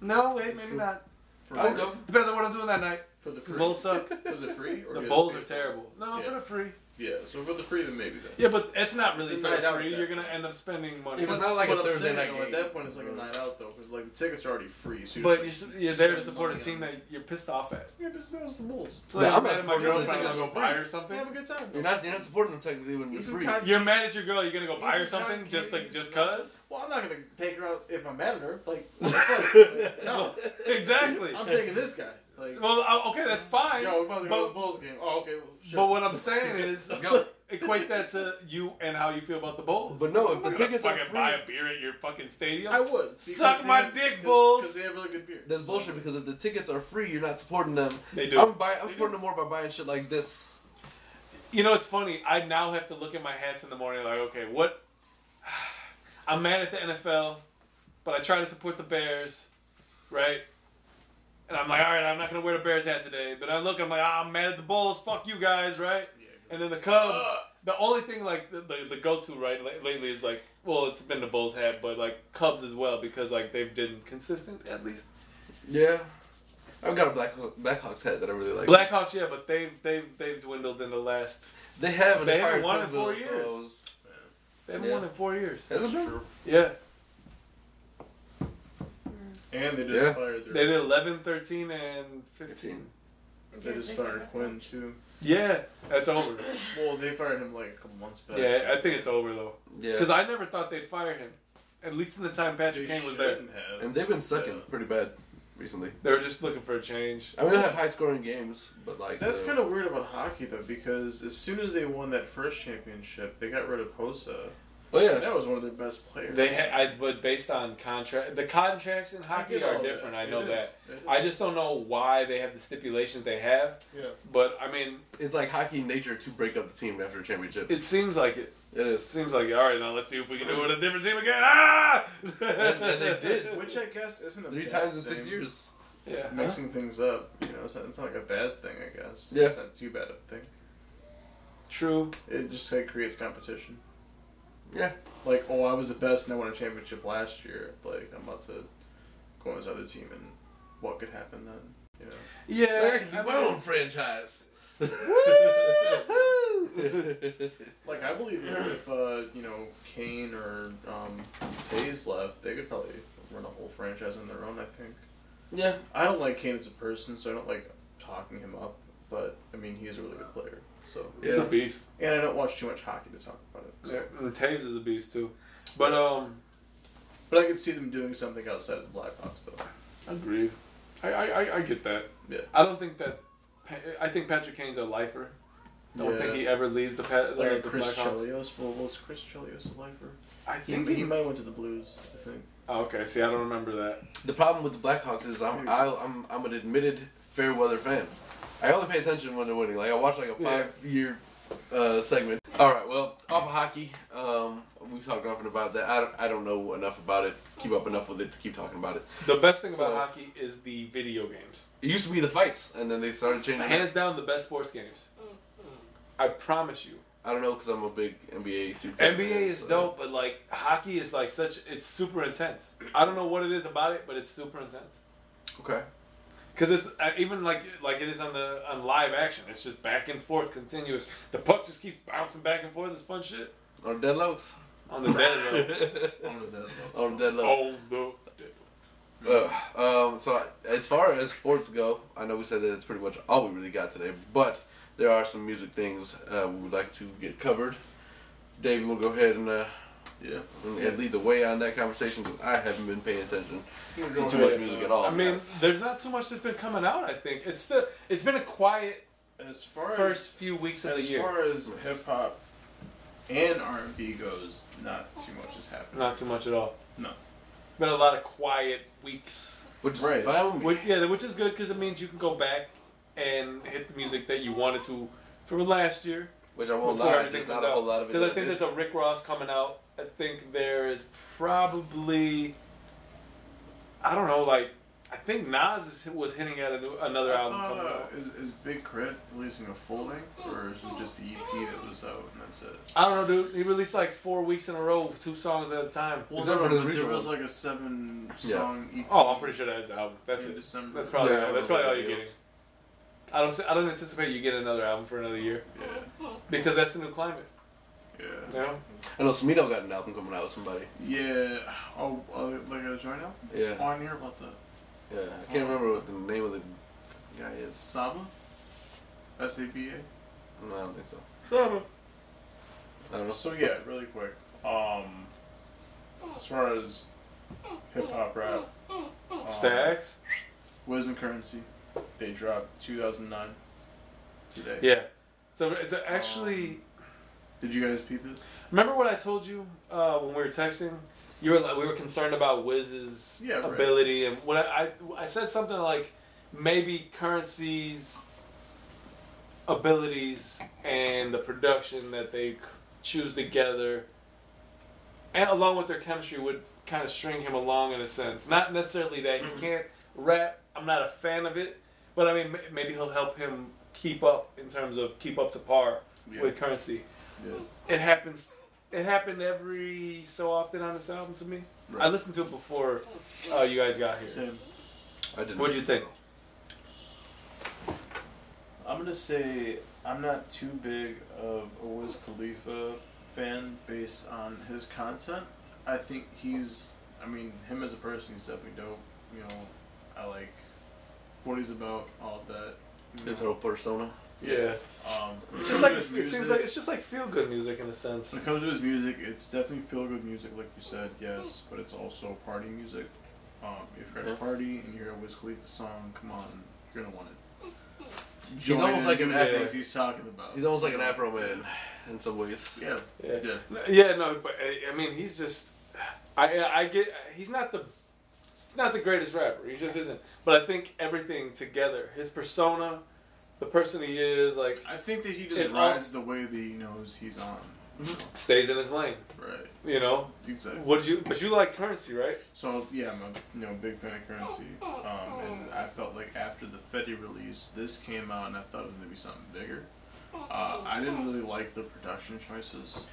Speaker 3: No, wait, maybe not.
Speaker 4: For
Speaker 3: I'll
Speaker 4: free?
Speaker 3: go. Depends on what I'm doing that night.
Speaker 4: For the
Speaker 3: The
Speaker 4: free.
Speaker 3: Bulls suck.
Speaker 4: *laughs* For the free? Or
Speaker 3: The
Speaker 4: get
Speaker 3: Bulls
Speaker 4: it
Speaker 3: are
Speaker 4: paid for?
Speaker 3: terrible. No, for
Speaker 4: Yeah.
Speaker 3: the free.
Speaker 4: Yeah, so for the free, then maybe then.
Speaker 3: Yeah, but it's not really
Speaker 4: It's a
Speaker 3: for the
Speaker 4: night out
Speaker 3: free.
Speaker 4: at
Speaker 3: You're
Speaker 4: that
Speaker 3: gonna
Speaker 4: point.
Speaker 3: end up spending money.
Speaker 1: It was not like
Speaker 4: But
Speaker 1: a
Speaker 4: I'm
Speaker 1: Thursday
Speaker 4: saying,
Speaker 1: night
Speaker 4: though,
Speaker 1: game.
Speaker 4: At that point, it's like a night out though, because like the tickets are already free. So
Speaker 3: But
Speaker 4: you're,
Speaker 3: you're,
Speaker 4: just,
Speaker 3: you're there to
Speaker 4: spending
Speaker 3: support a
Speaker 4: money
Speaker 3: team
Speaker 4: on-
Speaker 3: that you're pissed off at.
Speaker 4: yeah, but that was the Bulls.
Speaker 3: So
Speaker 1: No,
Speaker 3: like,
Speaker 1: I'm
Speaker 3: I'm mad
Speaker 1: not
Speaker 3: at my
Speaker 1: supporting them.
Speaker 3: girlfriend. I'm
Speaker 1: They're
Speaker 3: gonna
Speaker 1: gonna
Speaker 3: go
Speaker 1: go
Speaker 3: buy
Speaker 1: free.
Speaker 3: her something.
Speaker 4: They have a good time.
Speaker 1: You're not, you're not supporting them technically when
Speaker 4: Eat
Speaker 1: you're *laughs*
Speaker 4: some
Speaker 1: free.
Speaker 4: cotton-
Speaker 3: You're mad at your girl. You're gonna go buy her
Speaker 4: Easy time,
Speaker 3: something just like
Speaker 4: easy
Speaker 3: just
Speaker 4: time.
Speaker 3: cause.
Speaker 4: Well, I'm not gonna take her out if I'm mad at her. Like, *laughs* what the fuck? *laughs* Like, no,
Speaker 3: *laughs* exactly.
Speaker 4: I'm taking this guy. Like,
Speaker 3: Well, I- okay, that's fine.
Speaker 4: yo, we're about to go to
Speaker 3: but-
Speaker 4: the Bulls game. Oh, okay. Well, shit.
Speaker 3: but what I'm *laughs* saying is,
Speaker 1: Go.
Speaker 3: equate that to you and how you feel about the Bulls.
Speaker 1: But no, if the
Speaker 3: You're gonna
Speaker 1: tickets are
Speaker 3: fucking buy
Speaker 1: free,
Speaker 3: a beer at your fucking stadium.
Speaker 4: I would
Speaker 3: Suck my dick, Bulls.
Speaker 4: Because they have really good beer.
Speaker 1: that's bullshit because if the tickets are free, you're not supporting them.
Speaker 3: they do.
Speaker 1: I'm, buy, I'm supporting them more by buying shit like this.
Speaker 3: You know, it's funny. I now have to look at my hats in the morning like, okay, what? *sighs* I'm mad at the NFL, but I try to support the Bears, right? And I'm like, all right, I'm not going to wear the Bears hat today. But I look, I'm like, ah, I'm mad at the Bulls. Fuck you guys, right?
Speaker 4: Yeah, 'cause
Speaker 3: And then the
Speaker 4: it's-
Speaker 3: Cubs. The only thing, like, the, the, the go to, right, la- lately is like, well, it's been the Bulls hat, but, like, Cubs as well, because, like, they've been consistent, at least.
Speaker 1: Yeah. I've got a Black Blackhawks hat that I really like.
Speaker 3: Blackhawks, yeah, but they've, they've, they've dwindled in the last.
Speaker 1: They haven't.
Speaker 3: They haven't
Speaker 1: fired
Speaker 3: won in
Speaker 1: Quinn
Speaker 3: four
Speaker 1: Willis,
Speaker 3: years.
Speaker 1: so it's-
Speaker 3: They haven't
Speaker 1: Yeah.
Speaker 3: won in four years.
Speaker 1: Hasn't been?
Speaker 3: Yeah.
Speaker 4: And they just
Speaker 1: Yeah.
Speaker 4: fired their.
Speaker 3: They did 11, 13, and 15.
Speaker 1: Fifteen.
Speaker 4: They just fired Quinn too.
Speaker 3: Yeah, that's over.
Speaker 4: Well, they fired him like a couple months back.
Speaker 3: Yeah, I think it's over though. Because
Speaker 1: Yeah.
Speaker 3: I never thought they'd fire him. At least in the time Patrick Kane was there.
Speaker 4: shouldn't have.
Speaker 1: And they've been sucking pretty bad recently.
Speaker 3: They were just looking for a change.
Speaker 1: I mean, they have high scoring games, but like.
Speaker 4: That's
Speaker 1: uh,
Speaker 4: kind of weird about hockey though, because as soon as they won that first championship, they got rid of Hosa.
Speaker 1: Oh yeah.
Speaker 4: That was one of their best players.
Speaker 3: They, ha- I, but based on contract, the contracts in
Speaker 4: I
Speaker 3: hockey
Speaker 4: get all
Speaker 3: are
Speaker 4: of
Speaker 3: different. I
Speaker 4: It
Speaker 3: know
Speaker 4: is.
Speaker 3: that.
Speaker 4: It is.
Speaker 3: I just don't know why they have the stipulations they have.
Speaker 4: Yeah.
Speaker 3: But I mean,
Speaker 1: It's like hockey nature to break up the team after a championship.
Speaker 3: it seems like it.
Speaker 1: it
Speaker 3: It
Speaker 1: is.
Speaker 3: seems like all right. Now let's see if we can do it with a different team again. Ah!
Speaker 1: And, and they
Speaker 3: *laughs*
Speaker 1: did
Speaker 4: Which I guess isn't a
Speaker 1: three
Speaker 4: bad
Speaker 1: times in
Speaker 4: thing.
Speaker 1: six years.
Speaker 3: Yeah.
Speaker 4: Mixing things up, you know, it's not, it's not like a bad thing, I guess.
Speaker 1: Yeah.
Speaker 4: It's not too bad a thing.
Speaker 3: True.
Speaker 4: It just like, creates competition.
Speaker 1: Yeah.
Speaker 4: Like, oh, I was the best and I won a championship last year. Like, I'm about to go on this other team and what could happen then? You know?
Speaker 1: I
Speaker 3: Yeah.
Speaker 1: could be my own franchise.
Speaker 4: Like, I believe if, uh, you know, Kane or um, Tays left, they could probably run a whole franchise on their own, I think.
Speaker 1: *laughs* yeah.
Speaker 4: I don't like Kane as a person, so I don't like talking him up. But, I mean, he's a really good player. So,
Speaker 3: He's a beast.
Speaker 4: and I don't watch too much hockey to talk about it. So.
Speaker 3: Yeah. And Taves is a beast too. But um,
Speaker 4: But I could see them doing something outside of the Blackhawks, though.
Speaker 3: agreed. I I, I, I get that.
Speaker 4: Yeah.
Speaker 3: I don't think that. Pa- I think Patrick Kane's a lifer. I don't think
Speaker 4: Yeah.
Speaker 3: he ever leaves the, pa- the,
Speaker 4: Like a
Speaker 3: the
Speaker 4: Chris
Speaker 3: Blackhawks.
Speaker 4: Chelios. Well, was Chris Chelios a lifer?
Speaker 3: I
Speaker 4: He,
Speaker 3: think
Speaker 4: he
Speaker 3: he.
Speaker 4: might have went to the Blues, I think.
Speaker 3: Oh, okay. See, I don't remember that.
Speaker 1: The problem with the Blackhawks is I'm I, I'm I'm an admitted fair weather fan. I only pay attention when they're winning. Like I watch like a
Speaker 3: Yeah.
Speaker 1: five year uh, segment. All right, well, off of hockey, um, we've talked often about that. I don't I don't know enough about it. Keep up enough with it to keep talking about it.
Speaker 3: The best thing about
Speaker 1: So-
Speaker 3: hockey is the video games.
Speaker 1: It used to be the fights, and then they started changing. it.
Speaker 3: Hands down, the best sports games. Mm-hmm. I promise you.
Speaker 1: I don't know because I'm a big NBA. 2K fan,
Speaker 3: NBA is
Speaker 1: so-
Speaker 3: dope, but like hockey is like such. It's super intense. I don't know what it is about it, but it's super intense.
Speaker 1: Okay.
Speaker 3: Cause it's uh, even like like it is on the on live action. It's just back and forth, continuous. The puck just keeps bouncing back and forth. It's fun shit
Speaker 1: On dead lows.
Speaker 3: on the dead end.
Speaker 1: *laughs* On dead lows.
Speaker 3: *laughs* Oh no.
Speaker 1: Ugh. Um, so as far as sports go, I know we said that it's pretty much all we really got today, but there are some music things uh, we would like to get covered. Dave, we'll go ahead and, uh,
Speaker 4: Yeah.
Speaker 1: and and lead the way on that conversation because I haven't been paying attention to too
Speaker 3: ahead,
Speaker 1: much music at all.
Speaker 3: I mean, there's not too much that's been coming out. I think it's still it's been a quiet
Speaker 4: As far
Speaker 3: first few weeks of
Speaker 4: as,
Speaker 3: the
Speaker 4: as
Speaker 3: year.
Speaker 4: far as hip hop and R and B goes, not too much has happened.
Speaker 3: Not too much at all.
Speaker 4: No.
Speaker 3: Been a lot of quiet weeks.
Speaker 1: which is
Speaker 4: right.
Speaker 1: fine with me.
Speaker 3: Which, yeah, which is good because it means you can go back and hit the music that you wanted to from last year.
Speaker 1: Which I won't
Speaker 3: before
Speaker 1: lie,
Speaker 3: everything
Speaker 1: there's
Speaker 3: comes
Speaker 1: not a
Speaker 3: out.
Speaker 1: whole lot of it.
Speaker 3: Because I
Speaker 1: that
Speaker 3: think
Speaker 1: is.
Speaker 3: there's a Rick Ross coming out. I think there is probably, I don't know, like I think Nas is, was hitting at a new, another
Speaker 4: I
Speaker 3: album
Speaker 4: thought,
Speaker 3: coming
Speaker 4: uh,
Speaker 3: out.
Speaker 4: is, is Big Crit releasing a full length, or is it just the EP that was out and that's it?
Speaker 3: I don't know, dude. He released like four weeks in a row, two songs at a time.
Speaker 4: Well,
Speaker 1: Except for
Speaker 4: no,
Speaker 1: his
Speaker 4: but there
Speaker 1: original
Speaker 4: was
Speaker 1: one.
Speaker 4: like a seven song EP.
Speaker 3: Oh, I'm pretty sure that's the album. That's
Speaker 4: in
Speaker 3: it.
Speaker 4: December.
Speaker 3: That's probably
Speaker 1: Yeah, I
Speaker 3: that's
Speaker 1: remember
Speaker 3: probably all
Speaker 1: that
Speaker 3: you're
Speaker 1: deal.
Speaker 3: getting. I don't s- I don't anticipate you get another album for another year
Speaker 4: yeah,
Speaker 3: because that's the new climate.
Speaker 4: yeah.
Speaker 3: You know?
Speaker 1: I know Smino got an album coming out with somebody.
Speaker 4: Yeah. Oh, uh, like a joint album?
Speaker 1: Yeah,
Speaker 4: Oh, I didn't hear about that.
Speaker 1: yeah. I can't remember what the name of the guy is.
Speaker 4: Saba? S-A-B-A?
Speaker 1: No, I don't think so.
Speaker 3: So
Speaker 1: I don't know.
Speaker 4: So yeah, really quick. Um, as far as hip hop rap, um,
Speaker 3: stacks.
Speaker 4: Wiz and Currency, they dropped 2009 today.
Speaker 3: Yeah. So it's a- Um, actually.
Speaker 4: Did you guys peep it?
Speaker 3: Remember what I told you uh, when we were texting? You were like, we were concerned about Wiz's
Speaker 4: Yeah, right.
Speaker 3: ability and what I, I I said something like maybe currency's abilities and the production that they c- choose together and along with their chemistry would kind of string him along in a sense. Not necessarily that
Speaker 4: Mm-hmm.
Speaker 3: he can't rap. I'm not a fan of it, but I mean ma- maybe he'll help him keep up in terms of keep up to par
Speaker 4: Yeah.
Speaker 3: with currency
Speaker 4: Yeah.
Speaker 3: it happens it happened every so often on this album to me i
Speaker 4: Right.
Speaker 3: listened to it before uh, you guys got here
Speaker 4: Same.
Speaker 1: I didn't
Speaker 3: what'd you think
Speaker 4: I'm gonna say I'm not too big of a Wiz Khalifa fan based on his content. I think he's, I mean, him as a person, he's definitely dope. You know, I like what he's about, all that. you
Speaker 1: His
Speaker 4: know.
Speaker 1: whole persona.
Speaker 3: yeah
Speaker 4: Um,
Speaker 3: it's just like
Speaker 4: his
Speaker 3: it seems like it's just like feel good music in a sense
Speaker 4: *laughs* when it comes to his music, it's definitely feel good music, like you said, yes, but it's also party music. Um, if you're at
Speaker 1: Yeah.
Speaker 4: a party and you hear a Wiz Khalifa song, come on, you're gonna want it. He's
Speaker 1: almost like an athlete.
Speaker 4: things he's talking about.
Speaker 1: He's almost like an Afro man in some ways.
Speaker 4: Yeah,
Speaker 3: Yeah.
Speaker 4: yeah.
Speaker 3: Yeah, no, but eh, I- I mean, he's just. I I I get. He's not the. He's not the greatest rapper. He just isn't. But I think everything together, his persona, the person he is, like
Speaker 4: I think that he just
Speaker 3: It all-
Speaker 4: rides the way that he knows he's on.
Speaker 1: Mm-hmm.
Speaker 3: stays in his lane.
Speaker 4: Right.
Speaker 3: You know.
Speaker 4: Exactly.
Speaker 3: Would you? But you like currency, right?
Speaker 4: So yeah, I'm a you know big fan of currency, um, and I felt like after the Fetty release, this came out, and I thought it was gonna be something bigger. Uh,
Speaker 3: Ah.
Speaker 4: I didn't really like the production choices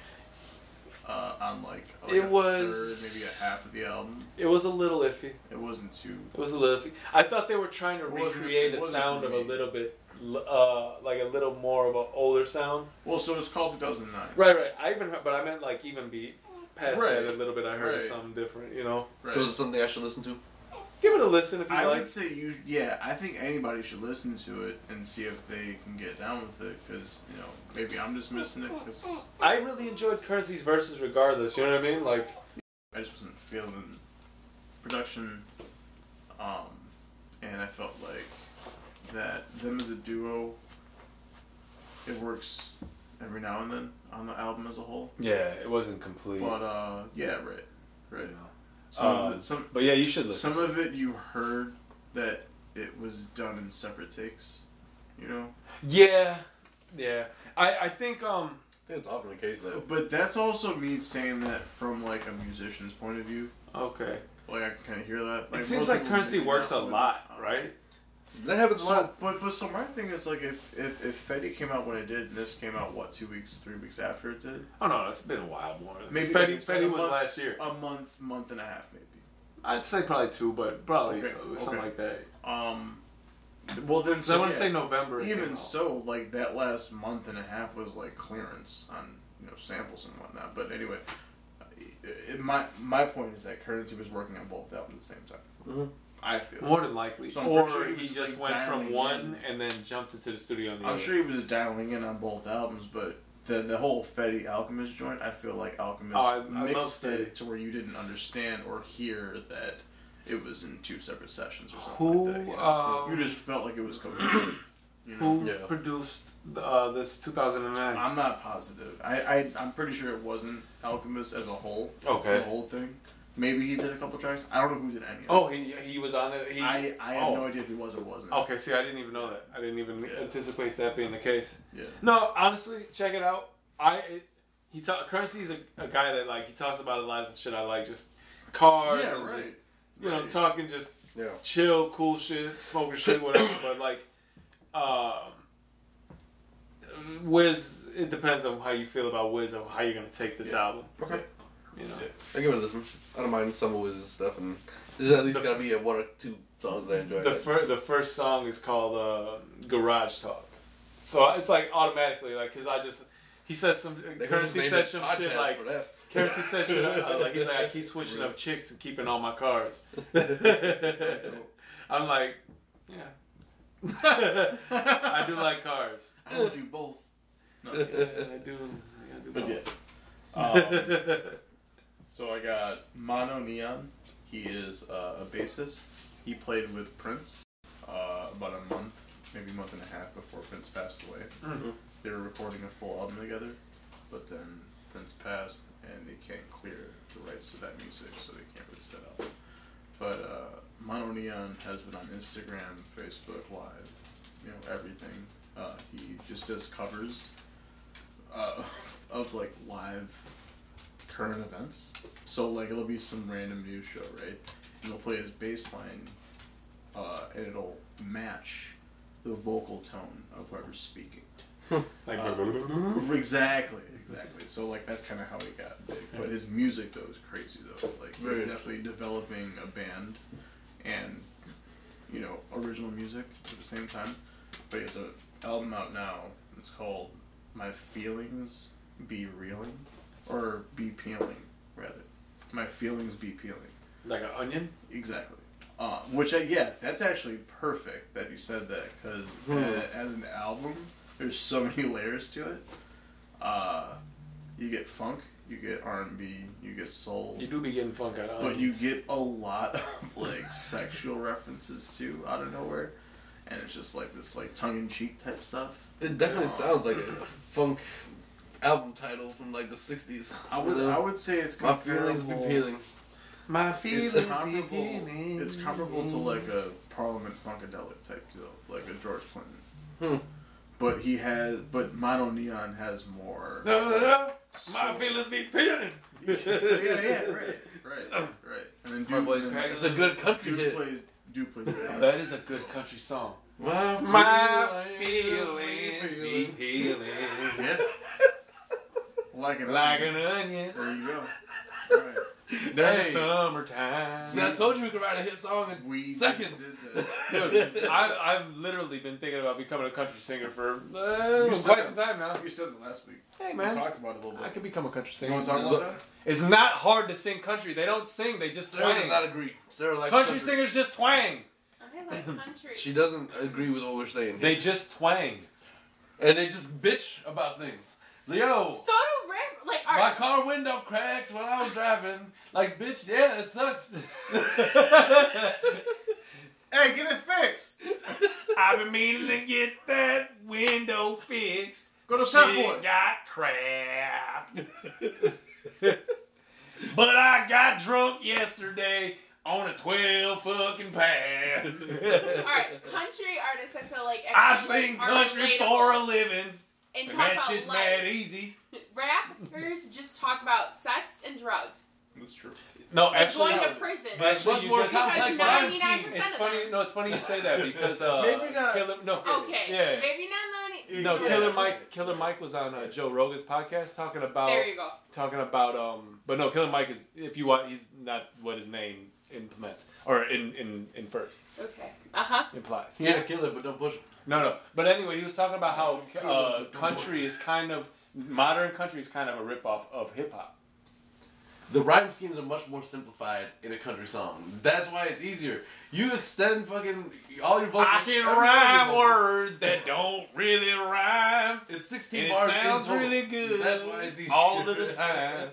Speaker 4: uh, on like, like
Speaker 3: It
Speaker 4: a
Speaker 3: was-
Speaker 4: third, maybe a half of the album.
Speaker 3: It was a little iffy.
Speaker 4: It wasn't too.
Speaker 3: It was a little iffy. I thought they were trying to
Speaker 4: It wasn't-
Speaker 3: recreate
Speaker 4: it
Speaker 3: the
Speaker 4: wasn't
Speaker 3: sound
Speaker 4: for
Speaker 3: of a
Speaker 4: me.
Speaker 3: little bit, l- uh, like a little more of an older sound.
Speaker 4: Well, so it's called 2009.
Speaker 3: Right, right. I even heard, but I meant like even be past
Speaker 4: Right.
Speaker 3: that a little bit. I heard
Speaker 4: Right.
Speaker 3: something different. You know,
Speaker 4: Right.
Speaker 1: So is it something I should listen to?
Speaker 3: give it a listen if you
Speaker 4: I
Speaker 3: like.
Speaker 4: would say you. Yeah, I think anybody should listen to it and see if they can get down with it, because you know maybe I'm just missing it because
Speaker 3: I really enjoyed Currency's verses regardless, you know what I mean? Like
Speaker 4: I just wasn't feeling production, um, and I felt like that them as a duo, it works every now and then on the album as a whole.
Speaker 3: Yeah, it wasn't complete.
Speaker 4: But uh, yeah, right, right. Some
Speaker 3: Um,
Speaker 4: of it, some
Speaker 3: but yeah, you should
Speaker 4: some of it you heard that it was done in separate takes, you know.
Speaker 3: Yeah. Yeah. I, I think um
Speaker 1: I think it's often the case though.
Speaker 4: But that's also me saying that from like a musician's point of view.
Speaker 3: Okay.
Speaker 4: Like I can kind of hear that.
Speaker 3: it seems
Speaker 4: most
Speaker 3: like
Speaker 4: people
Speaker 3: currency
Speaker 4: maybe
Speaker 3: works a
Speaker 4: not, but,
Speaker 3: lot,
Speaker 4: um,
Speaker 3: right?
Speaker 1: That happens a
Speaker 4: So,
Speaker 1: lot.
Speaker 4: but but so my thing is like if if if Fetty came out when it did, and this came out what two weeks, three weeks after it did,
Speaker 3: Oh no, it's been a while more. Maybe
Speaker 4: Maybe- maybe
Speaker 3: Petty,
Speaker 4: say
Speaker 3: Petty
Speaker 4: a
Speaker 3: was
Speaker 4: month.
Speaker 3: last year.
Speaker 4: a month, month and a half maybe.
Speaker 3: I'd say probably two, but probably
Speaker 4: Okay,
Speaker 3: so, something
Speaker 4: okay.
Speaker 3: like that.
Speaker 4: Um, well then,
Speaker 3: 'Cause
Speaker 4: so
Speaker 3: I want
Speaker 4: yeah,
Speaker 3: to say November. it came
Speaker 4: even
Speaker 3: out.
Speaker 4: so, like that last month and a half was like clearance on you know samples and whatnot. But anyway, it, my my point is that currency was working on both albums at the same
Speaker 3: Mhm.
Speaker 4: time. I feel.
Speaker 3: more than likely.
Speaker 4: So I'm
Speaker 3: or
Speaker 4: pretty sure he
Speaker 3: he,
Speaker 4: was just,
Speaker 3: just
Speaker 4: like,
Speaker 3: went from
Speaker 4: dialing
Speaker 3: one
Speaker 4: in.
Speaker 3: and then jumped into the studio on the
Speaker 4: I'm
Speaker 3: other.
Speaker 4: sure he was dialing in on both albums, but the the whole Fetty Alchemist joint, I feel like Alchemist
Speaker 3: Oh, I- I love
Speaker 4: mixed
Speaker 3: Fetty.
Speaker 4: it to where you didn't understand or hear that it was in two separate sessions or something like that.
Speaker 3: Who,
Speaker 4: You, know?
Speaker 3: um,
Speaker 4: you just felt like it
Speaker 3: *clears throat*
Speaker 4: was cohesive. You know?
Speaker 3: Who
Speaker 1: Yeah.
Speaker 3: produced uh, this 2009?
Speaker 4: I'm not positive. I, I I'm pretty sure it wasn't Alchemist as a whole.
Speaker 3: Okay.
Speaker 4: The whole thing. Maybe he did a couple tracks. I don't know who did any of it.
Speaker 3: Oh, he he was on it. He,
Speaker 4: I, I have
Speaker 3: oh.
Speaker 4: no idea if he was or wasn't.
Speaker 3: Okay, see, I didn't even know that. I didn't even
Speaker 4: Yeah.
Speaker 3: anticipate that being the case.
Speaker 4: Yeah.
Speaker 3: No, honestly, check it out. I it, he talk currency is a, a guy that like he talks about a lot of the shit I like, just cars
Speaker 4: Yeah,
Speaker 3: and
Speaker 4: right.
Speaker 3: just you know
Speaker 4: Right.
Speaker 3: talking just
Speaker 1: Yeah.
Speaker 3: chill, cool shit, smoking shit, whatever. but like, um, Wiz, it depends on how you feel about Wiz and how you're gonna take this
Speaker 1: Yeah.
Speaker 3: album.
Speaker 1: Okay.
Speaker 3: You know,
Speaker 1: I give it a listen. I don't mind some of his stuff, and there's at least
Speaker 3: The-
Speaker 1: gotta be a one or two songs that I enjoy.
Speaker 3: the first the first song is called uh, Garage Talk, so it's like automatically like because I just. He says some
Speaker 1: They could just
Speaker 3: currency
Speaker 1: name
Speaker 3: said
Speaker 1: it
Speaker 3: some
Speaker 1: podcast
Speaker 3: shit like
Speaker 1: for that.
Speaker 3: Currency
Speaker 1: *laughs*
Speaker 3: said shit uh, like he's like I keep switching up chicks and keeping all my cars. *laughs* I'm like, yeah. *laughs* I do like cars.
Speaker 4: I would do both. No,
Speaker 3: *laughs* Yeah, I do. yeah, I do
Speaker 4: But yeah.
Speaker 3: both. Oh.
Speaker 4: Um, So I got Mono Neon. He is uh, a bassist. He played with Prince uh, about a month, maybe a month and a half before Prince passed away.
Speaker 3: Mhm.
Speaker 4: They were recording a full album together, but then Prince passed, and they can't clear the rights to that music, so they can't release that album. But uh, Mono Neon has been on Instagram, Facebook Live, you know everything. Uh, he just does covers uh, *laughs* of like live current events. So like it'll be some random news show, right? And he'll play his bass line, uh, and it'll match the vocal tone of whoever's speaking.
Speaker 3: like,
Speaker 4: Exactly, exactly. So like that's kind of how he got big. But his music though is crazy though. Like he's
Speaker 1: Right.
Speaker 4: definitely developing a band, and you know original music at the same time. But he has an album out now. It's called My Feelings Be Reeling, or Be Peeling rather. My Feelings Be Peeling.
Speaker 3: like an onion.
Speaker 4: Exactly. Uh, which I yeah, that's actually perfect that you said that because
Speaker 1: Hmm.
Speaker 4: as an album, there's so *laughs* many layers to it. Uh, you get funk, you get R and B, you get soul,
Speaker 3: You do be getting funk out of
Speaker 4: but you
Speaker 3: onions.
Speaker 4: get a lot of like sexual references too out of nowhere, and it's just like this like tongue in cheek type stuff.
Speaker 1: *laughs*
Speaker 4: Uh,
Speaker 1: It definitely sounds like a funk album title from like the '60s.
Speaker 4: I would
Speaker 1: you know?
Speaker 4: I would say it's
Speaker 1: My feelings be
Speaker 4: comparable-
Speaker 1: peeling.
Speaker 3: My
Speaker 4: It's comparable.
Speaker 3: beginning.
Speaker 4: It's comparable to like a Parliament funkadelic type deal, like a George Clinton.
Speaker 1: Hmm.
Speaker 4: But he has, but Mono Neon has
Speaker 3: *laughs*
Speaker 4: more.
Speaker 3: No, no, no. My
Speaker 4: So-
Speaker 3: feelings be peeling.
Speaker 4: yeah, yeah, right, right, right. And then
Speaker 3: My
Speaker 4: Duke,
Speaker 3: boy's
Speaker 4: and
Speaker 3: back.
Speaker 4: then
Speaker 1: It's a good country
Speaker 4: Duke
Speaker 1: hit.
Speaker 4: plays. Duke plays.
Speaker 3: That is a good country song.
Speaker 1: My,
Speaker 3: My feelings be
Speaker 1: peeling.
Speaker 3: peeling. *laughs*
Speaker 4: yeah. Like an
Speaker 3: Like uh, an onion.
Speaker 4: There you go. All right.
Speaker 3: in the
Speaker 1: Hey.
Speaker 3: Summertime.
Speaker 1: See, I told you we could write a hit song *laughs* in
Speaker 4: We
Speaker 1: Seconds.
Speaker 4: Just did
Speaker 3: Dude, I, I've literally been thinking about becoming a country singer for uh,
Speaker 4: You
Speaker 3: quite
Speaker 4: suck.
Speaker 3: some time now.
Speaker 4: that. You said that last week.
Speaker 3: Hey,
Speaker 4: We
Speaker 3: man.
Speaker 4: talked about it a little
Speaker 3: I
Speaker 4: bit.
Speaker 3: could become a country
Speaker 4: You
Speaker 3: singer.
Speaker 4: want to talk
Speaker 1: This
Speaker 4: about
Speaker 1: is
Speaker 4: that?
Speaker 3: It's not hard to sing country. They don't sing, they just
Speaker 1: Sarah does
Speaker 3: twang.
Speaker 1: not agree. Sarah likes
Speaker 3: Country singers just twang.
Speaker 2: I
Speaker 3: *coughs*
Speaker 2: like country.
Speaker 1: She doesn't agree with what we're saying.
Speaker 3: They just twang.
Speaker 1: and they just bitch about things. Leo,
Speaker 2: so do rap. Like,
Speaker 1: my
Speaker 2: are,
Speaker 1: car window cracked when I was driving. Like, bitch, yeah, it sucks.
Speaker 3: *laughs* Hey, get it fixed. I've been meaning to get that window fixed.
Speaker 1: Go to
Speaker 3: Shit
Speaker 1: Soundboard.
Speaker 3: got cracked. *laughs* but I got drunk yesterday on a 12 fucking pad.
Speaker 2: all
Speaker 3: *laughs*
Speaker 2: right, country artists. I feel like
Speaker 3: I
Speaker 2: actually, like,
Speaker 3: sing
Speaker 2: are
Speaker 3: country
Speaker 2: relatable
Speaker 3: for a living.
Speaker 2: and
Speaker 3: And
Speaker 2: talk
Speaker 3: that
Speaker 2: about
Speaker 3: shit's
Speaker 2: life.
Speaker 3: mad easy.
Speaker 2: Rappers just talk about sex and drugs
Speaker 4: That's true.
Speaker 3: No,
Speaker 2: and
Speaker 3: actually.
Speaker 2: going
Speaker 3: no.
Speaker 2: to prison.
Speaker 3: But
Speaker 1: That's *laughs* much
Speaker 3: actually, you
Speaker 1: more
Speaker 3: just-
Speaker 1: complex
Speaker 2: because
Speaker 1: than I'm
Speaker 2: 99%
Speaker 1: seeing.
Speaker 2: of
Speaker 3: It's funny.
Speaker 2: them.
Speaker 3: No, it's funny you say that because uh,
Speaker 1: Maybe not.
Speaker 3: Killer, no,
Speaker 2: Okay,
Speaker 3: yeah.
Speaker 2: maybe not. the-
Speaker 3: No,
Speaker 1: Yeah.
Speaker 3: Killer Mike. Killer Mike was on uh, Joe Rogan's podcast talking about
Speaker 2: There you go.
Speaker 3: talking about um. But no, Killer Mike is if you want, he's not what his name implements or in in infers
Speaker 2: Okay. Uh
Speaker 3: Uh-huh.
Speaker 2: huh.
Speaker 3: implies.
Speaker 1: You gotta kill it, but don't push it.
Speaker 3: No, no. But anyway, he was talking about how uh, country is kind of modern country is kind of a ripoff of hip hop.
Speaker 1: The rhyme schemes are much more simplified in a country song. That's why it's easier. You extend fucking all your vocals.
Speaker 3: I can
Speaker 1: every
Speaker 3: rhyme
Speaker 1: vocal.
Speaker 3: words that don't really rhyme.
Speaker 1: It's
Speaker 3: And
Speaker 1: 16
Speaker 3: it
Speaker 1: bars. in
Speaker 3: sounds
Speaker 1: total.
Speaker 3: really good.
Speaker 1: That's why it's easy.
Speaker 3: *laughs* All of the time.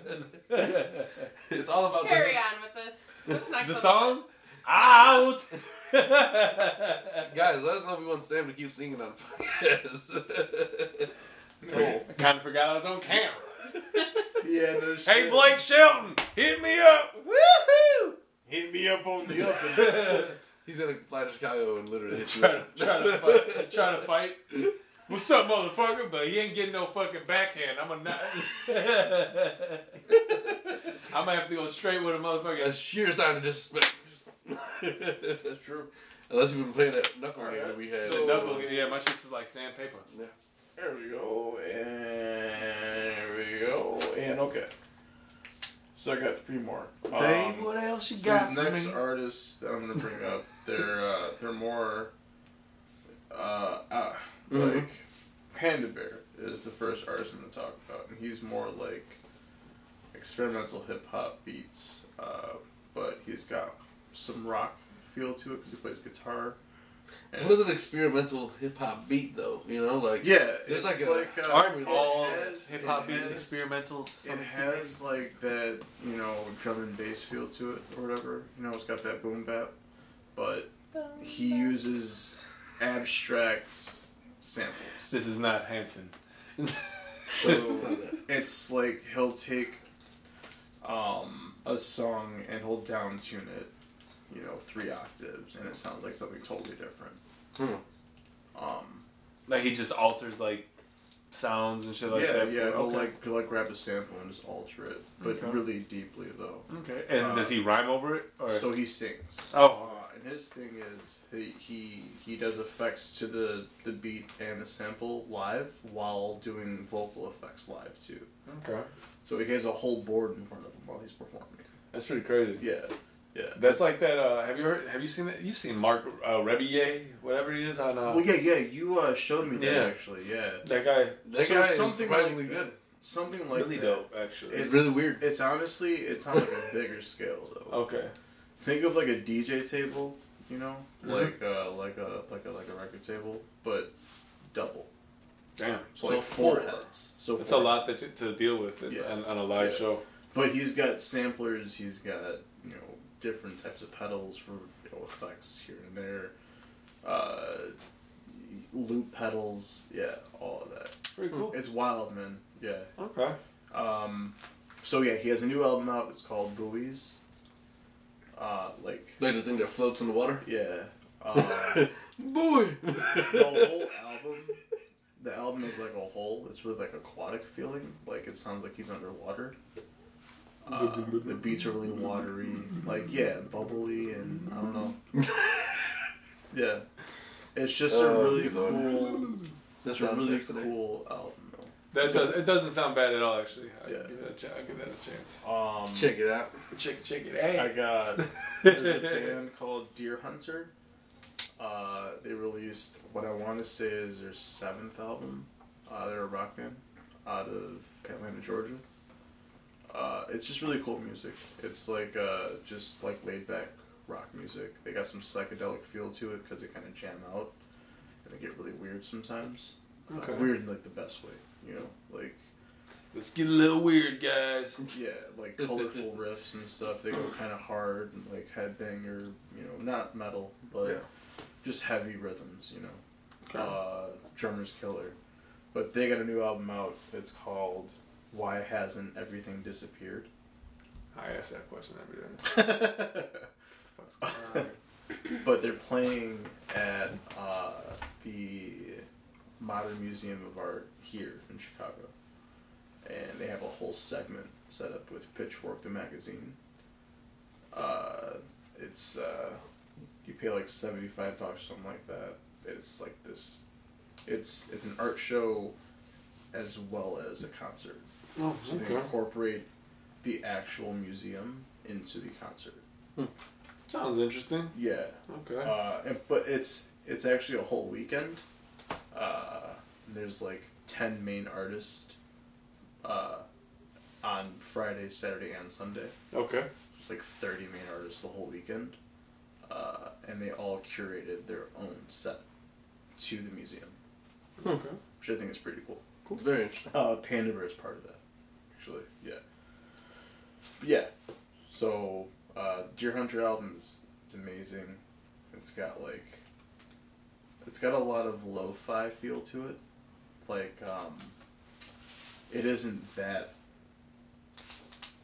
Speaker 1: *laughs* it's all about
Speaker 2: Carry
Speaker 1: the,
Speaker 2: on with this. What's next?
Speaker 3: *laughs* the
Speaker 2: on
Speaker 3: song
Speaker 2: list?
Speaker 3: *laughs* out.
Speaker 1: Guys, let us know if you want Sam to keep singing on *laughs* podcasts.
Speaker 3: I kind of forgot I was on camera.
Speaker 4: Yeah, no shit.
Speaker 3: Hey Blake Shelton, hit me up. Woohoo!
Speaker 4: Hit me up on the up.
Speaker 3: *laughs*
Speaker 4: and-
Speaker 3: try
Speaker 1: *laughs* He's gonna fly to Chicago and literally hit you
Speaker 3: to
Speaker 1: up.
Speaker 3: try to fight. Try to fight. What's up, motherfucker? But he ain't getting no fucking backhand. I'm a *laughs* nut. I'm gonna have to go straight with a
Speaker 1: A
Speaker 3: motherfucker.
Speaker 1: sheer sign of disrespect. *laughs*
Speaker 4: That's true.
Speaker 1: Unless you've been playing that knuckle game that we had.
Speaker 4: So-
Speaker 3: Knuckle- Yeah, uh, my shit's is like sandpaper.
Speaker 4: There we go, and there we go, and okay. So I got three more. Um,
Speaker 3: what else you
Speaker 4: so these next artists that I'm gonna bring up, they're uh, they're more uh, uh
Speaker 1: Mhm.
Speaker 4: like Panda Bear is the first artist I'm gonna talk about, and he's more like experimental hip hop beats, uh, but he's got some rock feel to it because he plays guitar. and
Speaker 1: What is an
Speaker 4: it's-
Speaker 1: experimental hip hop beat though? You know, like *laughs*
Speaker 4: Yeah,
Speaker 1: There's
Speaker 4: it's
Speaker 1: like
Speaker 4: like,
Speaker 1: a-
Speaker 4: uh,
Speaker 3: Aren't
Speaker 4: it
Speaker 3: all
Speaker 4: has-
Speaker 3: hip hop
Speaker 4: it
Speaker 3: beats
Speaker 4: has-
Speaker 3: experimental? to some
Speaker 4: It
Speaker 3: extent?
Speaker 4: has like that, you know, drum and bass feel to it or whatever. You know, it's got that boom bap, but he uses abstract samples.
Speaker 3: This is not Hanson. *laughs*
Speaker 4: So it's like he'll take um, a song and he'll down tune it, you know, three octaves, and it sounds like something totally different.
Speaker 1: Hmm.
Speaker 4: Um,
Speaker 3: like he just alters like sounds and shit like
Speaker 4: yeah,
Speaker 3: that.
Speaker 4: yeah,
Speaker 3: for-
Speaker 4: he'll
Speaker 3: okay.
Speaker 4: like he'll like grab a sample and just alter it, but
Speaker 3: Okay.
Speaker 4: really deeply though.
Speaker 3: okay. And does he rhyme over it? Or
Speaker 4: uh, So he sings. Uh,
Speaker 3: oh,
Speaker 4: and his thing is he, he he does effects to the the beat and the sample live while doing vocal effects live too.
Speaker 3: okay.
Speaker 4: So he has a whole board in front of him while he's performing.
Speaker 3: That's pretty crazy.
Speaker 4: Yeah,
Speaker 3: That's like that. Uh, have you heard? Have you seen that? You've seen Mark uh, Rebillet, whatever he is on. Uh,
Speaker 4: well, yeah, yeah. You uh, showed me that
Speaker 3: Yeah.
Speaker 4: actually. Yeah,
Speaker 3: That guy.
Speaker 1: that
Speaker 4: So
Speaker 1: guy is
Speaker 4: something
Speaker 1: surprisingly
Speaker 4: like that.
Speaker 1: good.
Speaker 4: something like that.
Speaker 3: actually.
Speaker 4: It's
Speaker 1: really weird.
Speaker 4: It's honestly it's on like a bigger scale though.
Speaker 3: okay.
Speaker 4: Think of like a DJ table, you know,
Speaker 3: Mhm.
Speaker 4: like uh, like a like a like a record table, but double.
Speaker 3: Damn.
Speaker 1: So
Speaker 4: So, like four
Speaker 1: four.
Speaker 4: heads. So
Speaker 3: It's a
Speaker 4: four
Speaker 3: lot
Speaker 4: heads.
Speaker 3: that to deal with in,
Speaker 4: Yeah.
Speaker 3: on, on a live
Speaker 4: Yeah.
Speaker 3: show.
Speaker 4: But he's got samplers. He's got you know different types of pedals for you know, effects here and there. Uh, loop pedals, yeah, all of that.
Speaker 3: Pretty cool.
Speaker 4: It's wild, man. Yeah.
Speaker 3: Okay.
Speaker 4: Um, so yeah, he has a new album out. It's called Buoys. Uh, like
Speaker 1: Like the thing that floats in the water.
Speaker 4: yeah.
Speaker 3: *laughs*
Speaker 4: Um,
Speaker 1: *laughs* Boy.
Speaker 4: the whole album the album is like a whole it's really like aquatic feeling like it sounds like he's underwater uh, the beats are really watery like yeah bubbly and i don't know yeah it's just
Speaker 1: Oh,
Speaker 4: a really
Speaker 1: Lord.
Speaker 4: cool
Speaker 1: That's
Speaker 4: it's a really cool album
Speaker 3: That does. It doesn't sound bad at all, actually. I
Speaker 4: Yeah.
Speaker 3: give that a chance. I give that a chance.
Speaker 4: though. um
Speaker 1: Check it out.
Speaker 3: Check, check it
Speaker 4: i
Speaker 3: out.
Speaker 4: got there's
Speaker 3: *laughs*
Speaker 4: a band called Deer Hunter. Uh, they released what I want to say is their seventh album. Uh, they're a rock band out of Atlanta, Georgia. Uh, it's just really cool music. It's like uh, just like laid back rock music. They got some psychedelic feel to it because they kind of jam out and they get really weird sometimes. Uh,
Speaker 3: Okay.
Speaker 4: weird in like the best way, you know, like
Speaker 3: Let's get a little weird, guys.
Speaker 4: yeah, like colorful riffs and stuff. They go kind of hard, and like headbanger, you know, not metal, but
Speaker 1: Yeah.
Speaker 4: just heavy rhythms, you know.
Speaker 3: Okay.
Speaker 4: Uh, Drummer's Killer. But they got a new album out. It's called Why Hasn't Everything Disappeared?
Speaker 3: I ask that question every day.
Speaker 4: but
Speaker 3: Fuck's going on?
Speaker 4: they're playing at uh, the Modern Museum of Art here in Chicago. And they have a whole segment set up with Pitchfork the magazine. Uh, it's uh, you pay like seventy five dollars, something like that. It's like this. It's it's an art show, as well as a concert.
Speaker 3: Oh,
Speaker 4: So they
Speaker 3: okay.
Speaker 4: incorporate the actual museum into the concert.
Speaker 3: Sounds interesting.
Speaker 4: Yeah.
Speaker 3: Okay.
Speaker 4: Uh, and, but it's it's actually a whole weekend. Uh, there's like ten main artists uh, on Friday, Saturday, and Sunday.
Speaker 3: Okay.
Speaker 4: It's like thirty main artists the whole weekend, uh, and they all curated their own set to the museum,
Speaker 3: Okay.
Speaker 4: which I think is pretty cool.
Speaker 1: Very interesting.
Speaker 4: Uh, Panda Bear is part of that, actually. Yeah. Yeah. So, uh, Deer Hunter album is it's amazing. It's got like, it's got a lot of lo-fi feel to it. Like, um, it isn't that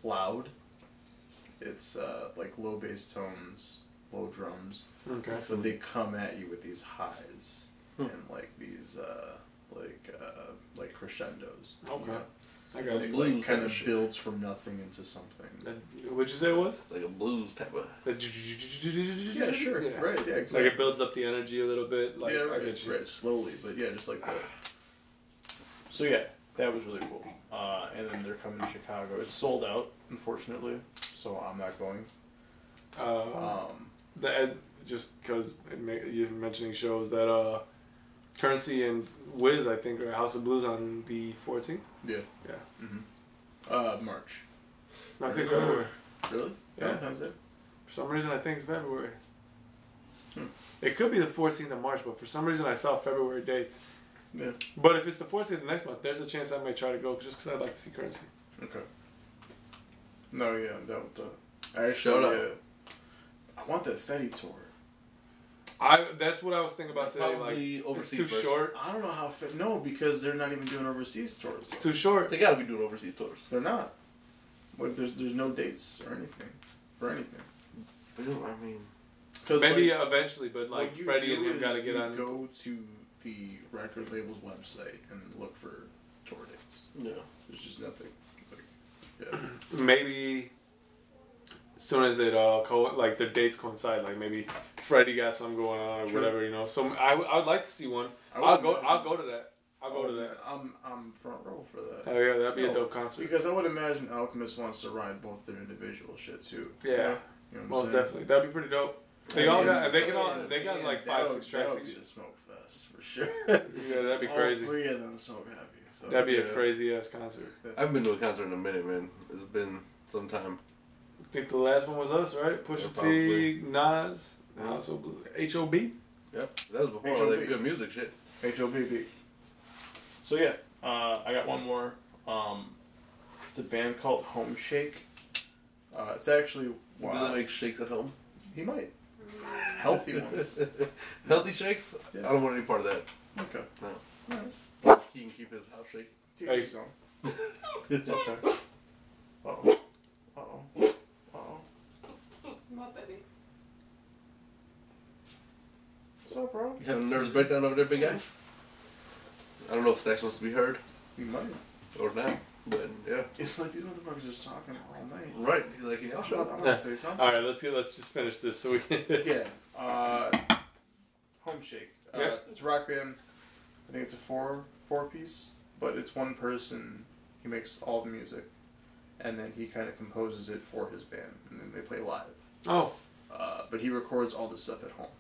Speaker 4: loud. It's uh, like low bass tones, low drums.
Speaker 3: Okay.
Speaker 4: So they come at you with these highs and like these uh, like uh, like crescendos. you
Speaker 3: Okay.
Speaker 4: know?
Speaker 3: I got
Speaker 4: It,
Speaker 3: you.
Speaker 4: like,
Speaker 1: Blues
Speaker 4: kind
Speaker 1: type
Speaker 4: of
Speaker 1: shit.
Speaker 4: builds from nothing into something.
Speaker 3: That- What'd you say it was?
Speaker 1: Like a blues type of.
Speaker 3: The
Speaker 4: Yeah, sure.
Speaker 3: Yeah.
Speaker 4: Right. Yeah.
Speaker 3: It's like
Speaker 4: Exactly.
Speaker 3: it builds up the energy a little bit. Like
Speaker 4: yeah.
Speaker 3: I
Speaker 4: Right,
Speaker 3: get you.
Speaker 4: right, Slowly, but yeah, just like that. So yeah, that was really cool. Uh, and then they're coming to Chicago. It's sold out, unfortunately. So I'm not going.
Speaker 3: Uh,
Speaker 4: Um,
Speaker 3: the ed, just because you're mentioning shows that uh, Currency and Wiz, I think, are at House of Blues on the 14th.
Speaker 4: yeah.
Speaker 3: Yeah.
Speaker 4: Mm-hmm. Uh, March.
Speaker 3: I think February.
Speaker 4: Really?
Speaker 3: Yeah.
Speaker 4: Valentine's Day.
Speaker 3: For some reason, I think it's February.
Speaker 4: Hmm.
Speaker 3: It could be the 14th of March, but for some reason, I saw February dates.
Speaker 4: Yeah.
Speaker 3: But if it's the 14th of next month, there's a chance I might try to go just because I'd like to see Currency.
Speaker 4: Okay. No, yeah, I'm down with that. I
Speaker 1: Shut up.
Speaker 4: actually, uh, I want that Fetty tour.
Speaker 3: I that's what I was thinking about today. Like,
Speaker 1: Probably
Speaker 3: it's
Speaker 1: overseas
Speaker 3: too
Speaker 1: first.
Speaker 3: short.
Speaker 4: I don't know how Fet. No, because they're not even doing overseas tours.
Speaker 3: It's too short.
Speaker 1: They gotta be doing overseas tours.
Speaker 4: They're not. Like, there's there's no dates or anything for anything.
Speaker 1: They don't- I mean,
Speaker 4: Because
Speaker 3: Maybe
Speaker 4: like,
Speaker 3: eventually, but like
Speaker 4: what you
Speaker 3: Freddie
Speaker 4: do
Speaker 3: and him
Speaker 4: is
Speaker 3: gotta get
Speaker 4: you
Speaker 3: on.
Speaker 4: Go to the record label's website and look for tour dates.
Speaker 1: yeah.
Speaker 4: There's just nothing. Like, yeah.
Speaker 3: Maybe as soon as it all co- like their dates coincide, like maybe Freddie got something going on or
Speaker 4: Sure.
Speaker 3: whatever, you know. So I, w- I would like to see one.
Speaker 4: I
Speaker 3: I'll
Speaker 4: would
Speaker 3: go.
Speaker 4: imagine-
Speaker 3: I'll go to that. I'll go to that.
Speaker 4: I'm I'm front row for that.
Speaker 3: Oh yeah, that'd be a
Speaker 4: No,
Speaker 3: dope concert.
Speaker 4: Because I would imagine Alchemist wants to ride both their individual shit too.
Speaker 3: yeah,
Speaker 4: You know what
Speaker 3: most
Speaker 4: I'm saying?
Speaker 3: definitely. That'd be pretty dope. They
Speaker 4: Yeah,
Speaker 3: all
Speaker 4: yeah.
Speaker 3: got. They can all.
Speaker 4: Yeah,
Speaker 3: They got
Speaker 4: yeah,
Speaker 3: like
Speaker 4: that
Speaker 3: five,
Speaker 4: would-
Speaker 3: six tracks
Speaker 4: That would
Speaker 3: each.
Speaker 4: be a smoke fest for sure.
Speaker 3: Yeah, *laughs* that'd be
Speaker 4: All
Speaker 3: crazy.
Speaker 4: three of them smoke happy. So.
Speaker 3: That'd be
Speaker 1: Yeah.
Speaker 3: a crazy ass concert.
Speaker 1: I haven't been to a concert in a minute, man. It's been some time.
Speaker 3: I think the last one was us, right? Pusha T, Nas,
Speaker 1: Yeah.
Speaker 3: also Blue- H.O.B.
Speaker 1: Yep. That was before all
Speaker 4: H.O.B..
Speaker 1: that good music shit.
Speaker 4: H O B B. So yeah, uh, I got one more. Um, it's a band called Home Shake. Uh, it's actually
Speaker 1: Do
Speaker 4: wow.
Speaker 1: they make shakes at home?
Speaker 4: he might *laughs* healthy ones.
Speaker 1: *laughs* Healthy shakes?
Speaker 4: Yeah.
Speaker 1: I don't want any part of that.
Speaker 4: *laughs* Okay.
Speaker 1: He can keep his house
Speaker 4: *laughs*
Speaker 1: shaking.
Speaker 5: There you go. Okay. Uh-oh. Uh-oh. Uh-oh.
Speaker 2: What, baby?
Speaker 5: What's up, bro?
Speaker 1: You having a nervous breakdown over there, big guy? I don't know if that's supposed to be heard
Speaker 4: You might.
Speaker 1: or not, but yeah.
Speaker 4: It's like these motherfuckers are just talking all night.
Speaker 1: Right. He's like, yeah, I'll
Speaker 4: I'm
Speaker 1: shut
Speaker 4: not,
Speaker 1: up.
Speaker 4: I'm not say something.
Speaker 3: All right, let's get, let's just finish this so we can. *laughs*
Speaker 4: Yeah. Uh, home shake. Uh,
Speaker 3: Yeah.
Speaker 4: It's a rock band. I think it's a four four piece, but it's one person. He makes all the music, and then he kind of composes it for his band, and then they play live.
Speaker 3: Oh,
Speaker 4: Uh, but he records all this stuff at home.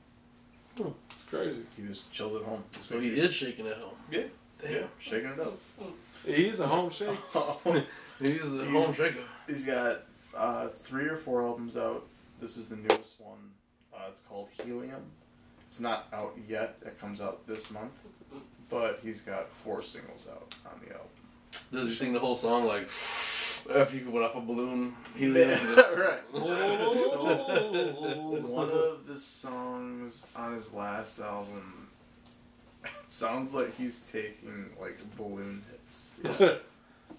Speaker 3: it's crazy.
Speaker 4: He just chills at home.
Speaker 1: So he is shaking at home.
Speaker 4: Yeah. Yeah,
Speaker 1: Damn.
Speaker 4: shaking it up.
Speaker 3: He's a home
Speaker 4: *laughs*
Speaker 3: shake.
Speaker 1: *laughs* He is a
Speaker 4: He's-
Speaker 1: home shaker.
Speaker 4: He's got uh, three or four albums out. This is the newest one. Uh, it's called Helium. It's not out yet. It comes out this month. But he's got four singles out on the album.
Speaker 1: Does he sing the whole song like after you went off a balloon? He
Speaker 4: *laughs*
Speaker 1: just-
Speaker 4: One of the songs on his last album it sounds like he's taking like balloon hits.
Speaker 3: *laughs*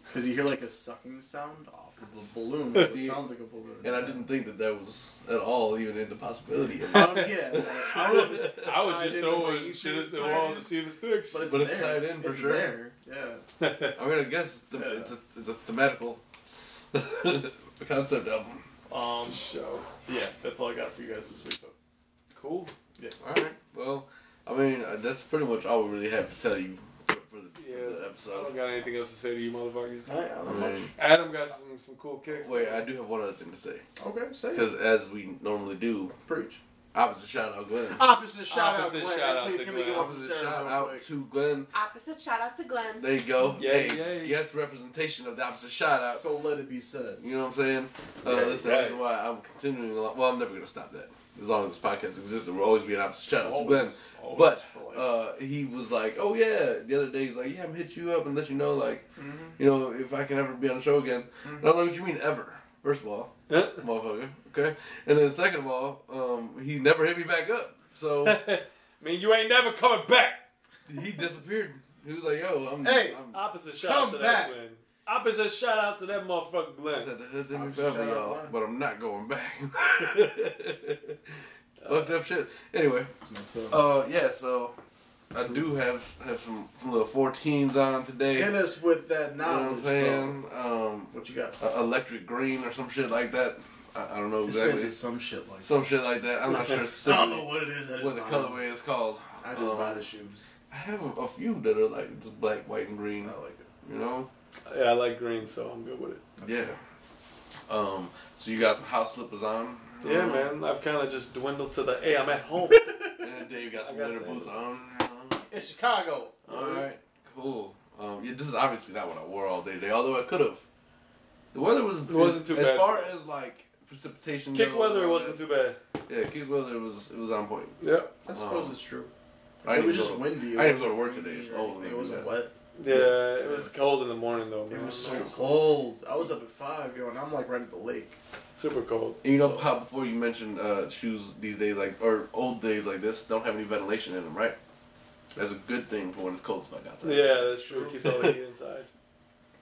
Speaker 4: Because you hear like a sucking sound off of the balloon. So it
Speaker 1: *laughs* See,
Speaker 4: sounds like a balloon.
Speaker 1: And I didn't think that that was at all even in the possibility. Of it.
Speaker 4: Um,
Speaker 1: *laughs*
Speaker 4: yeah, like, I don't know if it's
Speaker 3: I
Speaker 4: tied
Speaker 3: was just
Speaker 4: into what
Speaker 3: throwing
Speaker 4: you
Speaker 3: shit
Speaker 4: think
Speaker 3: at
Speaker 4: it's
Speaker 3: the
Speaker 4: tied
Speaker 3: wall
Speaker 4: in,
Speaker 3: to see if it sticks.
Speaker 4: But it's,
Speaker 1: But it's
Speaker 4: there.
Speaker 1: tied in for
Speaker 4: It's
Speaker 1: sure.
Speaker 4: there, Yeah.
Speaker 3: *laughs*
Speaker 1: I mean, I guess the, it's a it's a thematical *laughs* concept album.
Speaker 4: Um,
Speaker 3: Show.
Speaker 4: yeah, that's all I got for you guys this week. Though.
Speaker 3: Cool.
Speaker 1: All right. Well, I mean, uh, that's pretty much all we really have to tell you for for the, for the
Speaker 3: Yeah. I
Speaker 1: episode.
Speaker 3: don't got anything else to say to you, motherfuckers.
Speaker 1: I mean,
Speaker 3: Adam got some, some cool kicks.
Speaker 1: wait, I do have one other thing to say
Speaker 4: Okay, say it.
Speaker 1: because as we normally do,
Speaker 4: Preach.
Speaker 1: opposite shout out Glenn.
Speaker 4: Opposite shout
Speaker 3: Opposite
Speaker 4: out. Glenn.
Speaker 3: shout out
Speaker 4: Please,
Speaker 3: to
Speaker 4: can we
Speaker 3: Glenn.
Speaker 4: get one from
Speaker 1: Opposite
Speaker 4: Sarah
Speaker 1: shout
Speaker 4: Oh, real
Speaker 1: out
Speaker 4: quick?
Speaker 1: to Glenn.
Speaker 2: Opposite shout out to Glenn.
Speaker 1: There you go.
Speaker 3: Yay,
Speaker 1: hey,
Speaker 3: yay.
Speaker 1: yes, representation of the opposite shout out.
Speaker 4: So let it be said.
Speaker 1: You know what I'm saying? Uh,
Speaker 3: Right,
Speaker 1: that's the
Speaker 3: right.
Speaker 1: reason why I'm continuing along. Well, I'm never going to stop that. As long as this podcast exists, there will always be an opposite shout out to
Speaker 4: Always.
Speaker 1: Glenn.
Speaker 4: Always
Speaker 1: But
Speaker 4: for life.
Speaker 1: uh, he was like, oh, yeah. The other day, he's like, yeah, I'm going to hit you up and let you know, like,
Speaker 4: Mm-hmm.
Speaker 1: you know, if I can ever be on the show again. And I'm like, what you mean ever? First of all, motherfucker, okay? And then second of all, um, he never hit me back up.
Speaker 4: *laughs*
Speaker 1: So
Speaker 3: Man, you ain't never coming back.
Speaker 1: he disappeared. He was like, yo, I'm...
Speaker 4: Hey, Uh,
Speaker 1: I'm,
Speaker 3: Opposite shout out
Speaker 4: Come
Speaker 3: to
Speaker 4: back.
Speaker 3: that Glenn. Opposite shout out to that motherfucker
Speaker 1: I
Speaker 3: Glenn.
Speaker 1: said, that's in me
Speaker 4: I'm
Speaker 1: forever,
Speaker 4: shut up,
Speaker 1: y'all,
Speaker 4: man.
Speaker 1: but I'm not going
Speaker 4: *laughs*
Speaker 1: back. *laughs* Fucked up shit. Anyway,
Speaker 4: It's messed up.
Speaker 1: uh, yeah, so I do have have some, some little 14s on today.
Speaker 4: Hit us with that
Speaker 1: you know what
Speaker 4: knowledge.
Speaker 1: I'm
Speaker 4: though.
Speaker 1: saying? Um,
Speaker 4: What you got?
Speaker 1: uh, electric green or some shit like that. I, I don't know
Speaker 4: This guy's
Speaker 1: exactly.
Speaker 4: some shit like.
Speaker 1: Some shit like that. I'm not sure
Speaker 4: *laughs* I don't know
Speaker 1: specifically
Speaker 4: what it is. I just
Speaker 1: what the
Speaker 4: buy them.
Speaker 1: colorway is called.
Speaker 4: I just
Speaker 1: Um,
Speaker 4: buy the shoes.
Speaker 1: I have a, a few that are like just black, white, and green.
Speaker 4: like it.
Speaker 1: You know?
Speaker 3: Yeah, I like green, so I'm good with it.
Speaker 1: Yeah. Um. So you got some house slippers on.
Speaker 3: Yeah,
Speaker 1: Um,
Speaker 3: man. I've kind of just dwindled to the, hey, I'm at home.
Speaker 1: And Dave got some
Speaker 3: *laughs* I got
Speaker 1: winter
Speaker 3: sandals.
Speaker 1: boots on.
Speaker 4: In Chicago.
Speaker 1: Alright, cool. Um, yeah, this is obviously not what I wore all day today, although I could have. The weather was
Speaker 3: It wasn't too
Speaker 1: as
Speaker 3: bad.
Speaker 1: far as like precipitation.
Speaker 3: Kick
Speaker 1: goes,
Speaker 3: weather wasn't too bad.
Speaker 1: Yeah, kick weather was it was on point.
Speaker 3: Yep.
Speaker 4: I suppose
Speaker 1: Um,
Speaker 4: it's true.
Speaker 1: I
Speaker 4: it
Speaker 1: didn't
Speaker 4: was
Speaker 1: go-
Speaker 4: just windy.
Speaker 1: I
Speaker 4: It
Speaker 1: didn't go to work
Speaker 4: wasn't
Speaker 1: today,
Speaker 4: rainy
Speaker 1: so
Speaker 4: or
Speaker 1: I
Speaker 4: anything.
Speaker 1: wasn't
Speaker 4: It wasn't
Speaker 1: that.
Speaker 4: wet.
Speaker 3: Yeah, it was cold in the morning, though.
Speaker 4: It
Speaker 3: man.
Speaker 4: was so cold. I was up at five, yo, and I'm like right at the lake.
Speaker 3: Super cold.
Speaker 1: And you know
Speaker 4: So-
Speaker 1: how before you mentioned uh, shoes these days like or old days like this don't have any ventilation in them, right? That's a good thing for when it's cold as fuck outside.
Speaker 3: Yeah, that's true. It keeps all the heat inside.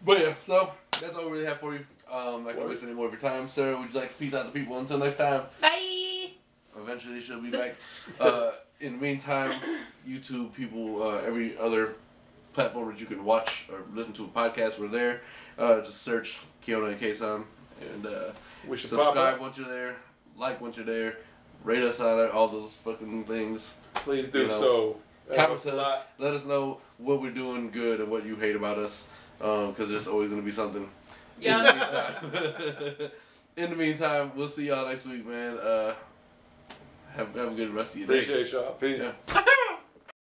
Speaker 1: But yeah, so that's all we really have for you. Um, not gonna
Speaker 3: Word.
Speaker 1: waste any more of your time, sir. Would you like to peace out the people until next time?
Speaker 2: Bye!
Speaker 1: Eventually, she'll be
Speaker 3: *laughs*
Speaker 1: back. uh, in the meantime, YouTube people, uh, every other platform that you can watch or listen to a podcast, we're there. Uh, just search Keona and Kason and uh,
Speaker 3: We should pop
Speaker 1: subscribe
Speaker 3: up.
Speaker 1: once you're there, like once you're there, rate us on all those fucking things.
Speaker 3: Please do
Speaker 1: you know,
Speaker 3: so. Uh, That
Speaker 1: Comment
Speaker 3: helps a
Speaker 1: to us.
Speaker 3: lot.
Speaker 1: Let us know what we're doing good and what you hate about us, because there's always gonna be something. In the
Speaker 2: Yeah.
Speaker 1: meantime, *laughs* in the meantime we'll see y'all next week, man. Uh, have have a good rest of your day.
Speaker 3: Appreciate y'all. Peace.
Speaker 1: Yeah.